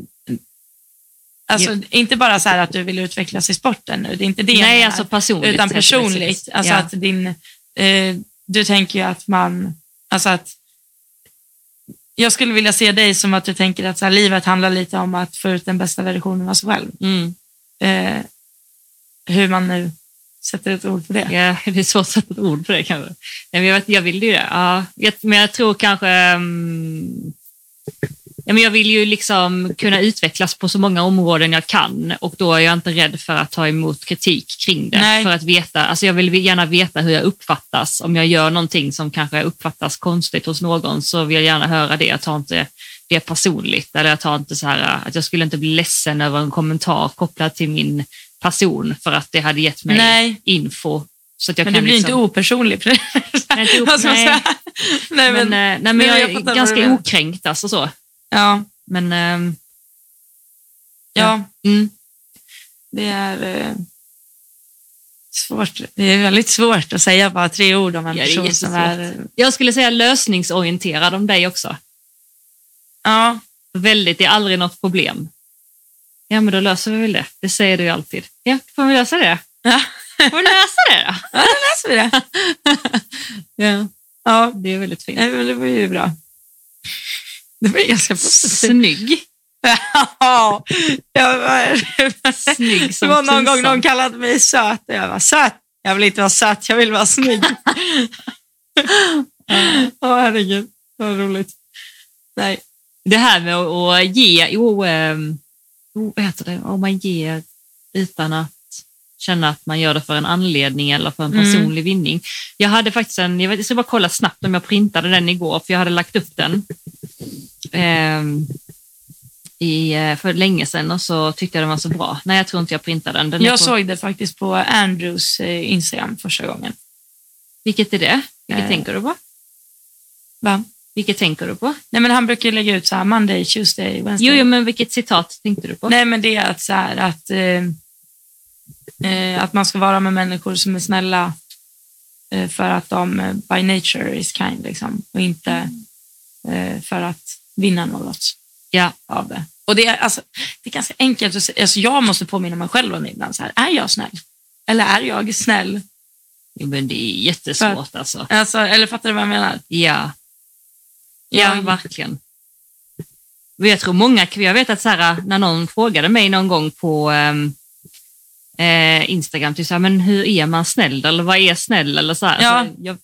S1: alltså inte bara så här att du vill utvecklas i sporten nu, det är inte det jag
S2: Nej,
S1: menar.
S2: alltså personligt.
S1: Utan
S2: sett, precis.
S1: personligt. Alltså
S2: ja.
S1: att din, eh, du tänker ju att man, alltså att jag skulle vilja se dig som att du tänker att så här, livet handlar lite om att få ut den bästa versionen av sig själv.
S2: mm.
S1: Eh, hur man nu sätter ett ord på det.
S2: Ja, [LAUGHS] det är svårt att sätta ett ord på det kanske. Nej, men jag, vet, jag vill ju det. Ja, jag, men jag tror kanske... mm, ja, men jag vill ju liksom kunna utvecklas på så många områden jag kan och då är jag inte rädd för att ta emot kritik kring det.
S1: Nej.
S2: För att veta, alltså jag vill gärna veta hur jag uppfattas. Om jag gör någonting som kanske uppfattas konstigt hos någon så vill jag gärna höra det. Jag tar inte det personligt. Eller jag tar inte så här, att jag skulle inte bli ledsen över en kommentar kopplad till min person för att det hade gett mig
S1: Nej,
S2: info. Så att jag
S1: men
S2: kan
S1: du blir
S2: liksom...
S1: inte opersonlig. [LAUGHS] för det.
S2: Nej, inte op-
S1: Vad ska man
S2: nej.
S1: säga? nej,
S2: men,
S1: men,
S2: eh, nej,
S1: men
S2: men jag
S1: jag
S2: är
S1: fattar vad du
S2: ganska
S1: menar.
S2: okränkt alltså så.
S1: ja,
S2: Men, ehm,
S1: ja,
S2: mm,
S1: det är eh, svårt. Det är väldigt svårt att säga bara tre ord om en
S2: Ja, det är
S1: person som
S2: jättesvårt.
S1: är...
S2: jag skulle säga lösningsorienterad om dig också.
S1: Ja,
S2: Väldigt, det är aldrig något problem. Ja, men då löser vi väl det. Det säger du ju alltid. Ja, får vi lösa det?
S1: Ja.
S2: Får vi lösa det då?
S1: läser vi det.
S2: Ja,
S1: Ja,
S2: det är väldigt fint.
S1: Nej, men det var ju bra. Det var ganska positivt.
S2: Snygg.
S1: [LAUGHS] Ja, jag var,
S2: Snygg
S1: det
S2: som
S1: var någon
S2: tusan.
S1: gång någon kallade mig söt och jag var söt. Jag vill inte vara söt, jag vill vara [LAUGHS] snygg. Åh, herregud. Vad roligt. Nej.
S2: Det här med att- att ge, o, ehm, o, vad heter det, om man ger utan att känna att man gör det för en anledning eller för en
S1: Mm.
S2: personlig vinning. Jag hade faktiskt en, jag vet- jag ska bara kolla snabbt om jag printade den igår, för jag hade lagt upp den ehm, i, eh, för länge sedan och så tyckte jag den var så bra. Nej, jag tror inte jag printade den. den är på,
S1: Jag såg det faktiskt på Andrews eh, Instagram första gången.
S2: Vilket är det? Vilket
S1: Eh.
S2: tänker du på?
S1: Va?
S2: Vilket tänker du på?
S1: Nej, men han brukar lägga ut så här Monday, Tuesday, Wednesday.
S2: Jo, jo, men vilket citat tänkte du på?
S1: Nej, men det är att, så här, att, eh, eh, att man ska vara med människor som är snälla eh, för att de eh, by nature is kind liksom, och inte eh, för att vinna något
S2: Ja.
S1: av det. Och det är, alltså, det är ganska enkelt att säga. Alltså, jag måste påminna mig själv om det ibland. Så här, är jag snäll? Eller är jag snäll?
S2: Jo, men det är jättesvårt alltså.
S1: Alltså, eller fattar du vad jag menar?
S2: Ja.
S1: Ja.
S2: Ja, verkligen. Och Jag tror många, jag vet att så här, när någon frågade mig någon gång på ehm, eh, Instagram, typ så här, men hur är man snäll eller vad är snäll eller så här.
S1: Ja.
S2: Alltså, jag,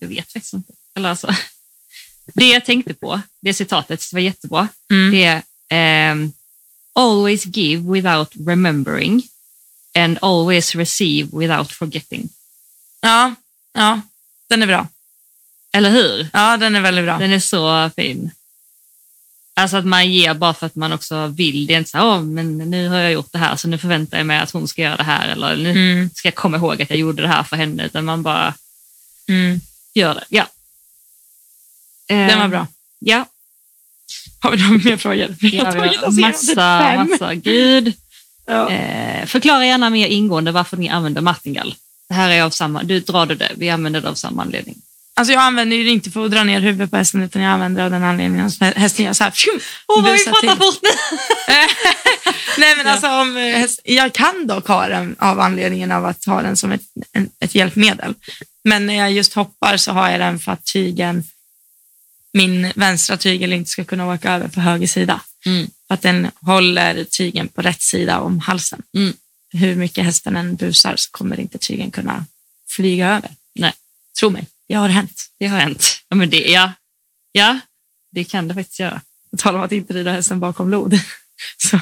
S2: jag vet faktiskt inte. Eller alltså, [LAUGHS] det jag tänkte på, det citatet det var jättebra,
S1: Mm.
S2: det är ehm, always give without remembering and always receive without forgetting.
S1: Ja, ja, den är bra.
S2: Eller hur?
S1: Ja, den är väldigt bra.
S2: Den är så fin. Alltså att man ger bara för att man också vill. Det är inte så här, "Åh, men nu har jag gjort det här så nu förväntar jag mig att hon ska göra det här eller nu
S1: Mm,
S2: ska jag komma ihåg att jag gjorde det här för henne. Utan man bara
S1: mm.
S2: gör det. Ja.
S1: Den var
S2: Eh,
S1: bra.
S2: Ja,
S1: Har vi några mer frågor? Vi har
S2: ja vi
S1: tagit
S2: har
S1: oss igenom typ
S2: massa,
S1: fem.
S2: massa. Gud.
S1: Ja.
S2: Eh, förklara gärna mer ingående varför ni använder martingall. Det här är av samma, du drar du det, vi använder det av samma anledning.
S1: Alltså jag använder ju det inte för att dra ner huvudet på hästen utan jag använder det av den anledningen att hästen gör så här. fjum!
S2: Åh, vad vi
S1: Busa
S2: pratar
S1: till.
S2: bort nu!
S1: [LAUGHS] Nej men
S2: Ja.
S1: alltså om eh, häst, jag kan dock ha den av anledningen av att ha den som ett, en, ett hjälpmedel. Men när jag just hoppar så har jag den för att tygen, min vänstra tygel inte ska kunna åka över på höger sida.
S2: Mm.
S1: För att den håller tygen på rätt sida om halsen.
S2: Mm.
S1: Hur mycket hästen än busar så kommer inte tygen kunna flyga över.
S2: Nej.
S1: Tro mig, det har hänt.
S2: Det har hänt. Ja, men det, ja. ja, det kan det faktiskt göra. [LAUGHS]
S1: På tal om att inte rida hästen bakom lod. [LAUGHS] Så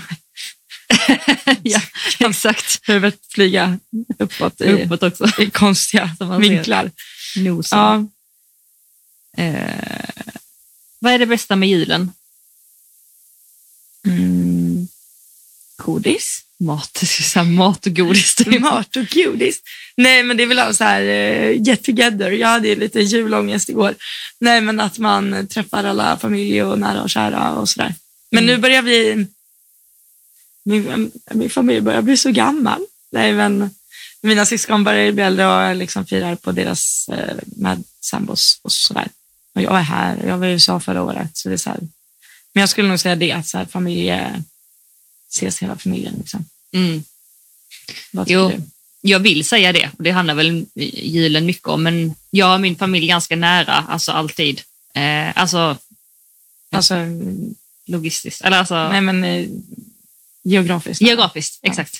S2: ja, [LAUGHS] exakt.
S1: huvudet flyga uppåt i,
S2: Uppåt också.
S1: i konstiga
S2: Som man ser.
S1: vinklar.
S2: Nosen.
S1: Ja,
S2: Eh, vad är det bästa med julen?
S1: Mm. Godis?
S2: Mat, [LAUGHS] så här mat och godis. typ.
S1: Mat och godis. Nej, men det är väl av så här eh, get together. Jag hade ju lite julångest igår. Nej, men att man träffar alla familj och nära och kära och sådär. Men
S2: Mm.
S1: nu börjar vi... Min, min familj börjar bli så gammal. Nej, men mina syskon börjar bli äldre och jag liksom firar på deras eh, med sambos och sådär. Och jag är här och jag var i USA förra året. Så det är så här. Men jag skulle nog säga det, att så här, familje... Ses hela familjen liksom.
S2: Mm.
S1: Vad
S2: Jo.
S1: tycker du?
S2: Jag vill säga det, och det handlar väl julen mycket om, men jag och min familj är ganska nära, alltså alltid. Eh, alltså
S1: Alltså,
S2: logistiskt, eller alltså
S1: nej men eh, geografiskt.
S2: geografiskt, exakt.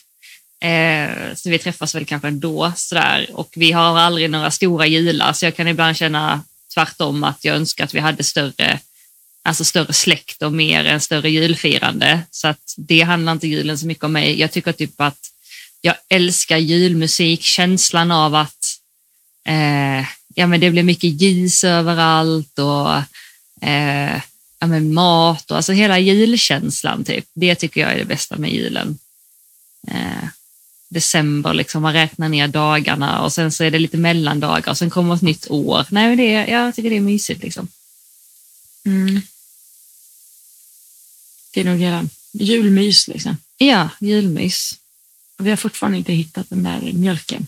S2: Eh, så vi träffas väl kanske ändå sådär, och vi har aldrig några stora jular, så jag kan ibland känna tvärtom att jag önskar att vi hade större alltså större släkt och mer en större julfirande. Så att det handlar inte julen så mycket om mig. Jag tycker typ att jag älskar julmusik, känslan av att eh, ja, men det blir mycket ljus överallt och eh, ja, men mat och alltså hela julkänslan. Typ. Det tycker jag är det bästa med julen. Eh, december, liksom, man räknar ner dagarna och sen så är det lite mellandagar och sen kommer ett nytt år. Nej, men det, jag tycker det är mysigt. Liksom.
S1: Mm. Det är nog hela julmys liksom.
S2: Ja, julmys.
S1: Och Vi har fortfarande inte hittat den där mjölken.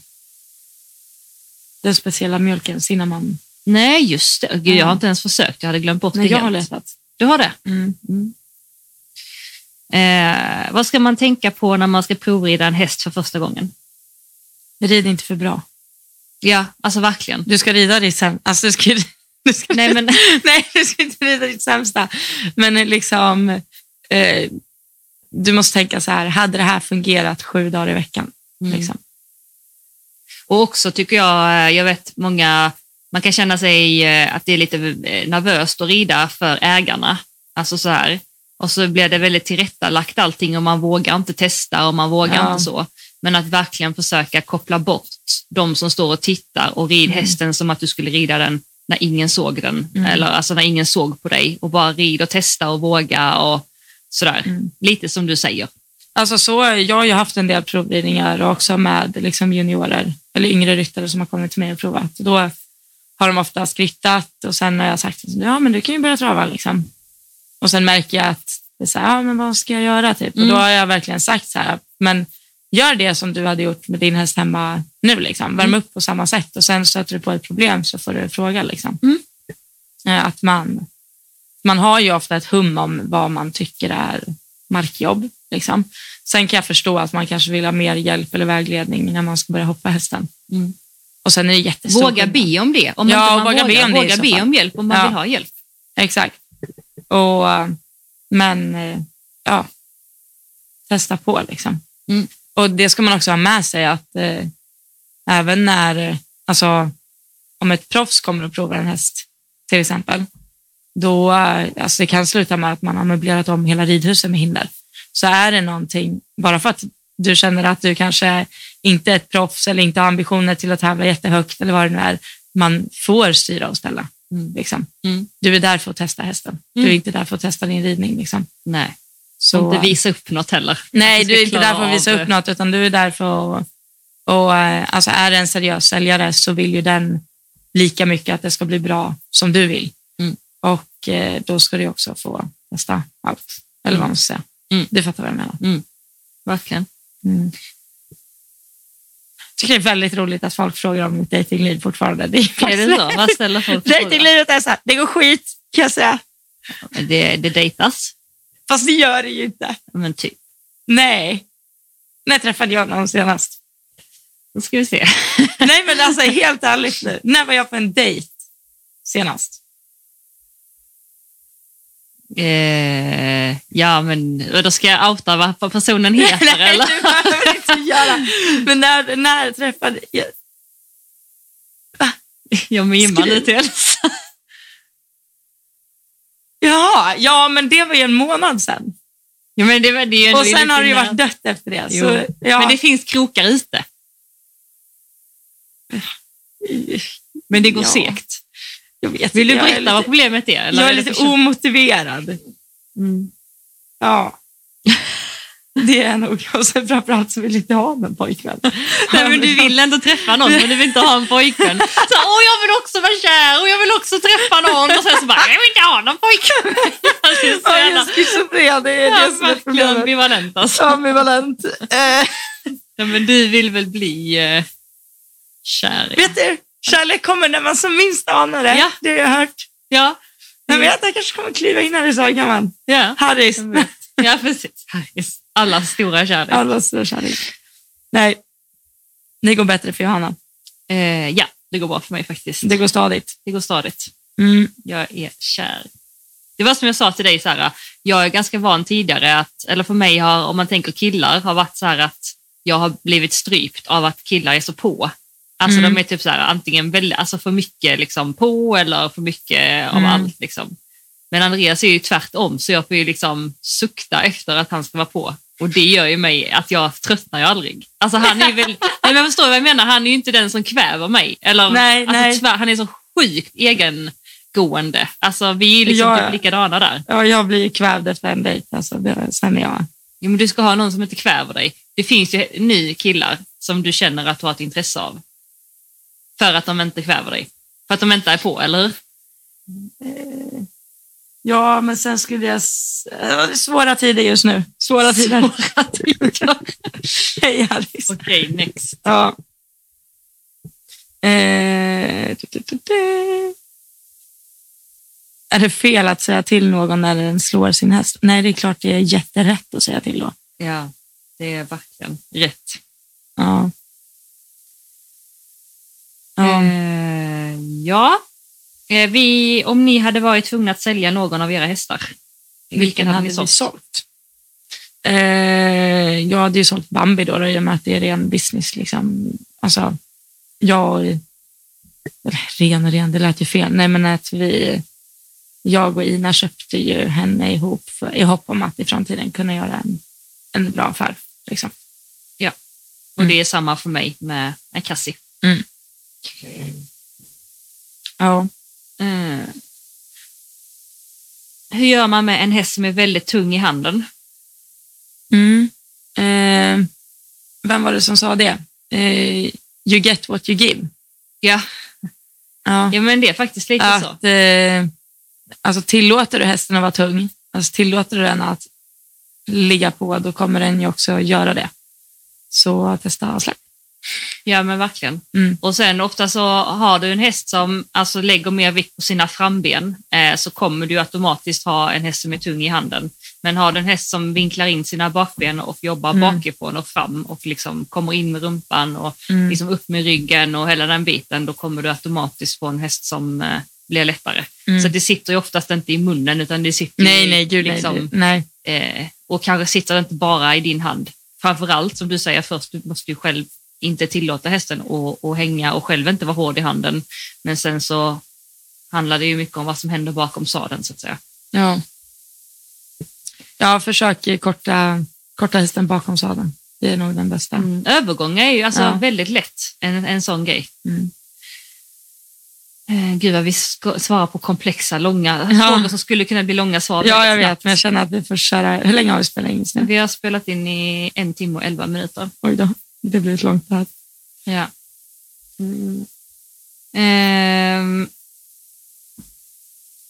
S1: Den speciella mjölken, cinnamon.
S2: Nej, just det. Gud, jag har
S1: Ja.
S2: inte ens försökt. Jag hade glömt bort
S1: Nej,
S2: det
S1: jag har
S2: helt.
S1: letat.
S2: Du har det?
S1: Mm.
S2: Eh, vad ska man tänka på när man ska provrida en häst för första gången?
S1: Rid inte för bra.
S2: Ja, alltså verkligen.
S1: Du ska rida ditt sämsta. Alltså, du ska, [LAUGHS] du ska,
S2: Nej, men
S1: nej, du ska inte rida ditt sämsta. Men eh, liksom, eh, Liksom. du måste tänka så här, hade det här fungerat sju dagar i veckan?
S2: Mm.
S1: Liksom?
S2: Och också tycker jag, eh, jag vet många, man kan känna sig eh, att det är lite eh, nervöst att rida för ägarna. Alltså så här. Och så blir det väldigt tillrättalagt allting och man vågar inte testa och man vågar
S1: Ja.
S2: inte så. Men att verkligen försöka koppla bort de som står och tittar och rid
S1: Mm.
S2: hästen som att du skulle rida den när ingen såg den.
S1: Mm.
S2: Eller alltså när ingen såg på dig och bara rid och testa och våga och sådär.
S1: Mm.
S2: Lite som du säger.
S1: Alltså så, jag har ju haft en del provridningar också med liksom juniorer eller yngre ryttare som har kommit till mig och provat. Då har de ofta skrittat och sen har jag sagt ja men du kan ju börja trava. Liksom. Och sen märker jag att det är så här, ja, men vad ska jag göra? Typ.
S2: Mm.
S1: Och då har jag verkligen sagt så här, men gör det som du hade gjort med din häst hemma nu. Liksom.
S2: Mm.
S1: Värm upp på samma sätt och sen stöter du på ett problem så får du fråga. Liksom.
S2: Mm.
S1: Eh, Att man, man har ju ofta ett hum om vad man tycker är markjobb. Liksom. Sen kan jag förstå att man kanske vill ha mer hjälp eller vägledning när man ska börja hoppa hästen.
S2: Mm.
S1: Och sen är det jättestor
S2: Våga
S1: skillnad.
S2: be om det. Om
S1: Ja,
S2: inte
S1: och
S2: man
S1: våga be om det i
S2: våga
S1: så
S2: be
S1: fall.
S2: om hjälp om man
S1: Ja.
S2: vill ha hjälp.
S1: Exakt. Och, eh, men eh, ja, testa på liksom.
S2: Mm.
S1: Och det ska man också ha med sig att eh, även när, eh, alltså om ett proffs kommer och provar en häst till exempel, då eh, alltså, det kan sluta med att man har möblerat om hela ridhuset med hinder. Så är det någonting, bara för att du känner att du kanske inte är ett proffs eller inte har ambitioner till att tävla jättehögt eller vad det nu är, man får styra och ställa.
S2: Mm.
S1: Liksom
S2: Mm.
S1: du är där för att testa hästen. Du
S2: Mm.
S1: är inte där för att testa din ridning. Liksom.
S2: Nej,
S1: Så,
S2: inte visa upp något heller.
S1: nej,
S2: Att
S1: du
S2: vi
S1: är
S2: ska
S1: inte
S2: klara
S1: där för att visa
S2: av-
S1: upp något, utan du är där för att... Och, eh, alltså, är det en seriös säljare så vill ju den lika mycket att det ska bli bra som du vill.
S2: Mm.
S1: Och eh, då ska du också få testa allt, eller vad man ska säga.
S2: Mm.
S1: Du fattar vad jag menar.
S2: Verkligen.
S1: Mm. Jag tycker det är väldigt roligt att folk frågar om mitt dejtingliv fortfarande. Det är,
S2: Är det så? Vad ställer folk för frågor?
S1: Dejtinglivet är så här, det går skit kan jag säga.
S2: det, det dejtas,
S1: Fast det gör det ju inte.
S2: men typ.
S1: Nej. När träffade jag någon senast?
S2: Då ska vi se.
S1: Nej, men alltså helt ärligt nu. När var jag på en dejt
S2: [LAUGHS]
S1: senast?
S2: Eh, ja, men då ska jag outa vad personen heter,
S1: Nej,
S2: eller?
S1: du behöver inte göra. Men när, när träffade jag...
S2: Jag mimar
S1: Skriv.
S2: lite. Elsa.
S1: Jaha, ja, men det var ju en månad sedan.
S2: Ja, men det, var- det är ju ändå
S1: Och sen
S2: lite
S1: har det ju
S2: nära.
S1: varit dött efter det.
S2: Jo.
S1: Så, ja.
S2: Men det finns krokar ute. Men det går
S1: Ja.
S2: segt.
S1: jag vet
S2: Vill du
S1: inte, jag är
S2: berätta vad
S1: lite,
S2: problemet är? Eller
S1: Jag är
S2: vill du
S1: lite
S2: försöka-
S1: omotiverad.
S2: Mm. [LAUGHS]
S1: Ja. Det är jag nog. Och sen framförallt så vill jag inte ha med en pojkvän.
S2: [LAUGHS] Nej,
S1: [LAUGHS]
S2: men du vill ändå träffa någon, men du vill inte ha en pojkvän. [LAUGHS] Så, Åh, jag vill också vara kär och jag vill också träffa någon. Och sen så bara, jag vill inte ha någon pojkvän. [LAUGHS] Alltså, det är så
S1: Ja, jag
S2: jävla-
S1: är schizofren. Det är det som är
S2: verkligen
S1: problemet.
S2: ambivalent alltså.
S1: ambivalent. Eh,
S2: Nej, men du vill väl bli eh, kär? i-
S1: vet du, kärlek kommer när man som minst anar det.
S2: Ja.
S1: Det har jag hört.
S2: Ja,
S1: Jag vet, jag kanske kommer kliva in här i sagan. man.
S2: ja,
S1: Harrys.
S2: jag
S1: [LAUGHS]
S2: vet. ja, precis. Alla stora kärlek.
S1: Allas stora kärlek. Nej, det går bättre för Johanna.
S2: Eh, ja, det går bra för mig faktiskt.
S1: Det går stadigt.
S2: Det går stadigt.
S1: Mm.
S2: Jag är kär. Det var som jag sa till dig, Sara. Jag är ganska van tidigare att, eller för mig har, om man tänker killar, har varit så här att jag har blivit strypt av att killar är så på. Alltså
S1: Mm.
S2: de är typ så här antingen väldigt, alltså för mycket liksom på eller för mycket av
S1: Mm.
S2: allt liksom. Men Andreas är ju tvärtom så jag får ju liksom sukta efter att han ska vara på. Och det gör ju mig att jag tröttnar ju aldrig. Alltså han är ju
S1: [LAUGHS]
S2: väl, nej men förstår du vad jag menar? Han är ju inte den som kväver mig. Eller,
S1: Nej,
S2: alltså,
S1: nej.
S2: Tvär, han är så sjukt egengående. Alltså vi är ju liksom
S1: Ja, ja.
S2: typ likadana där.
S1: Ja, jag blir ju kvävd efter en dejt. Alltså, det, sen är jag...
S2: Jo, men du ska ha någon som inte kväver dig. Det finns ju ny killar som du känner att du har ett intresse av. För att de inte kväver dig. För att de inte är på, eller hur?
S1: Eh, Ja, men sen skulle jag... s- eh, Svåra tider just nu. Svåra tider.
S2: [LAUGHS] Svåra tider.
S1: [LAUGHS] Hej, Harris.
S2: Okej, next.
S1: Ja. Eh, du, du, du, du. Är det fel att säga till någon när den slår sin häst? Nej, det är klart det är jätterätt att säga till då.
S2: Ja, det är verkligen rätt.
S1: Ja. Ja.
S2: Eh, ja. Eh, vi, om ni hade varit tvungna att sälja någon av era hästar, vilken hade ni
S1: vi
S2: sålt?
S1: sålt? Eh, jag hade ju sålt Bambi då, då i och med att det är ren business. Liksom. Alltså, jag och, eller ren och ren, det lät ju fel. Nej, men att vi, jag och Ina köpte ju henne ihop för, i hopp om att i framtiden kunna göra en, en bra affär. Liksom.
S2: Och det är samma för mig med, med Cassie.
S1: Ja.
S2: Eh, Hur gör man med en häst som är väldigt tung i handen?
S1: Mm. Eh, vem var det som sa det? Eh, you get what you give.
S2: Ja,
S1: Ja.
S2: ja men det är faktiskt lite så.
S1: Att, eh, alltså tillåter du hästen att vara tung, alltså tillåter du den att ligga på, då kommer den ju också göra det. Så testa och släpp.
S2: Ja, men verkligen.
S1: Mm.
S2: Och sen ofta så har du en häst som alltså, lägger mer vikt på sina framben eh, så kommer du automatiskt ha en häst som är tung i handen. Men har du en häst som vinklar in sina bakben och jobbar
S1: Mm.
S2: bakifrån och fram och liksom kommer in med rumpan och
S1: Mm.
S2: liksom upp med ryggen och hela den biten, då kommer du automatiskt få en häst som eh, blir lättare.
S1: Mm.
S2: Så det sitter ju oftast inte i munnen utan det sitter
S1: Nej,
S2: i,
S1: nej, gud
S2: liksom,
S1: nej. det- nej.
S2: Eh, och kanske sitter det inte bara i din hand. Framförallt som du säger först, du måste ju själv inte tillåta hästen att att hänga och själv inte vara hård i handen. Men sen så handlar det ju mycket om vad som händer bakom sadeln så att säga.
S1: Ja. ja, försök eh, korta, korta hästen bakom sadeln. Det är nog den bästa.
S2: Mm. Övergångar är ju alltså
S1: Ja.
S2: väldigt lätt, en, en sån grej.
S1: Mm.
S2: Eh, gud vad vi sk- svarar på komplexa, långa
S1: Ja.
S2: frågor som skulle kunna bli långa svar.
S1: Ja, jag vet,
S2: väldigt snabbt. Mm.
S1: men jag känner att vi får köra. Hur länge har vi spelat in just nu?
S2: Vi har spelat in i en timme och elva minuter.
S1: Oj då, det blir ett långt här.
S2: Ja.
S1: Mm.
S2: Ehm.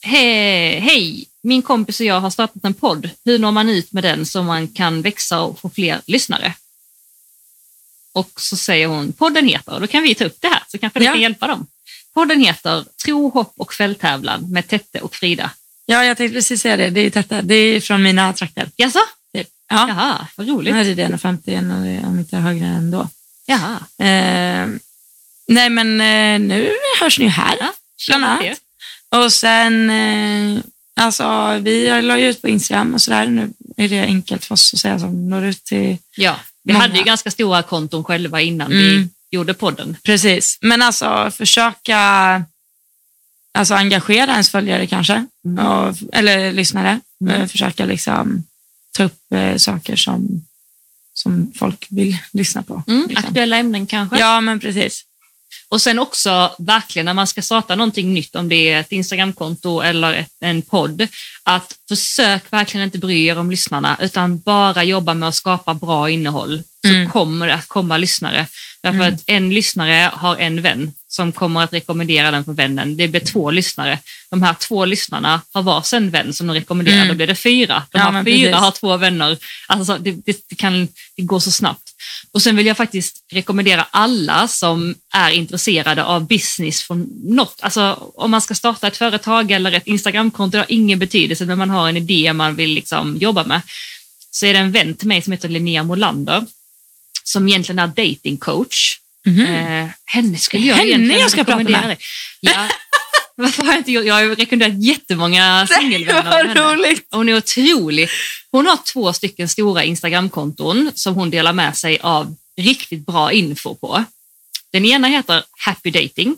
S2: He- Hej! Min kompis och jag har startat en podd. Hur når man ut med den så man kan växa och få fler lyssnare? Och så säger hon, podden heter, och då kan vi ta upp det här så kanske det
S1: Ja.
S2: kan hjälpa dem. Podden heter Tro, hopp och fälttävlan med Tette och Frida.
S1: Ja, jag tänkte precis säga det. Det är, detta. Det är från mina trakter.
S2: Jaså?
S1: Ja. Mm.
S2: Jaha, vad roligt.
S1: Den här är det 51 och det är om inte högre ändå.
S2: Jaha.
S1: Eh, nej, men eh, nu hörs ni ju här.
S2: Ja,
S1: bland
S2: det.
S1: annat. Och sen, eh, alltså vi la ju ut på Instagram och sådär. Nu är det enkelt för oss att säga som når ut till...
S2: Ja, vi
S1: Många.
S2: hade ju ganska stora konton själva innan vi
S1: Mm.
S2: gjorde podden.
S1: Precis, men alltså försöka alltså, engagera ens följare kanske.
S2: Mm.
S1: Och, eller lyssnare.
S2: Mm.
S1: Eh, Försöka liksom ta upp eh, saker som, som folk vill lyssna på.
S2: Mm,
S1: liksom.
S2: aktuella ämnen kanske.
S1: Ja, men precis.
S2: Och sen också verkligen när man ska starta någonting nytt, om det är ett Instagramkonto eller ett, en podd, att försök verkligen inte bry er om lyssnarna, utan bara jobba med att skapa bra innehåll, så
S1: Mm.
S2: kommer det att komma lyssnare. Därför
S1: Mm.
S2: att en lyssnare har en vän som kommer att rekommendera den för vännen. Det blir två lyssnare. De här två lyssnarna har varsin vän som de rekommenderar,
S1: Mm.
S2: då blir det fyra. De
S1: Ja,
S2: här
S1: men
S2: fyra
S1: precis.
S2: har två vänner. Alltså, det, det, det, kan, det går så snabbt. Och sen vill jag faktiskt rekommendera alla som är intresserade av business från något. Alltså om man ska starta ett företag eller ett Instagramkonto, det har ingen betydelse, men man har en idé man vill liksom jobba med. Så är det en vän till mig som heter Linnea Molander, som egentligen är datingcoach. Eh, henne skulle jag
S1: Mm. Henne
S2: egentligen
S1: jag ska prata med.
S2: rekommendera dig.
S1: [LAUGHS]
S2: Ja. Varför har jag inte gjort? Jag har ju rekommenderat jättemånga singelvänner. av
S1: Vad
S2: henne.
S1: roligt!
S2: Hon är otrolig. Hon har två stycken stora Instagramkonton som hon delar med sig av riktigt bra info på. Den ena heter Happy Dating.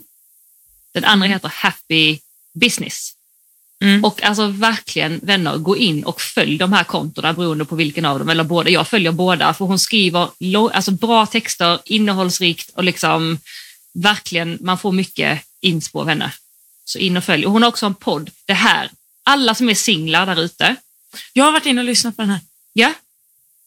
S2: Den andra heter Happy Business.
S1: Mm.
S2: Och alltså verkligen vänner, gå in och följ de här kontona beroende på vilken av dem, eller båda. Jag följer båda, för hon skriver lo- alltså bra texter, innehållsrikt och liksom verkligen, man får mycket inspo av henne. Så in och följ. Och hon har också en podd, det här, alla som är singlar där ute,
S1: Jag har varit inne och lyssnat på den här.
S2: Ja.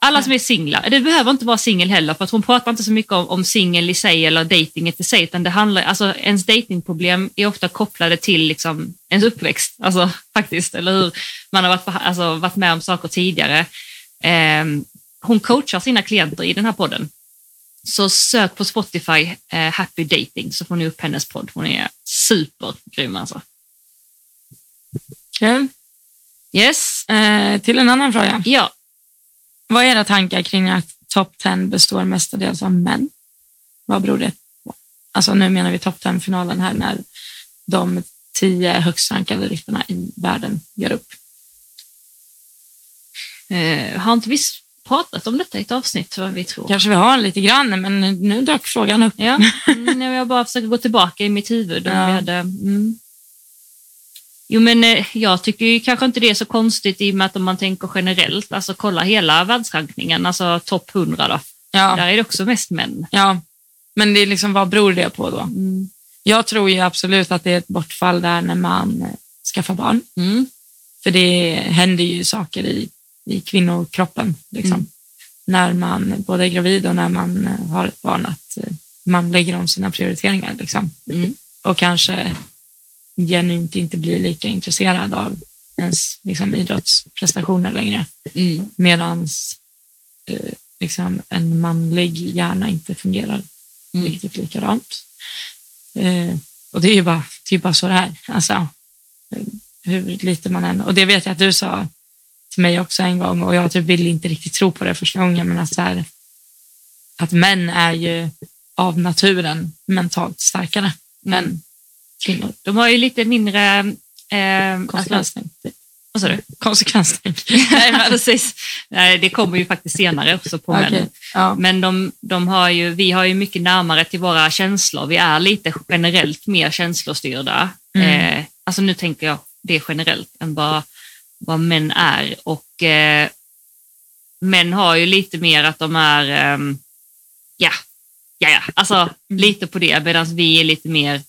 S2: Alla som är singlar. Det behöver inte vara singel heller, för att hon pratar inte så mycket om, om singel i sig eller dejtinget i sig, utan det handlar, alltså ens dejtingproblem är ofta kopplade till liksom, ens uppväxt, alltså faktiskt, eller hur? Man har varit, alltså, varit med om saker tidigare. Ehm, hon coachar sina klienter i den här podden. Så sök på Spotify eh, Happy Dating så får ni upp hennes podd. Hon är supergrym alltså.
S1: Kul.
S2: Yes.
S1: Eh, till en annan fråga.
S2: Ja,
S1: Vad är era tankar kring att top 10 består mestadels av män? Vad beror det på? Alltså nu menar vi top 10-finalen här när de tio högst rankade ryttarna i världen gör upp.
S2: Eh, har inte vi s- pratat om detta i ett avsnitt, vad vi tror.
S1: Kanske vi har lite grann, men nu dök frågan upp.
S2: Ja.
S1: [LAUGHS]
S2: Mm, nej, men jag bara försöker gå tillbaka i mitt huvud. Om
S1: Ja.
S2: vi hade, mm. Jo, men eh, jag tycker ju kanske inte det är så konstigt i och med att om man tänker generellt, alltså kolla hela världsrankingen, alltså topp 100 då.
S1: Ja,
S2: Där är det också mest män.
S1: ja. Men det är liksom, vad beror det på då?
S2: Mm.
S1: Jag tror ju absolut att det är ett bortfall där när man eh, skaffar barn.
S2: Mm.
S1: För det händer ju saker i, i kvinnokroppen. Liksom.
S2: Mm.
S1: När man både är gravid och när man eh, har ett barn. Att eh, man lägger om sina prioriteringar. Liksom.
S2: Mm.
S1: Och kanske genuint inte blir lika intresserad av ens liksom, idrottsprestationer längre.
S2: Mm.
S1: Medan eh, liksom, en manlig hjärna inte fungerar
S2: Mm.
S1: riktigt likadant. Eh, och det är ju bara, det är ju bara så det är. Alltså, eh, hur lite man än... Och det vet jag att du sa till mig också en gång och jag typ ville inte riktigt tro på det första gången, men att, så här, att män är ju av naturen mentalt starkare
S2: Mm.
S1: än kvinnor.
S2: De har ju lite mindre... Eh, alltså,
S1: Konsekvenstänk.
S2: vad sa du? [LAUGHS]
S1: Konsekvenstänk.
S2: Nej, men precis. Nej, det kommer ju faktiskt senare också på män.
S1: Okej, Ja.
S2: Men de, de har ju, vi har ju mycket närmare till våra känslor. Vi är lite generellt mer känslostyrda.
S1: Mm.
S2: Eh, alltså nu tänker jag det generellt än bara vad män är. Och eh, män har ju lite mer att de är, ehm, ja, ja, ja, alltså
S1: Mm.
S2: lite på det. Medan vi är lite mer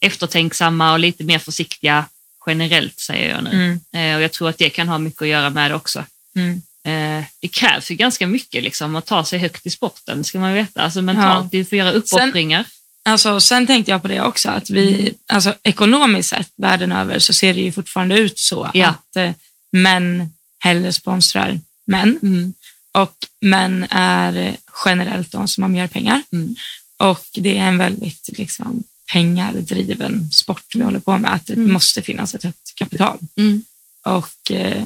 S2: eftertänksamma och lite mer försiktiga generellt säger jag nu.
S1: Mm,
S2: Eh, och jag tror att det kan ha mycket att göra med det också.
S1: mm,
S2: Eh, det krävs ju ganska mycket liksom, att ta sig högt i sporten, ska man veta. Alltså mentalt, du får göra uppoffringar.
S1: Alltså, sen tänkte jag på det också, att
S2: Mm.
S1: vi, alltså, ekonomiskt sett världen över så ser det ju fortfarande ut så
S2: Ja.
S1: att eh, män hellre sponsrar män
S2: Mm.
S1: och män är eh, generellt de som har mer pengar.
S2: Mm.
S1: Och det är en väldigt liksom, pengardriven sport vi håller på med, att det
S2: Mm.
S1: måste finnas ett högt kapital.
S2: Mm.
S1: Och, eh,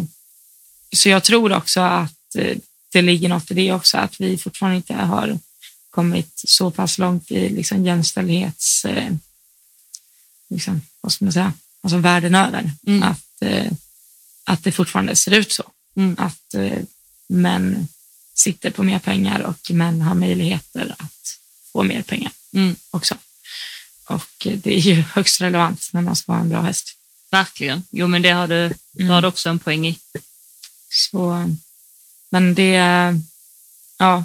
S1: så jag tror också att eh, det ligger något i det också, att vi fortfarande inte har kommit så pass långt i liksom jämställdhets... Eh, liksom, vad ska man säga? Alltså världen över.
S2: Mm.
S1: Att, eh, att det fortfarande ser ut så.
S2: Mm.
S1: Att eh, män sitter på mer pengar och män har möjligheter att få mer pengar
S2: Mm.
S1: också. Och eh, det är ju [LAUGHS] högst relevant när man ska vara en bra häst.
S2: Verkligen. Jo, men det har du, du
S1: Mm.
S2: har du också en poäng i.
S1: Så, men det, ja,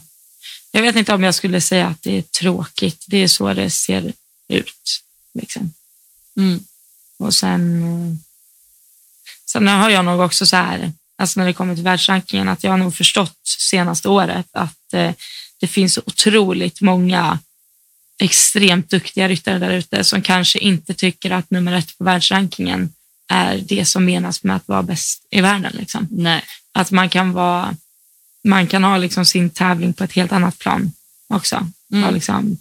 S1: jag vet inte om jag skulle säga att det är tråkigt. Det är så det ser ut. Liksom.
S2: Mm.
S1: Och sen, eh, sen har jag nog också så här, alltså när det kommer till världsrankingen, att jag har nog förstått senaste året att eh, det finns så otroligt många extremt duktiga ryttare där ute som kanske inte tycker att nummer ett på världsrankingen är det som menas med att vara bäst i världen. Liksom
S2: Nej.
S1: att man kan vara, man kan ha liksom sin tävling på ett helt annat plan också.
S2: Mm.
S1: Vara liksom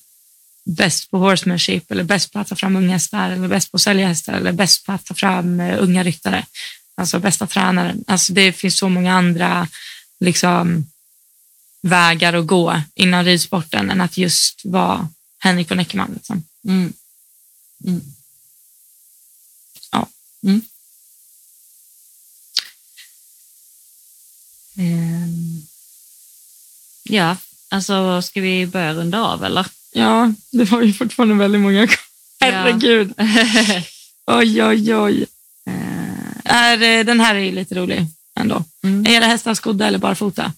S1: bäst på horsemanship eller bäst på att ta fram unga hästar eller bäst på att sälja hästar eller bäst på att ta fram eh, unga ryttare. Alltså bästa tränaren. Alltså det finns så många andra liksom, vägar att gå inom ridsporten än att just vara Henrik von Eckermann. Liksom.
S2: Mm. Mm.
S1: Ja.
S2: Mm. Ehm. Ja, alltså ska vi börja runda av eller? [LAUGHS]
S1: Ja, det var ju fortfarande väldigt många Herregud. Mm. Oj, oj, oj.
S2: Ehm.
S1: Är, eh, den här är ju lite rolig ändå.
S2: Mm.
S1: Är era hästar skodda eller barfota?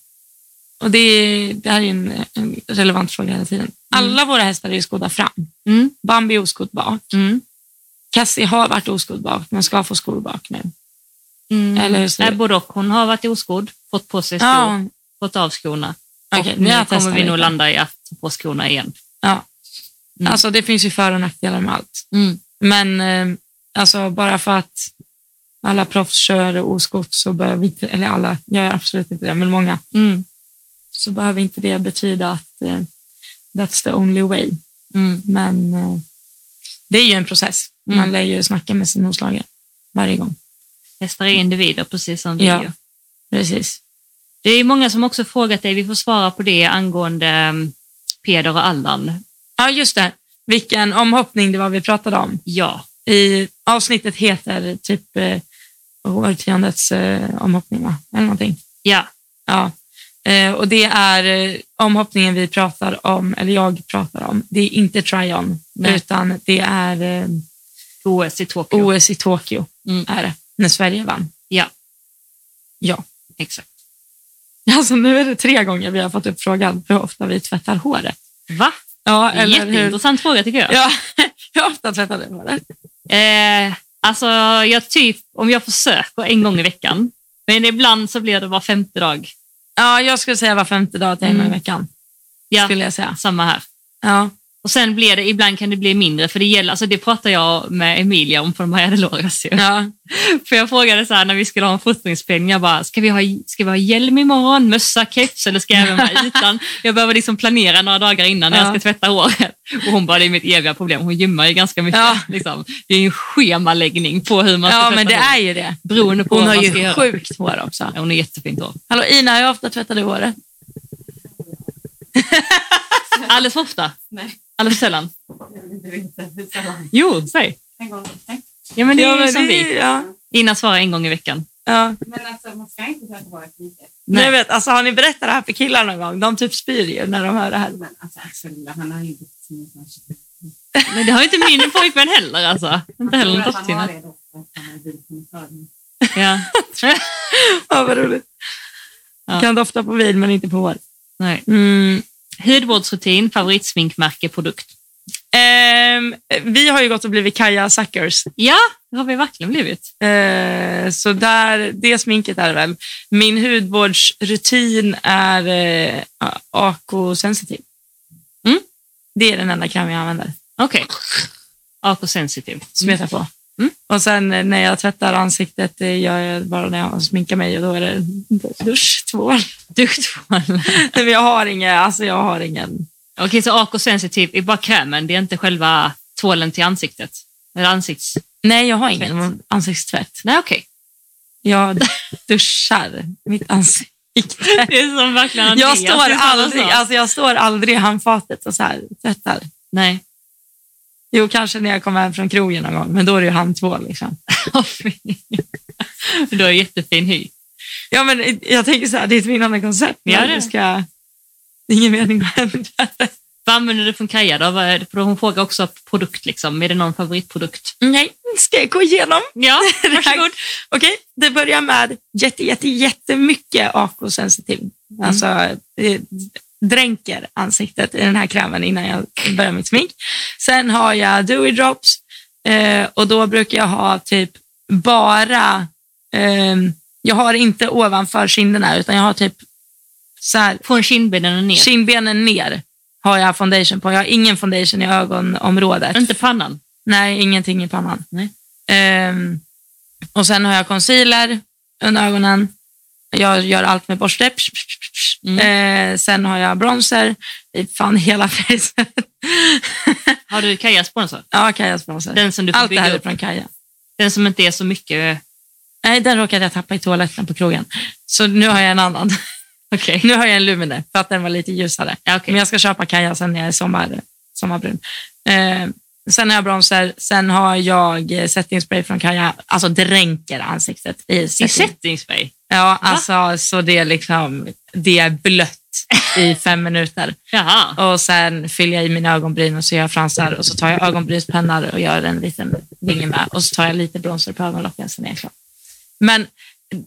S1: Och det, är, det här är ju en, en relevant fråga hela tiden. Alla våra hästar är ju skodda fram.
S2: Mm.
S1: Bambi är oskodd bak.
S2: Mm.
S1: Cassie har varit oskodd bak, men ska få skor bak nu.
S2: Mm.
S1: Eller hur ser
S2: Nej,
S1: det ut?
S2: både och. Hon har varit oskodd, fått på sig skor,
S1: Ja,
S2: fått av skorna.
S1: okej,
S2: och
S1: ni har
S2: nu
S1: testat
S2: kommer vi
S1: lite.
S2: nog landa i att ta på skorna igen.
S1: Ja.
S2: Mm.
S1: Alltså, det finns ju för och nackdelar med allt. Men eh, alltså, bara för att alla proffs kör oskott så behöver vi inte, eller alla, jag gör absolut inte det, men många,
S2: Mm.
S1: så behöver inte det betyda att eh, that's the only way.
S2: Mm.
S1: Men eh, det är ju en process. Man
S2: Mm.
S1: lär ju snacka med sin hovslagare varje gång.
S2: Hästar är individer, precis som vi.
S1: Ja.
S2: ju.
S1: Precis.
S2: Det är många som också frågat dig, vi får svara på det angående mm, Peder och Allan.
S1: Ja, just det. Vilken omhoppning det var vi pratade om.
S2: Ja,
S1: I avsnittet heter typ eh, årtiondets eh, omhoppning, va? Eller någonting.
S2: ja.
S1: Ja. Eh, och det är eh, omhoppningen vi pratar om, eller jag pratar om. Det är inte try-on,
S2: Nej.
S1: utan det är eh,
S2: OS i Tokyo.
S1: OS i Tokyo,
S2: Mm.
S1: är det, när Sverige vann.
S2: Ja.
S1: Ja.
S2: Exakt.
S1: [LAUGHS] Alltså nu är det tre gånger vi har fått upp frågan hur ofta vi tvättar håret.
S2: Va?
S1: Ja, eller hur?
S2: Jätteintressant fråga tycker jag.
S1: Ja, [LAUGHS] hur ofta tvättar du håret?
S2: Eh, alltså, jag typ, om jag försöker en gång i veckan, men ibland så blir det var femte dag.
S1: Ja, jag skulle säga var femte dag till en gång i
S2: Mm.
S1: veckan.
S2: Ja,
S1: Skulle jag säga.
S2: samma här.
S1: Ja.
S2: Och sen blir det, ibland kan det bli mindre, för det gäller, alltså det pratar jag med Emilia om från Maja Delorias. ju.
S1: Ja.
S2: För jag frågade så här när vi skulle ha en fotbollsspelning, jag bara, ska vi, ha, ska vi ha hjälm imorgon, mössa, keps eller ska jag även vara
S1: [LAUGHS]
S2: utan? Jag behöver liksom planera några dagar innan när
S1: Ja.
S2: jag ska tvätta håret. Och hon bara, det är mitt eviga problem, hon gymmar ju ganska mycket.
S1: Ja.
S2: Liksom. Det är ju en schemaläggning på hur man ska
S1: ja,
S2: tvätta
S1: men det
S2: håret.
S1: är ju det.
S2: Beroende på
S1: Hon
S2: vad
S1: har
S2: man ska
S1: ju
S2: göra.
S1: sjukt hår också.
S2: Ja, Hon är
S1: [LAUGHS]
S2: jättefint hår.
S1: Hallå Ina, hur ofta tvättar du håret?
S2: Alldeles för ofta?
S3: Nej.
S2: Alldeles för sällan?
S3: Det är inte hur sällan.
S2: Jo, säg.
S3: En gång i veckan.
S2: Ja, men det är
S1: ja,
S2: ju
S1: men
S2: som
S1: det-
S2: vi.
S1: Ja,
S2: Innan svarar en gång i veckan.
S1: ja.
S3: Men alltså man ska inte tvätta håret lite.
S1: Nej. Jag vet, alltså, har ni berättat det här för killar någon gång? De typ spyr ju när de hör det här.
S3: Men alltså Axel, han har ju inte tid kanske.
S2: Men det har ju inte min pojkvän heller alltså. Inte heller någon dotter.
S3: det då. för att Han har bilkoncernen.
S2: Ja.
S1: [LAUGHS] Ja, vad roligt.
S2: Ja.
S1: Kan dofta på vin men inte på hår.
S2: Nej.
S1: Mm.
S2: Hudvårdsrutin, favoritsminkmärke, produkt.
S1: Ehm, vi har ju gått och blivit Kaja Suckers.
S2: Ja, det har vi verkligen blivit.
S1: Eh, så där, det sminket är väl. Min hudvårdsrutin är eh, Ako-sensitiv.
S2: Mm.
S1: Det är den enda kräm jag använder,
S2: Okej. AK sensitiv.
S1: smetar på.
S2: Mm.
S1: Och sen eh, när jag tvättar ansiktet, det gör jag bara när jag sminkar mig och då är det dusch, tvål.
S2: Duschtvål.
S1: Nej, [LAUGHS] men jag har ingen, alltså jag har ingen.
S2: Okej, så AK sensitiv är bara krämen, det är inte själva tvålen till ansiktet? Eller ansikts...
S1: Nej, jag har ingen ansiktstvätt.
S2: Nej, okej.
S1: Jag [LAUGHS] duschar mitt ansikte.
S2: Det är som verkligen
S1: Jag
S2: Andreas, det
S1: står,
S2: är samma
S1: aldrig,
S2: sak.
S1: alltså jag står aldrig i handfatet och så här, tvättar.
S2: Nej. [LAUGHS]
S1: Jo, kanske när jag kommer hem från krogen någon gång, men då är det ju handtvål. Liksom.
S2: du har jättefin hy.
S1: Ja, men jag tänker så här, det är ett vinnande koncept.
S2: Ja,
S1: men
S2: det är
S1: det
S2: det.
S1: ska... det är ingen mening att ändra.
S2: Vad använder du från Kaja då? Vad är det- för Hon frågar också produkt, liksom. är det någon favoritprodukt?
S1: Nej, ska jag gå igenom?
S2: Ja, [LAUGHS]
S1: Varsågod. Okej, det börjar med jätte, jätte, jättemycket AK-sensitiv.
S2: Mm.
S1: Alltså, eh, dränker ansiktet i den här krämen innan jag börjar mitt smink. Sen har jag Dewy Drops eh, och då brukar jag ha typ bara, eh, jag har inte ovanför kinderna utan jag har typ så här,
S2: Från kindbenen och ner.
S1: kindbenen ner har jag foundation på. Jag har ingen foundation i ögonområdet.
S2: Inte pannan.
S1: Nej, ingenting i pannan.
S2: Nej.
S1: Ehm, och sen har jag concealer under ögonen. Jag gör allt med borste. Psh, psh, psh, psh.
S2: Mm.
S1: Ehm, sen har jag bronzer i fan hela [LAUGHS] fejset.
S2: Har du Kajas sponsor?
S1: ja, Kajas bronzer.
S2: Den som du får
S1: allt det här
S2: bygga
S1: är
S2: upp.
S1: från Kaja.
S2: Den som inte är så mycket...
S1: Nej, den råkade jag tappa i toaletten på krogen. Så nu har jag en annan.
S2: [LAUGHS] Okej.
S1: Nu har jag en Lumine för att den var lite ljusare.
S2: Ja,
S1: Men jag ska köpa Kaja sen när jag är sommar, sommarbrun. Eh, sen har jag bronzer, sen har jag eh, setting spray från Kaja. Alltså dränker ansiktet i
S2: I
S1: setting.
S2: setting spray?
S1: Ja, alltså så det är liksom, det är blött i fem minuter.
S2: Jaha.
S1: Och sen fyller jag i mina ögonbryn och så gör jag fransar och så tar jag ögonbrynspennar och gör en liten vinge med och så tar jag lite bronzer på ögonlocken sen är jag klar. Men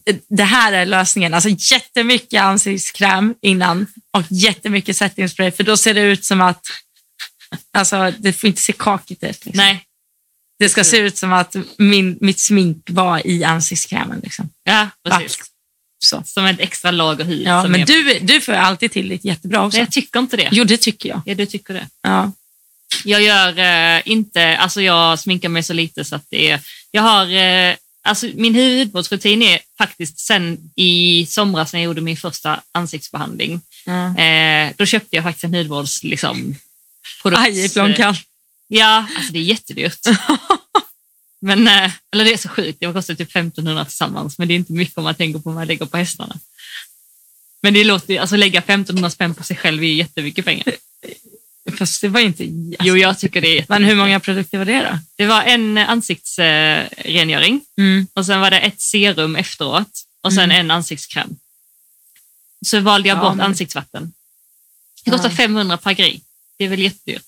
S1: eh, det här är lösningen. Alltså jättemycket ansiktskräm innan och jättemycket setting spray för då ser det ut som att Alltså, det får inte se kakigt ut. Liksom.
S2: Nej.
S1: Det ska se ut som att min, mitt smink var i ansiktskrämen. Liksom.
S2: Ja, precis.
S1: Så.
S2: Som ett extra lager hy.
S1: Ja,
S2: som
S1: men
S2: är-
S1: du, du får alltid till ditt jättebra också.
S2: Nej, jag tycker inte det.
S1: Jo, det tycker jag.
S2: Ja, du tycker det.
S1: Ja.
S2: Jag gör eh, inte, alltså jag sminkar mig så lite så att det är, jag har, eh, alltså min hudvårdsrutin är faktiskt sen i somras när jag gjorde min första ansiktsbehandling. Eh, då köpte jag faktiskt en hudvårds, liksom, produkt.
S1: Aj i plånkan.
S2: Ja, alltså det är jättedyrt.
S1: [LAUGHS]
S2: men, eh, eller det är så sjukt, det kostar typ 1500 tillsammans, men det är inte mycket om man tänker på vad man lägger på hästarna. Men det låter ju- alltså lägga 1500 spänn på sig själv är ju jättemycket pengar.
S1: [LAUGHS] Fast det var ju inte...
S2: Jo, jag tycker det är
S1: Men hur många produkter var det då?
S2: Det var en eh, ansiktsrengöring
S1: Mm.
S2: och sen var det ett serum efteråt och sen en ansiktskräm. Så valde jag
S1: Ja,
S2: bort
S1: men-
S2: ansiktsvatten. Det
S1: Ja.
S2: kostar 500 per grej. Det är väl jättedyrt?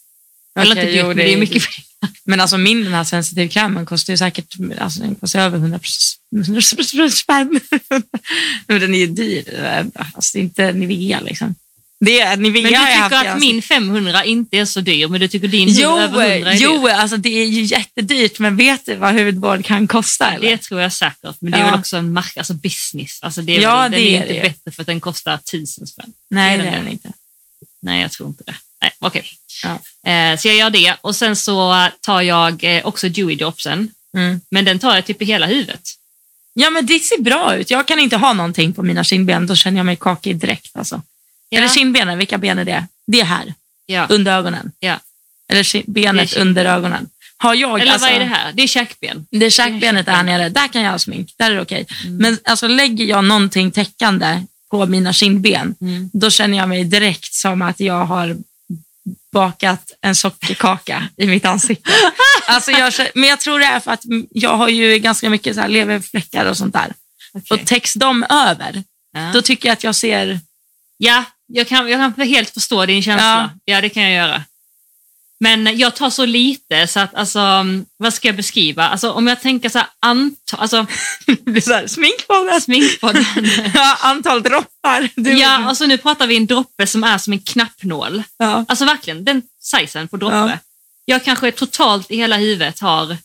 S2: Eller
S1: Okej,
S2: inte dyrt,
S1: jo,
S2: men det är mycket pengar.
S1: Men alltså min den här sensitivkrämen kostar ju säkert alltså, den kostar över 100 spänn. [LAUGHS] Men den är ju dyr. Alltså, det är inte Nivea liksom. Det är, Nivea
S2: Men du
S1: har jag haft i
S2: tycker att
S1: ansiktet.
S2: min 500 inte är så dyr, men du tycker din 100
S1: Jo,
S2: över 100 är dyr.
S1: jo alltså, det är ju jättedyrt, men vet du vad hudvård kan kosta? Eller?
S2: Det tror jag säkert, men det är
S1: Ja.
S2: väl också en mark, alltså business. Alltså det är
S1: Ja,
S2: väl, den
S1: det
S2: är
S1: är
S2: inte
S1: det.
S2: bättre för att den kostar tusen spänn.
S1: Nej,
S2: det
S1: det
S2: är
S1: är
S2: den
S1: den inte.
S2: Nej, jag tror inte det. Nej, okej. Eh, så jag gör det och sen så tar jag eh, också Dewey Dropsen,
S1: Mm.
S2: men den tar jag typ i hela huvudet.
S1: Ja, men det ser bra ut. Jag kan inte ha någonting på mina kindben, då känner jag mig kakig direkt. Alltså. Eller kindbenen, vilka ben är det? Det är här,
S2: ja.
S1: under ögonen.
S2: Ja.
S1: Eller kin- benet
S2: Det är-
S1: under ögonen. Har jag,
S2: Eller
S1: alltså,
S2: vad är det här? Det är käkben.
S1: Det är käkbenet där nere, där kan jag ha smink. Där är det okej.
S2: Mm.
S1: Men alltså, lägger jag någonting täckande på mina kindben,
S2: Mm.
S1: då känner jag mig direkt som att jag har bakat en sockerkaka i mitt
S2: [LAUGHS]
S1: ansikte. Alltså jag, känner- men jag tror det är för att jag har ju ganska mycket så här leverfläckar och sånt där.
S2: Okej.
S1: Och täcks de över,
S2: Ja.
S1: då tycker jag att jag ser...
S2: Ja, jag kan, jag kan helt förstå din känsla. Ja. det kan jag göra. Men jag tar så lite så att, alltså, vad ska jag beskriva? Alltså, om jag tänker så här,
S1: [LAUGHS]
S2: anta, alltså,
S1: Det blir så här, smink på mig.
S2: sminkpodden.
S1: [LAUGHS] Ja, antal droppar. Du,
S2: ja, alltså nu pratar vi en droppe som är som en knappnål.
S1: ja.
S2: Alltså verkligen, den sizen på droppe.
S1: Ja.
S2: Jag kanske totalt i hela huvudet har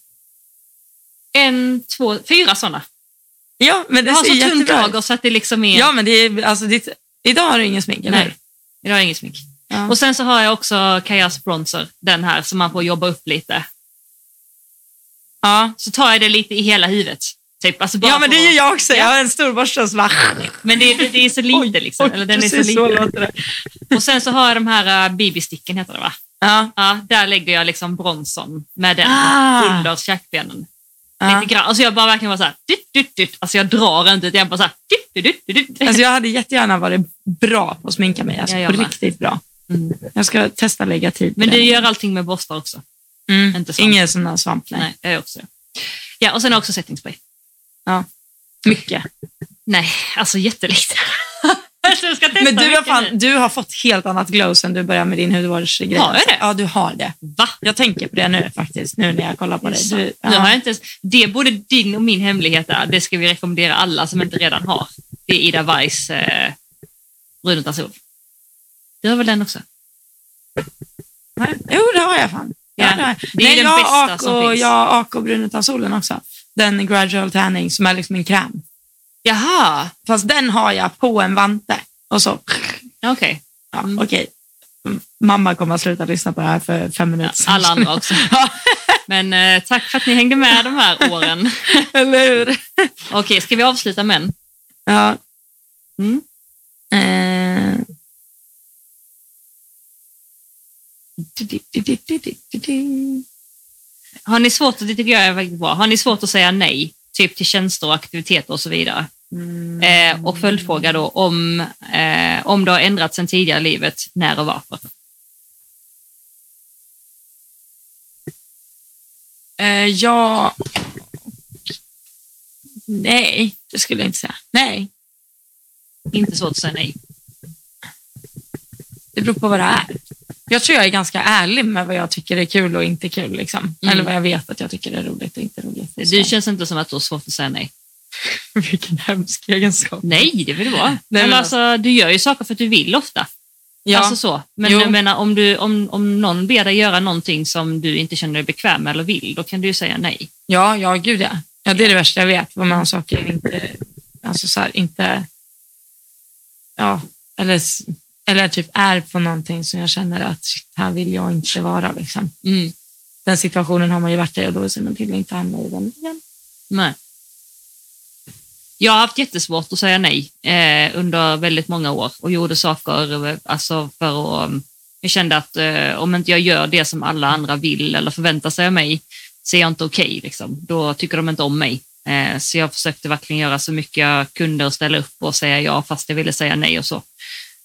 S2: en, två, fyra sådana.
S1: ja, men det
S2: Jag har
S1: ser
S2: så tunt
S1: jättebra
S2: lager
S1: ut.
S2: så att det liksom är...
S1: Ja, men det är, alltså, ditt, idag har du ingen smink, eller
S2: Nej, idag har jag inget smink.
S1: Ja.
S2: Och sen så har jag också Kajas bronzer, den här som man får jobba upp lite.
S1: Ja.
S2: Så tar jag det lite i hela huvudet. Typ. Alltså bara
S1: ja, men det
S2: för
S1: gör
S2: att-
S1: jag också.
S2: Ja.
S1: Jag har en stor borste som bara...
S2: men det, det, det är så lite liksom. Eller den är så
S1: Precis så
S2: liten.
S1: låter det.
S2: Och sen så har jag de här uh, BB-sticken heter det va?
S1: Ja.
S2: Ja, där lägger jag liksom bronzern med den
S1: Ah.
S2: under käkbenen.
S1: Ja.
S2: Lite grann. Alltså jag bara verkligen bara så här, dytt, dytt, dytt. Alltså jag drar inte, utan jag bara så här, dytt, dytt, dytt, dytt.
S1: Alltså jag hade jättegärna varit bra på att sminka mig. Alltså,
S2: Ja, jag
S1: på
S2: med.
S1: riktigt bra.
S2: Mm.
S1: Jag ska testa att lägga tid på
S2: Men
S1: det.
S2: du gör allting med borstar också?
S1: mm.
S2: inte svamp.
S1: Ingen sån här svamp. Nej.
S2: Nej, jag gör också det. Ja, och sen har jag också settingspray.
S1: Mycket.
S2: Nej, alltså jättelite. [LAUGHS] alltså jag ska testa
S1: Men du har,
S2: mycket
S1: fan,
S2: nu.
S1: du har fått helt annat glow sen du började med din hudvårdsgrej.
S2: Har jag
S1: alltså.
S2: det?
S1: Ja, du har det.
S2: Va?
S1: Jag tänker på det nu faktiskt, nu när jag kollar på dig. Du,
S2: Nu har
S1: ja.
S2: jag inte ens, det är både din och min hemlighet där. Det ska vi rekommendera alla som inte redan har. Det är Ida Weiss eh, brun utan sol. Du har väl den också?
S1: Jo, det har jag fan. Ja,
S2: Ja,
S1: det har jag.
S2: det är
S1: Nej,
S2: den
S1: jag har
S2: bästa
S1: AK,
S2: som finns.
S1: Jag har AK och brun utan solen också. Den gradual tanning som är liksom en kräm.
S2: Jaha,
S1: Fast den har jag på en vante. Och så,
S2: okej.
S1: ja,
S2: Mm.
S1: okej. Mm, Mamma kommer att sluta lyssna på det här för fem minuter sedan.
S2: Alla andra också.
S1: Ja.
S2: Men eh, tack för att ni hängde med de här åren.
S1: [LAUGHS] Eller hur?
S2: Okej, ska vi avsluta med en?
S1: Ja.
S2: Mm.
S1: Eh.
S2: Har ni svårt, det tycker jag är väldigt bra, har ni svårt att säga nej typ till tjänster och aktiviteter och så vidare? Eh, och följdfråga då om, eh, om det har ändrats sen tidigare i livet, när och varför?
S1: Eh, ja... Nej, det skulle jag inte säga. Nej,
S2: Inte svårt att säga nej.
S1: det beror på vad det är. Jag tror jag är ganska ärlig med vad jag tycker är kul och inte kul. Liksom.
S2: Mm.
S1: Eller vad jag vet att jag tycker är roligt och inte roligt.
S2: Du känns inte som att du har svårt att säga nej.
S1: Vilken hemsk egenskap.
S2: Nej, det vill du vara.
S1: men
S2: men
S1: alltså-
S2: alltså, du gör ju saker för att du vill ofta.
S1: Ja.
S2: Alltså så. Men
S1: Jo.
S2: jag menar, om, du, om, om någon ber dig göra någonting som du inte känner dig bekväm med eller vill, då kan du ju säga nej.
S1: Ja, ja, gud ja. ja. Det är det värsta jag vet, vad man saker jag inte... Alltså så här, inte... Ja, eller, s- eller typ är på någonting som jag känner att shit, här vill jag inte vara. Liksom.
S2: Mm.
S1: Den situationen har man ju varit i och då ser man till att inte hamna i den igen.
S2: Nej. Jag har haft jättesvårt att säga nej eh, under väldigt många år och gjorde saker eh, alltså för att... um, Jag kände att eh, om inte jag gör det som alla andra vill eller förväntar sig av mig så är jag inte okej. liksom. Då tycker de inte om mig. Eh, så jag försökte verkligen göra så mycket jag kunde och ställa upp och säga ja fast jag ville säga nej och så.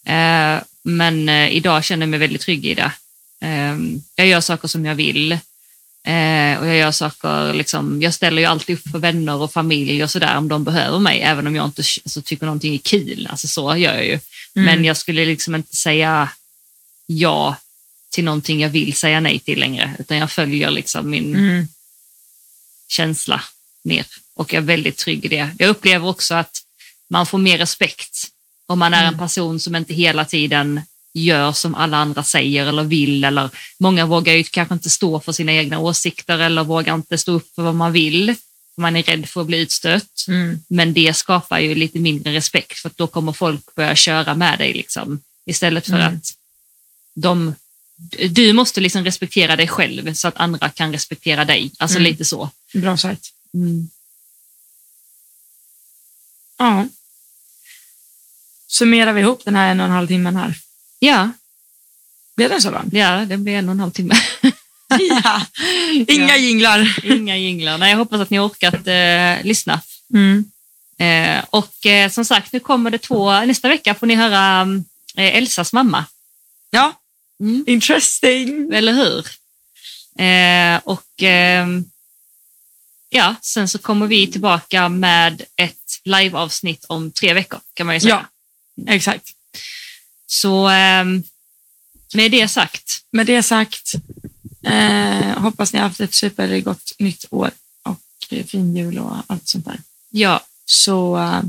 S2: Eh, men eh, idag känner jag mig väldigt trygg i det. Eh, jag gör saker som jag vill Eh, och jag gör saker, liksom, jag ställer ju alltid upp för vänner och familj och sådär om de behöver mig, även om jag inte alltså, tycker någonting är kul. Alltså så gör jag ju.
S1: Mm.
S2: Men jag skulle liksom inte säga ja till någonting jag vill säga nej till längre, utan jag följer liksom min
S1: Mm.
S2: känsla mer och jag är väldigt trygg i det. Jag upplever också att man får mer respekt om man är en
S1: Mm.
S2: person som inte hela tiden gör som alla andra säger eller vill. Eller många vågar ju kanske inte stå för sina egna åsikter eller vågar inte stå upp för vad man vill. för Man är rädd för att bli utstött,
S1: Mm.
S2: men det skapar ju lite mindre respekt för att då kommer folk börja köra med dig liksom. istället för
S1: Mm.
S2: att de du måste liksom respektera dig själv så att andra kan respektera dig. Alltså
S1: Mm.
S2: lite så.
S1: Bra sagt.
S2: Mm.
S1: Ja. Summerar vi ihop den här en och en halv timmen här?
S2: Ja,
S1: Blev den så [LAUGHS] lång?
S2: ja, det blir en och en halv timme.
S1: Ja. [LAUGHS] Inga
S2: Ja.
S1: jinglar.
S2: Inga jinglar. Nej, jag hoppas att ni orkat eh, lyssna.
S1: Mm.
S2: Eh, och eh, som sagt, nu kommer det två... Nästa vecka får ni höra mm, eh, Elsas mamma,
S1: Ja,
S2: Mm.
S1: interesting.
S2: eller hur? Eh, och ehm, ja, sen så kommer vi tillbaka med ett liveavsnitt om tre veckor, kan man ju säga.
S1: Ja, exakt.
S2: Så ehm, med det sagt,
S1: Med det sagt, eh, hoppas ni har haft ett supergott nytt år och eh, fin jul och allt sånt där.
S2: ja,
S1: Så eh,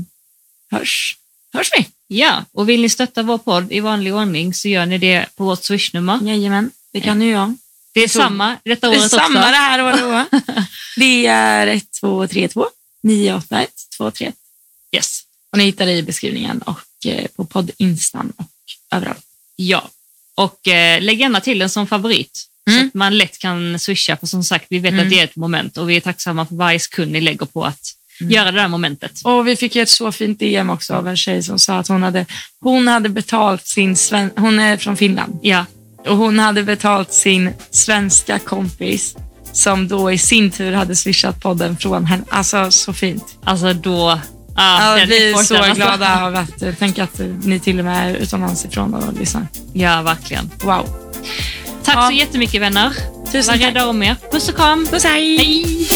S1: hörs, hörs vi.
S2: ja. Och vill ni stötta vår podd i vanlig ordning så gör ni det på vårt swishnummer.
S1: Jajamän, det kan ju jag.
S2: Det är
S1: tror-
S2: samma detta
S1: Det
S2: året
S1: är samma
S2: också.
S1: det här året. [LAUGHS] då. Det är 1232 981 231.
S2: Yes.
S1: Och ni hittar det i beskrivningen och eh, på poddinstan och överallt.
S2: Ja, och eh, lägg gärna till den som favorit så
S1: Mm.
S2: att man lätt kan swisha. För som sagt, vi vet
S1: Mm.
S2: att det är ett moment och vi är tacksamma för varje sekund ni lägger på att
S1: Mm.
S2: göra det där momentet.
S1: Och vi fick ju ett så fint DM också av en tjej som sa att hon hade, hon hade betalt sin, sven, hon är från Finland,
S2: Ja,
S1: och hon hade betalt sin svenska kompis som då i sin tur hade swishat podden från henne. Alltså så fint.
S2: alltså då...
S1: Ja,
S2: Ah, den
S1: vi är
S2: efforten,
S1: så
S2: alltså.
S1: glada av att eh, tänka att eh, ni till och med är utomlands ifrån och lyssnar.
S2: Ja, verkligen.
S1: Wow.
S2: Tack
S1: Ja.
S2: så jättemycket vänner.
S1: Tusen
S2: Var
S1: tack.
S2: rädda om er. Puss och kram.
S1: Puss hej!
S2: Hej!